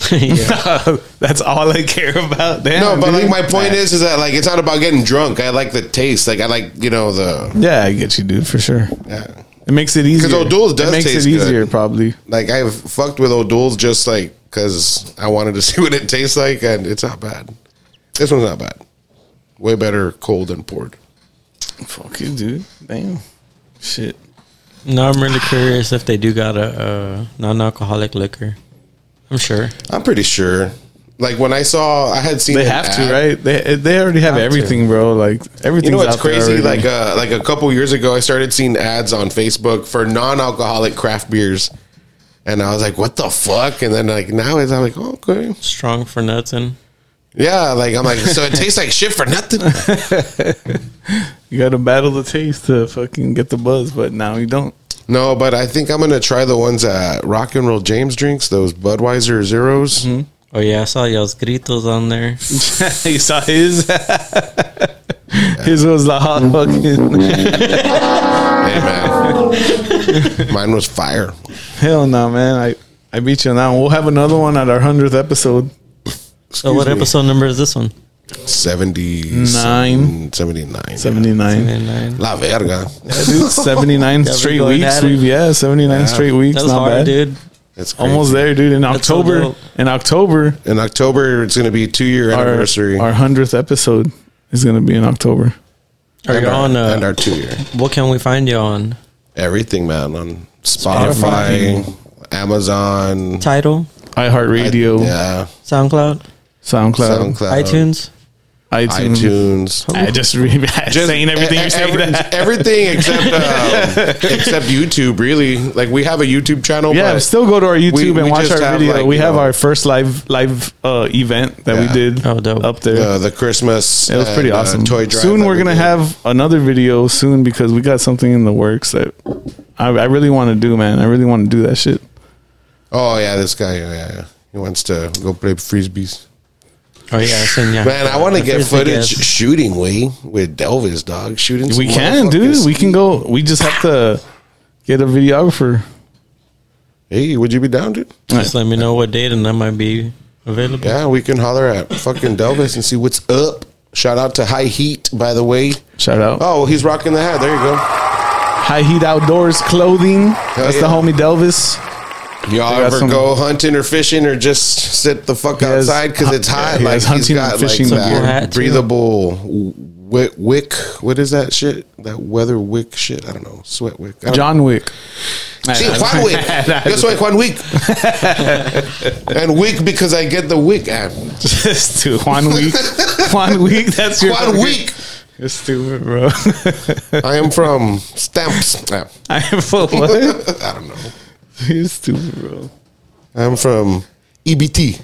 [SPEAKER 1] That's all I care about. Damn,
[SPEAKER 2] No, but
[SPEAKER 1] dude.
[SPEAKER 2] like my point is, is that like it's not about getting drunk. I like the taste. Like I like you know the
[SPEAKER 1] Yeah, I get you, dude, for sure.
[SPEAKER 2] yeah.
[SPEAKER 1] It makes it easier.
[SPEAKER 2] O'Doul's does
[SPEAKER 1] it makes
[SPEAKER 2] taste
[SPEAKER 1] it easier,
[SPEAKER 2] good.
[SPEAKER 1] probably.
[SPEAKER 2] like I've fucked with old duels just like because I wanted to see what it tastes like, and it's not bad. This one's not bad. Way better cold than poured.
[SPEAKER 1] Fuck you, dude. Damn. Shit.
[SPEAKER 3] No, I'm really curious if they do got a, a non-alcoholic liquor. I'm sure.
[SPEAKER 2] I'm pretty sure. Like when I saw, I had seen
[SPEAKER 1] They
[SPEAKER 2] an
[SPEAKER 1] have to,
[SPEAKER 2] ad-
[SPEAKER 1] right? They they already have
[SPEAKER 3] Have to.
[SPEAKER 1] everything, bro. Like
[SPEAKER 2] You
[SPEAKER 1] everything's
[SPEAKER 2] know what's
[SPEAKER 1] out there
[SPEAKER 2] crazy?
[SPEAKER 1] already.
[SPEAKER 2] Like uh, like a couple years ago, I started seeing ads on Facebook for non-alcoholic craft beers, and I was like, "What the fuck?" And then like now it's I'm like, oh, "Okay,
[SPEAKER 3] Strong for nothing.
[SPEAKER 2] yeah." Like I'm like, so it tastes like shit for nothing.
[SPEAKER 1] you got to battle the taste to fucking get the buzz, but now you don't.
[SPEAKER 2] No, but I think I'm gonna try the ones that Rock and Roll James drinks, those Budweiser Zeros.
[SPEAKER 1] Mm-hmm.
[SPEAKER 3] Oh yeah, I saw y'all's gritos on there.
[SPEAKER 1] you saw his. his was the hot fucking
[SPEAKER 2] Hey man, mine was fire.
[SPEAKER 1] hell no, man. I I beat you on that one. We'll have another one at our hundredth episode.
[SPEAKER 3] So what episode number is this one?
[SPEAKER 2] 79.
[SPEAKER 1] Nine.
[SPEAKER 2] 79.
[SPEAKER 1] Seventy nine.
[SPEAKER 3] Nine.
[SPEAKER 2] La verga.
[SPEAKER 1] Seventy nine
[SPEAKER 3] we're
[SPEAKER 1] straight
[SPEAKER 3] going
[SPEAKER 1] weeks.
[SPEAKER 3] at it.
[SPEAKER 1] We've, yeah, seventy nine straight weeks.
[SPEAKER 3] That was
[SPEAKER 1] Not
[SPEAKER 3] hard,
[SPEAKER 1] bad,
[SPEAKER 3] dude.
[SPEAKER 2] That's crazy.
[SPEAKER 1] Almost there, dude. In
[SPEAKER 3] That's so
[SPEAKER 1] October.
[SPEAKER 3] dope.
[SPEAKER 1] In October,
[SPEAKER 2] In October, it's gonna be two year
[SPEAKER 1] our
[SPEAKER 2] anniversary.
[SPEAKER 1] our hundredth episode is gonna be in October.
[SPEAKER 3] Are
[SPEAKER 2] and,
[SPEAKER 3] you
[SPEAKER 2] our,
[SPEAKER 3] on?
[SPEAKER 2] and
[SPEAKER 3] Uh,
[SPEAKER 2] our two year.
[SPEAKER 3] what can we find you on?
[SPEAKER 2] everything, man, on Spotify, Amazon,
[SPEAKER 3] Title,
[SPEAKER 1] iHeartRadio,
[SPEAKER 2] yeah,
[SPEAKER 3] SoundCloud,
[SPEAKER 1] SoundCloud,
[SPEAKER 2] SoundCloud,
[SPEAKER 3] iTunes.
[SPEAKER 1] iTunes.
[SPEAKER 2] iTunes.
[SPEAKER 1] I just re-
[SPEAKER 2] Just
[SPEAKER 1] saying everything
[SPEAKER 2] e-
[SPEAKER 1] you're saying.
[SPEAKER 2] every-
[SPEAKER 1] that.
[SPEAKER 2] everything except um, except YouTube. Really, like we have a YouTube channel.
[SPEAKER 1] Yeah,
[SPEAKER 2] but
[SPEAKER 1] still go to our YouTube
[SPEAKER 2] we-
[SPEAKER 1] and
[SPEAKER 2] we
[SPEAKER 1] watch
[SPEAKER 2] just
[SPEAKER 1] our
[SPEAKER 2] have,
[SPEAKER 1] video.
[SPEAKER 2] like,
[SPEAKER 1] we
[SPEAKER 2] you
[SPEAKER 1] have
[SPEAKER 2] know,
[SPEAKER 1] our first live live uh, event that we
[SPEAKER 2] Yeah.
[SPEAKER 1] did
[SPEAKER 3] Oh, dope.
[SPEAKER 1] up there.
[SPEAKER 2] the, the Christmas.
[SPEAKER 1] it was pretty
[SPEAKER 2] and, uh,
[SPEAKER 1] awesome.
[SPEAKER 2] toy drive.
[SPEAKER 1] soon
[SPEAKER 2] that
[SPEAKER 1] we're
[SPEAKER 2] we
[SPEAKER 1] gonna
[SPEAKER 2] did.
[SPEAKER 1] have another video soon because we got something in the works that I, I really want to do, man. I really want to do that shit.
[SPEAKER 2] Oh yeah, this guy. Yeah, yeah. He wants to go play frisbees.
[SPEAKER 3] Oh yeah, it's in, yeah.
[SPEAKER 2] Man, I want to get
[SPEAKER 3] Frisbee
[SPEAKER 2] footage
[SPEAKER 3] guest.
[SPEAKER 2] shooting way with Delvis dog shooting.
[SPEAKER 1] We
[SPEAKER 2] some
[SPEAKER 1] can, dude.
[SPEAKER 2] motherfuckers.
[SPEAKER 1] We can go. We just have to get a videographer.
[SPEAKER 2] Hey, would you be down, dude?
[SPEAKER 3] Just let me know what date and I might be available.
[SPEAKER 2] Yeah, we can holler at fucking Delvis and see what's up. Shout out to High Heat, by the way.
[SPEAKER 1] Shout out.
[SPEAKER 2] Oh, he's rocking the hat. There you go.
[SPEAKER 1] High Heat Outdoors Clothing. That's the
[SPEAKER 2] yeah.
[SPEAKER 1] homie Delvis.
[SPEAKER 2] Y'all
[SPEAKER 1] got
[SPEAKER 2] ever
[SPEAKER 1] some-
[SPEAKER 2] go hunting or fishing or just sit the fuck
[SPEAKER 1] He has
[SPEAKER 2] outside because
[SPEAKER 1] hun-
[SPEAKER 2] it's hot?
[SPEAKER 1] yeah, he
[SPEAKER 2] like
[SPEAKER 1] has
[SPEAKER 2] he's
[SPEAKER 1] hunting and
[SPEAKER 2] got
[SPEAKER 1] fishing
[SPEAKER 2] like
[SPEAKER 3] gear.
[SPEAKER 2] that
[SPEAKER 3] Hat, too.
[SPEAKER 2] breathable wick, wick. What is that shit? That weather wick shit? I don't know. Sweat wick. I don't
[SPEAKER 1] John Wick.
[SPEAKER 2] See, Juan Wick. That's why Juan Wick. and Wick because I get the Wick Ah, app.
[SPEAKER 1] Just to Juan Week. Juan Week. That's your
[SPEAKER 2] Juan Wick.
[SPEAKER 1] You're stupid, bro.
[SPEAKER 2] I am from Stamps. Ah,
[SPEAKER 1] I am full. What?
[SPEAKER 2] I don't know.
[SPEAKER 1] You're stupid, bro.
[SPEAKER 2] I'm from E EBT.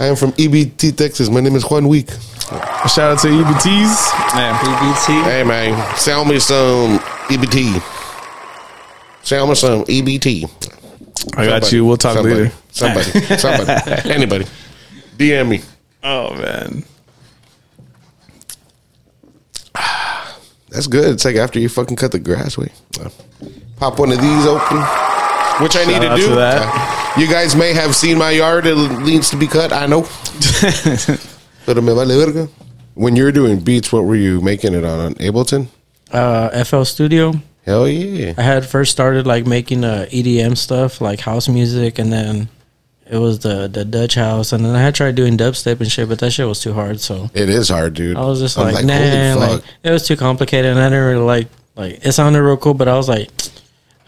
[SPEAKER 2] I am from EBT, Texas. My name is Juan Week.
[SPEAKER 1] Shout out to E EBTs.
[SPEAKER 3] BBT.
[SPEAKER 2] Hey, man, sell me some EBT. Sell me some EBT.
[SPEAKER 1] I got you. We'll talk
[SPEAKER 2] somebody,
[SPEAKER 1] later.
[SPEAKER 2] Somebody, somebody, anybody. DM me.
[SPEAKER 1] Oh man.
[SPEAKER 2] That's good. It's like after you fucking cut the grass, wait. Pop one of these open, which I need to
[SPEAKER 1] out
[SPEAKER 2] do.
[SPEAKER 1] to that.
[SPEAKER 2] You guys may have seen my yard. It needs to be cut. I know. Pero me vale verga. When you were doing beats, what were you making it on? On Ableton?
[SPEAKER 3] Uh, FL Studio.
[SPEAKER 2] Hell yeah.
[SPEAKER 3] I had first started like making uh, EDM stuff, like house music, and then it was the the Dutch house, and then I had tried doing dubstep and shit, but that shit was too hard. So
[SPEAKER 2] It is hard, dude.
[SPEAKER 3] I was just
[SPEAKER 2] I'm
[SPEAKER 3] like, nah, like it was too complicated, and I didn't really like like it sounded real cool, but I was like,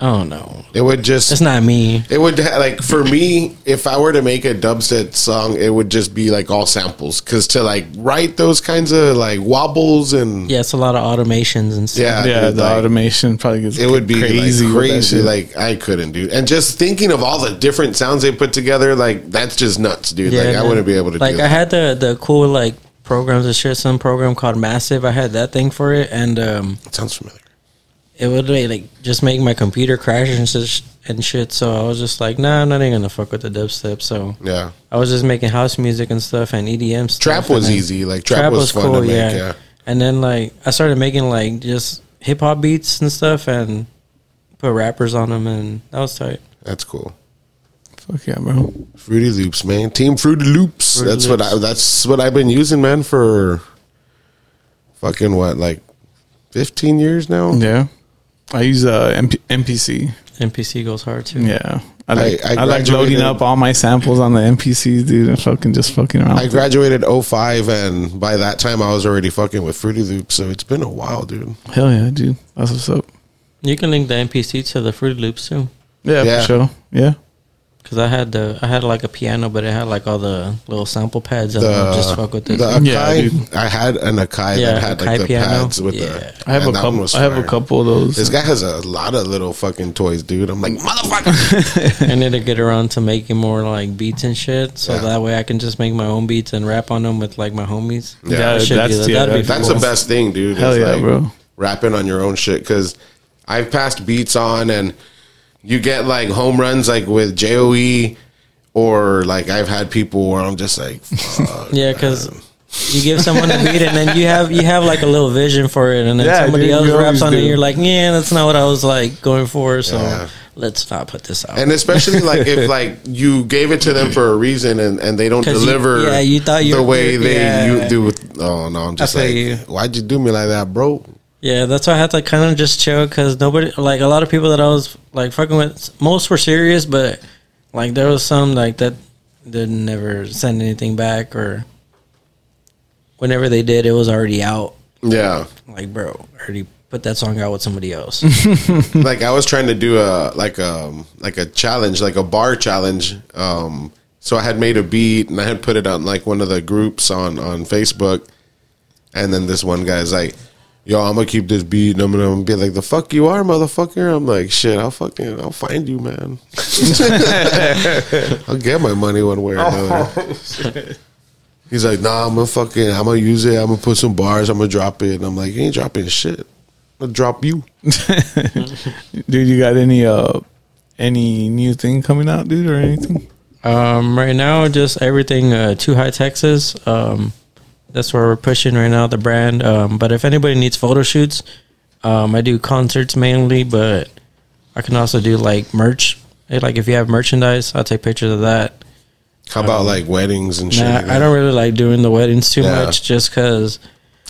[SPEAKER 3] I don't know,
[SPEAKER 2] It would just.
[SPEAKER 3] it's not me.
[SPEAKER 2] It would ha- like for me, if I were to make a dubstep song, it would just be like all samples. Cause to like write those kinds of like wobbles and
[SPEAKER 3] Yeah, it's a lot of automations and stuff.
[SPEAKER 2] yeah,
[SPEAKER 1] Yeah,
[SPEAKER 2] dude,
[SPEAKER 1] the
[SPEAKER 2] Uh, like,
[SPEAKER 1] automation probably gets
[SPEAKER 2] it would be
[SPEAKER 1] crazy.
[SPEAKER 2] crazy,
[SPEAKER 1] with that
[SPEAKER 2] crazy.
[SPEAKER 1] shit.
[SPEAKER 2] Like I couldn't do. And just thinking of all the different sounds they put together, like that's just nuts, dude. like I
[SPEAKER 3] man.
[SPEAKER 2] wouldn't be able to.
[SPEAKER 3] Like
[SPEAKER 2] do
[SPEAKER 3] I
[SPEAKER 2] that.
[SPEAKER 3] had the the cool like programs and shit. Some program called Massive. I had that thing for it, and um,
[SPEAKER 2] It sounds familiar.
[SPEAKER 3] it would like, like just make my computer crash and shit. And shit. So I was just like, nah, I'm not even gonna fuck with the dubstep. So
[SPEAKER 2] Yeah.
[SPEAKER 3] I was just making house music and stuff and EDM stuff.
[SPEAKER 2] Trap
[SPEAKER 3] and
[SPEAKER 2] was
[SPEAKER 3] then-
[SPEAKER 2] easy. Like trap, was, fun to make. Yeah.
[SPEAKER 3] And then like I started making like just hip hop beats and stuff and put rappers on them and that was tight.
[SPEAKER 2] That's cool.
[SPEAKER 1] Fuck yeah, bro.
[SPEAKER 2] Fruity Loops, man. Team Fruity Loops. that's what I. That's what I've been using, man, for fucking what, like fifteen years now.
[SPEAKER 1] Yeah. I use uh, MP- MPC.
[SPEAKER 3] NPC goes hard too.
[SPEAKER 1] Yeah. I like,
[SPEAKER 2] I
[SPEAKER 1] I, like loading
[SPEAKER 2] graduated-
[SPEAKER 1] up all my samples on the MPCs, dude, and fucking just fucking around.
[SPEAKER 2] I graduated 05 and by that time I was already fucking with Fruity Loops, so it's been a while, dude.
[SPEAKER 1] Hell yeah, dude. That's what's up.
[SPEAKER 3] You can link the NPC to the Fruit Loops too.
[SPEAKER 1] Yeah,
[SPEAKER 2] Yeah.
[SPEAKER 1] for sure. Yeah.
[SPEAKER 3] Cause I had the I had like a piano, but it had like all the little sample pads and
[SPEAKER 2] The-
[SPEAKER 3] I'm just fuck with
[SPEAKER 2] The
[SPEAKER 3] it.
[SPEAKER 2] Akai,
[SPEAKER 1] Yeah, dude.
[SPEAKER 2] I had an Akai
[SPEAKER 3] Yeah,
[SPEAKER 2] that had
[SPEAKER 3] Akai
[SPEAKER 2] like the
[SPEAKER 3] piano.
[SPEAKER 2] pads with
[SPEAKER 3] Yeah.
[SPEAKER 2] the.
[SPEAKER 1] I have
[SPEAKER 2] man,
[SPEAKER 1] a
[SPEAKER 2] that one was
[SPEAKER 1] couple. I have a
[SPEAKER 2] fire.
[SPEAKER 1] couple of
[SPEAKER 2] This
[SPEAKER 1] those.
[SPEAKER 2] guy has a lot of little fucking toys, dude. I'm like, motherfucker.
[SPEAKER 3] I need to get around to making more like beats and shit, so
[SPEAKER 2] Yeah.
[SPEAKER 3] that way I can just make my own beats and rap on them with like my homies.
[SPEAKER 2] Yeah,
[SPEAKER 3] I should do
[SPEAKER 1] that's-
[SPEAKER 3] that.
[SPEAKER 1] yeah,
[SPEAKER 3] That'd be
[SPEAKER 2] That's
[SPEAKER 3] cool.
[SPEAKER 2] the best thing, dude.
[SPEAKER 1] Hell
[SPEAKER 2] is,
[SPEAKER 1] yeah,
[SPEAKER 2] like,
[SPEAKER 1] bro.
[SPEAKER 2] Rapping on your own shit because I've passed beats on and you get like home runs like with Joe or like I've had people where I'm just like, fuck.
[SPEAKER 3] Yeah, because you give someone a beat and then you have you have like a little vision for it, and then
[SPEAKER 1] Yeah,
[SPEAKER 3] somebody
[SPEAKER 1] dude,
[SPEAKER 3] else
[SPEAKER 1] you
[SPEAKER 3] raps
[SPEAKER 1] always
[SPEAKER 3] on it.
[SPEAKER 1] do.
[SPEAKER 3] You're like, yeah, that's not what I was like going for. So
[SPEAKER 2] Yeah.
[SPEAKER 3] let's not put this out.
[SPEAKER 2] and especially like if like you gave it to them for a reason and, and they don't
[SPEAKER 3] 'Cause you-
[SPEAKER 2] deliver
[SPEAKER 3] yeah, you thought you-
[SPEAKER 2] the way
[SPEAKER 3] you-
[SPEAKER 2] they
[SPEAKER 3] yeah.
[SPEAKER 2] you do with, oh no i'm just
[SPEAKER 3] feel
[SPEAKER 2] like
[SPEAKER 3] you.
[SPEAKER 2] why'd you do me like that bro
[SPEAKER 3] yeah, that's why I had to kind of just chill because nobody like a lot of people that I was like fucking with. Most were serious, but like there was some like that didn't never send anything back or whenever they did, it was already out.
[SPEAKER 2] yeah
[SPEAKER 3] Like, bro, I already put that song out with somebody else.
[SPEAKER 2] like I was trying to do a like um like a challenge, like a bar challenge. Um, so I had made a beat and I had put it on like one of the groups on on Facebook, and then this one guy's like, "Yo, I'm gonna keep this beat and I'm gonna, be like, the fuck you are, motherfucker." I'm like, "Shit, I'll fucking I'll find you, man. I'll get my money one way or another." He's like, "Nah, I'm gonna fucking I'm gonna use it. I'm gonna put some bars. I'm gonna drop it." And I'm like, "You ain't dropping shit. I'll drop you."
[SPEAKER 1] Dude, you got any uh any new thing coming out, dude, or anything?
[SPEAKER 3] Um, right now, just everything uh, too high Texas. Um, that's where we're pushing right now the brand. Um, but if anybody needs photo shoots, um, I do concerts mainly, but I can also do like merch. Eh, Like if you have merchandise, I'll take pictures of that.
[SPEAKER 2] How
[SPEAKER 1] Um,
[SPEAKER 2] about like weddings and shit?
[SPEAKER 3] Nah,
[SPEAKER 2] like
[SPEAKER 3] I
[SPEAKER 2] that?
[SPEAKER 3] don't really like doing the weddings too
[SPEAKER 2] Yeah.
[SPEAKER 3] much, just because.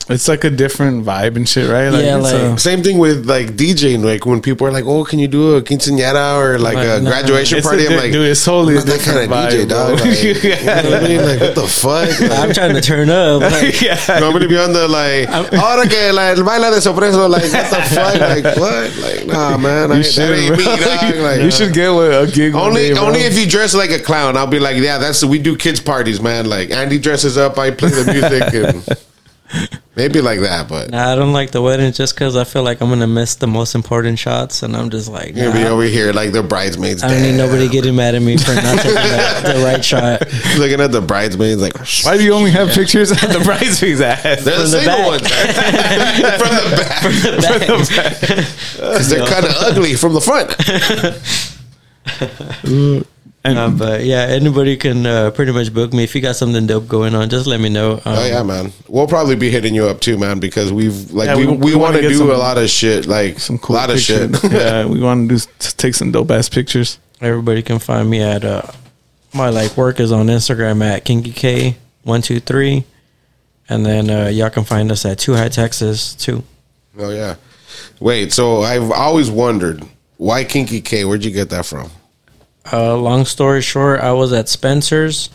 [SPEAKER 1] It's like a different vibe and shit, right?
[SPEAKER 3] Yeah,
[SPEAKER 1] it's
[SPEAKER 3] like-
[SPEAKER 1] a-
[SPEAKER 2] Same thing with like DJing. Like when people are like, "Oh, can you do a quinceañera or like a
[SPEAKER 3] Like, nah.
[SPEAKER 2] graduation
[SPEAKER 1] It's a
[SPEAKER 2] party?" I'm
[SPEAKER 1] di-
[SPEAKER 2] like,
[SPEAKER 1] dude, it's totally
[SPEAKER 2] I'm
[SPEAKER 1] a
[SPEAKER 2] not that kind of
[SPEAKER 1] different
[SPEAKER 2] DJ,
[SPEAKER 1] vibe,
[SPEAKER 2] dog.
[SPEAKER 1] bro.
[SPEAKER 2] Like, you know what I mean? Like, what the fuck? Like,
[SPEAKER 3] I'm trying to turn up. Like,
[SPEAKER 2] you want me to be on the like, "Oh, ahora que la el baila de sorpreso, like, what the fuck? Like, what? Like, nah, man. I,
[SPEAKER 1] you
[SPEAKER 2] ain't- that
[SPEAKER 1] should,
[SPEAKER 2] ain't me,
[SPEAKER 1] bro.
[SPEAKER 2] dog.
[SPEAKER 1] You-
[SPEAKER 2] Like,
[SPEAKER 1] you should get a a gig. one
[SPEAKER 2] Only,
[SPEAKER 1] day, bro.
[SPEAKER 2] only if you dress like a clown, I'll be like, yeah, that's we do kids parties, man. Like Andy dresses up, I play the music, and maybe like that. But
[SPEAKER 3] nah, I don't like the weddings just because I feel like I'm gonna miss the most important shots, and I'm just like,
[SPEAKER 2] you're gonna be
[SPEAKER 3] nah,
[SPEAKER 2] over here like the bridesmaids.
[SPEAKER 3] I don't need
[SPEAKER 2] dance.
[SPEAKER 3] nobody getting mad at me for not taking the, the right shot.
[SPEAKER 2] looking at the bridesmaids like
[SPEAKER 1] Why do you only have pictures of the bridesmaid's ass?
[SPEAKER 2] they're the
[SPEAKER 3] From the
[SPEAKER 2] single
[SPEAKER 3] back.
[SPEAKER 2] ones from the back because they're kind of ugly from the front.
[SPEAKER 1] And
[SPEAKER 3] Um, but yeah, anybody can uh, pretty much book me if you got something dope going on. Just let me know. Um,
[SPEAKER 2] Oh yeah, man. We'll probably be hitting you up too, man, because we've like
[SPEAKER 1] Yeah,
[SPEAKER 2] we,
[SPEAKER 1] we-
[SPEAKER 2] we,
[SPEAKER 1] we wanna
[SPEAKER 2] want to
[SPEAKER 1] get
[SPEAKER 2] do
[SPEAKER 1] some-
[SPEAKER 2] a lot of shit, like
[SPEAKER 1] some cool
[SPEAKER 2] a lot
[SPEAKER 1] pictures.
[SPEAKER 2] of shit.
[SPEAKER 1] yeah, we want to do to take some dope ass pictures.
[SPEAKER 3] Everybody can find me at uh, my like work is on Instagram at kinky k one two three, and then uh, y'all can find us at Two High Texas too.
[SPEAKER 2] oh yeah. Wait, so I've always wondered why Kinky K. Where'd you get that from?
[SPEAKER 3] Uh, long story short, I was at Spencer's,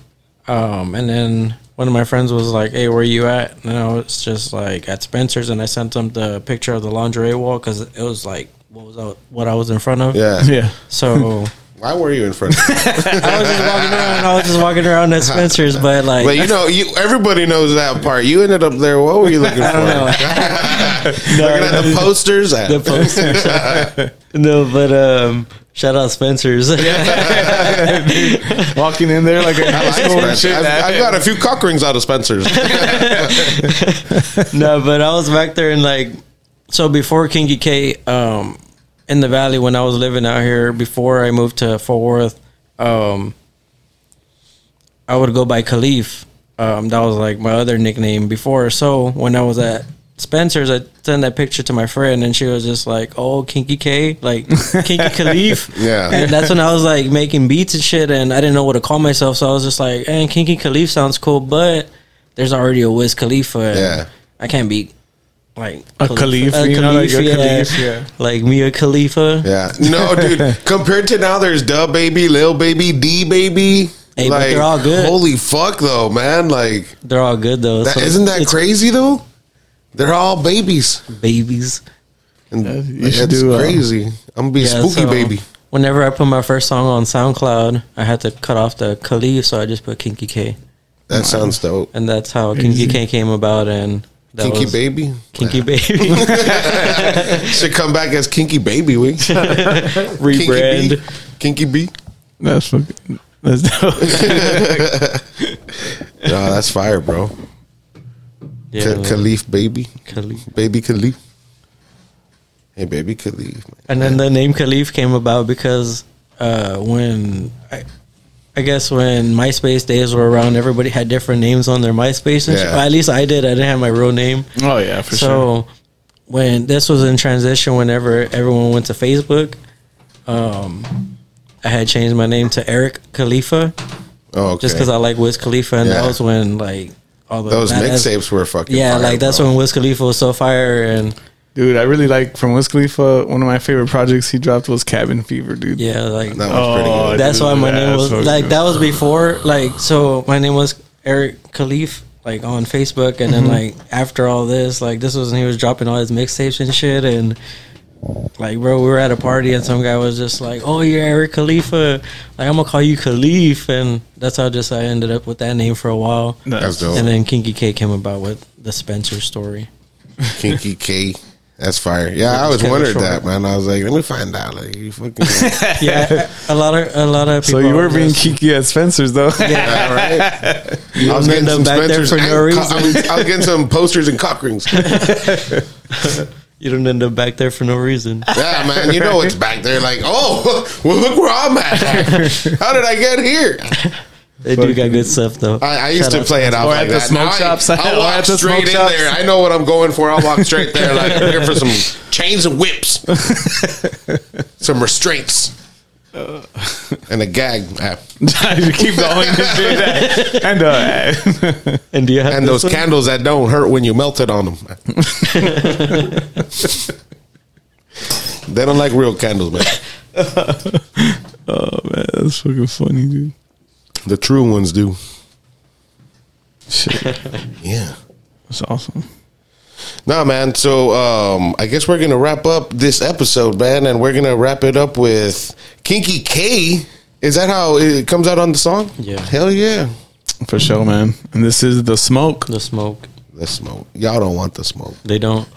[SPEAKER 3] um, and then one of my friends was like, "Hey, where you at?" And I was just like at Spencer's, and I sent them the picture of the lingerie wall because it was like what was I, what I was in front of.
[SPEAKER 2] Yeah,
[SPEAKER 1] Yeah,
[SPEAKER 3] So
[SPEAKER 2] Why were you in front of me?
[SPEAKER 3] I was just walking around. I was just walking around at Spencer's, but like,
[SPEAKER 2] But you know, you everybody knows that part. You ended up there. What were you looking for? Looking at the posters.
[SPEAKER 3] the poster. no, but um, shout out Spencer's.
[SPEAKER 1] Walking in there like a
[SPEAKER 2] I
[SPEAKER 1] high
[SPEAKER 2] like
[SPEAKER 1] school and
[SPEAKER 2] Spencer.
[SPEAKER 1] shit.
[SPEAKER 2] I've, I've got a few cock rings out of Spencer's.
[SPEAKER 3] no, but I was back there and like so before Kinky K, um, in the valley when I was living out here before I moved to Fort Worth, um, I would go by Khalif. Um, that was like my other nickname before. So when I was at Spencer's, I sent that picture to my friend, and she was just like, "Oh, Kinky K, like Kinky Khalif."
[SPEAKER 2] Yeah.
[SPEAKER 3] And that's when I was like making beats and shit, and I didn't know what to call myself, so I was just like, "And Kinky Khalif sounds cool, but there's already a Wiz Khalifa. and
[SPEAKER 2] Yeah.
[SPEAKER 3] I can't be like
[SPEAKER 1] A Khalif, you know, like a Khalif, yeah.
[SPEAKER 3] like Mia Khalifa.
[SPEAKER 2] Yeah. No, dude. Compared to now, there's Dub Baby, Lil Baby, D Baby.
[SPEAKER 3] Hey, but they're all good.
[SPEAKER 2] Holy fuck, though, man. Like,
[SPEAKER 3] They're all good though.
[SPEAKER 2] that,
[SPEAKER 3] so
[SPEAKER 2] isn't that
[SPEAKER 3] it's
[SPEAKER 2] crazy though? They're all babies.
[SPEAKER 3] Babies,
[SPEAKER 2] And
[SPEAKER 1] you should
[SPEAKER 2] that's
[SPEAKER 1] do, uh,
[SPEAKER 2] crazy. I'm gonna be a
[SPEAKER 3] Yeah,
[SPEAKER 2] spooky
[SPEAKER 3] so
[SPEAKER 2] baby.
[SPEAKER 3] Whenever I put my first song on SoundCloud, I had to cut off the Khalif, so I just put Kinky K,
[SPEAKER 2] That
[SPEAKER 3] uh,
[SPEAKER 2] sounds dope.
[SPEAKER 3] and that's how Kinky K came about. And that
[SPEAKER 2] Kinky
[SPEAKER 3] was
[SPEAKER 2] baby.
[SPEAKER 3] Kinky Baby
[SPEAKER 2] Should come back as kinky baby. We
[SPEAKER 3] rebrand.
[SPEAKER 2] Kinky B.
[SPEAKER 1] That's fucking. That's dope.
[SPEAKER 2] No, that's fire, bro.
[SPEAKER 3] Yeah,
[SPEAKER 2] K-
[SPEAKER 3] man.
[SPEAKER 2] Khalif baby.
[SPEAKER 3] Khalif.
[SPEAKER 2] Baby Khalif. Hey, baby Khalif. man.
[SPEAKER 3] And then the name Khalif came about because uh, when I, I guess when MySpace days were around, everybody had different names on their MySpace. And shit.
[SPEAKER 2] Yeah.
[SPEAKER 3] Well, at least I did. I didn't have my real name.
[SPEAKER 1] Oh yeah, for sure.
[SPEAKER 3] so when this was in transition, whenever everyone went to Facebook, um, I had changed my name to Eric Khalifa
[SPEAKER 2] Oh, okay.
[SPEAKER 3] just because I like Wiz Khalifa, and
[SPEAKER 2] Yeah.
[SPEAKER 3] that was when like all the
[SPEAKER 2] Those
[SPEAKER 3] badass-
[SPEAKER 2] mixtapes were fucking.
[SPEAKER 3] Yeah,
[SPEAKER 2] fire,
[SPEAKER 3] like that's
[SPEAKER 2] bro.
[SPEAKER 3] when Wiz Khalifa was so fire, and
[SPEAKER 1] Dude, I really like from Wiz Khalifa. One of my favorite projects he dropped was Cabin Fever, dude.
[SPEAKER 3] yeah, like
[SPEAKER 2] That was pretty
[SPEAKER 1] Oh,
[SPEAKER 2] good.
[SPEAKER 3] That's
[SPEAKER 1] dude,
[SPEAKER 3] why my name
[SPEAKER 1] that's
[SPEAKER 3] was
[SPEAKER 1] fucking
[SPEAKER 3] like
[SPEAKER 1] good.
[SPEAKER 3] that was before like so my name was Eric Khalif like on Facebook and then like after all this like this was when he was dropping all his mixtapes and shit and like bro we were at a party and some guy was just like oh you're Eric Khalifa like I'm gonna call you Khalif and that's how just I ended up with that name for a while
[SPEAKER 2] That's dope.
[SPEAKER 3] and then Kinky K came about with the Spencer story
[SPEAKER 2] Kinky K. That's fire. Yeah, I always
[SPEAKER 3] Kevin
[SPEAKER 2] wondered
[SPEAKER 3] Short.
[SPEAKER 2] that, man. I was like, let me find out. Like, you fucking.
[SPEAKER 3] yeah a lot of a lot of
[SPEAKER 1] So
[SPEAKER 3] people
[SPEAKER 1] you were
[SPEAKER 3] are
[SPEAKER 1] being
[SPEAKER 3] just-
[SPEAKER 1] kiki at Spencer's though.
[SPEAKER 2] All right. I was
[SPEAKER 3] ended
[SPEAKER 2] getting
[SPEAKER 3] up
[SPEAKER 2] some
[SPEAKER 3] back there
[SPEAKER 2] Spencer's
[SPEAKER 3] for
[SPEAKER 2] and
[SPEAKER 3] no
[SPEAKER 2] co-
[SPEAKER 3] reason.
[SPEAKER 2] I was, I was getting some posters and cock rings. Yeah,
[SPEAKER 3] you don't end up back there for no reason
[SPEAKER 2] man. You know it's back there. Like, oh, well, look where I'm at. How did I get here?
[SPEAKER 3] they do got good stuff though
[SPEAKER 2] I, I used
[SPEAKER 3] Shout
[SPEAKER 2] to
[SPEAKER 3] out
[SPEAKER 2] play it off
[SPEAKER 1] Or
[SPEAKER 2] like
[SPEAKER 1] at the
[SPEAKER 2] that.
[SPEAKER 1] smoke
[SPEAKER 2] Now I-
[SPEAKER 1] shops.
[SPEAKER 2] I'll
[SPEAKER 1] Or
[SPEAKER 2] walk
[SPEAKER 1] at the
[SPEAKER 2] straight in
[SPEAKER 1] smoke shops.
[SPEAKER 2] there. I know what I'm going for. I'll walk straight there. Like I'm here for some chains and whips, some restraints,
[SPEAKER 1] Uh.
[SPEAKER 2] and a gag. Ah.
[SPEAKER 1] you keep going and do that. And uh,
[SPEAKER 3] and do you have
[SPEAKER 2] and
[SPEAKER 3] this
[SPEAKER 2] those candles that don't hurt when you melt it on them. they don't like real candles, man.
[SPEAKER 1] oh man, that's fucking funny, dude.
[SPEAKER 2] The true ones do.
[SPEAKER 1] Shit,
[SPEAKER 2] Yeah.
[SPEAKER 1] that's awesome.
[SPEAKER 2] Nah, man. So um, I guess we're gonna wrap up this episode, man, and we're gonna wrap it up with Kinky K. Is that how it comes out on the song?
[SPEAKER 3] Yeah.
[SPEAKER 2] Hell yeah.
[SPEAKER 1] For sure, man. And this is the smoke.
[SPEAKER 3] the smoke.
[SPEAKER 2] The smoke. Y'all don't want the smoke.
[SPEAKER 3] They don't.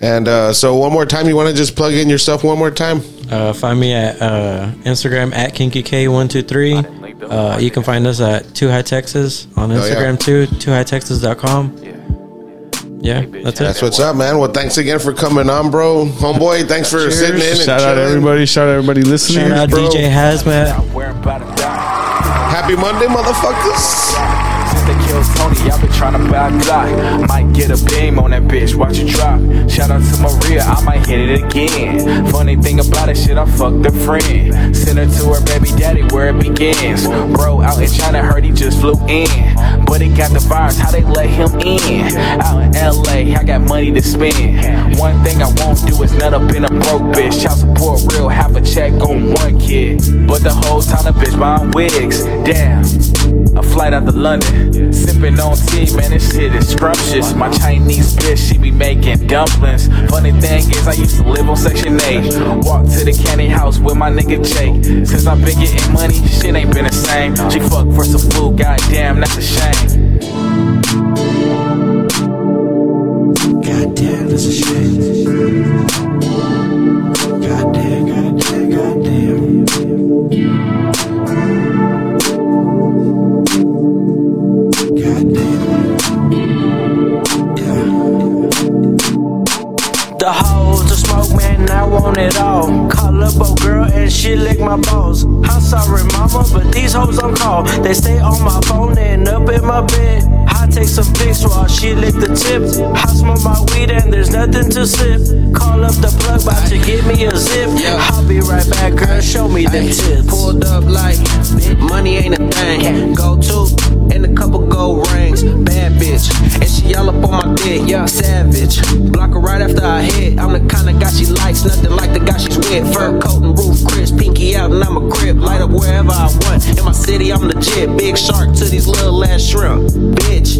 [SPEAKER 2] And uh, so one more time, you want to just plug in yourself one more time?
[SPEAKER 3] Uh, find me at uh, Instagram at KinkyK123. Uh, you can find us at Two High Texas on
[SPEAKER 2] Oh, yeah.
[SPEAKER 3] Instagram too. Two High Texas.com. Yeah, that's
[SPEAKER 2] That's
[SPEAKER 3] it.
[SPEAKER 2] what's up, man. Well, thanks again for coming on, bro. Homeboy, thanks for sitting in. And
[SPEAKER 1] Shout out
[SPEAKER 2] chilling.
[SPEAKER 1] everybody. Shout out everybody listening.
[SPEAKER 3] Shout out
[SPEAKER 2] bro.
[SPEAKER 3] DJ uh, Hazmat.
[SPEAKER 8] I'm worried about a dime.
[SPEAKER 2] Happy Monday, motherfuckers.
[SPEAKER 8] Since they killed Tony, I've been tryna buy a Glock. Might get a beam on that bitch, watch it drop. Shout out to Maria, I might hit it again. Funny thing about it, shit, I fucked a friend. Sent her to her baby daddy where it begins. Bro, out in China, heard he just flew in. But it got the virus, how they let him in? Out in LA, I got money to spend. One thing I won't do is nut up in a broke bitch. Child support real, half a check on one kid. But the whole time the bitch buying wigs. Damn. A flight out to London. sipping on tea, man, this shit is scrumptious. My Chinese bitch, she be making dumplings. Funny thing is, I used to live on Section 8. Walked to the candy house with my nigga Jake. Since I've been getting money, shit ain't been the same. She fucked for some food, goddamn, that's a shame.
[SPEAKER 9] Goddamn, that's a shame. Goddamn, goddamn, goddamn. Goddamn. Yeah.
[SPEAKER 5] The hoes, the smoke, man, I want it all. Call up a girl and she lick my balls. I'm sorry, mama, but these hoes on call. They stay on my phone and up in my bed. I take some pics while she lick the tips. I smoke my weed and there's nothing to sip. Call up the plug, bout to get me a zip. I'll be right back, girl, show me them tips.
[SPEAKER 10] pulled up like money ain't a thing. Go to and a couple gold rings. Bad bitch, and she all up on my dick. Yeah, savage. Block her right after I hit. I'm the kind of guy she likes, nothing like the guy she's with. Fur coat and roof crisp, pinky out and I'm a crib. Light up wherever I want. In my city, I'm legit. Big shark to these little ass shrimp, bitch.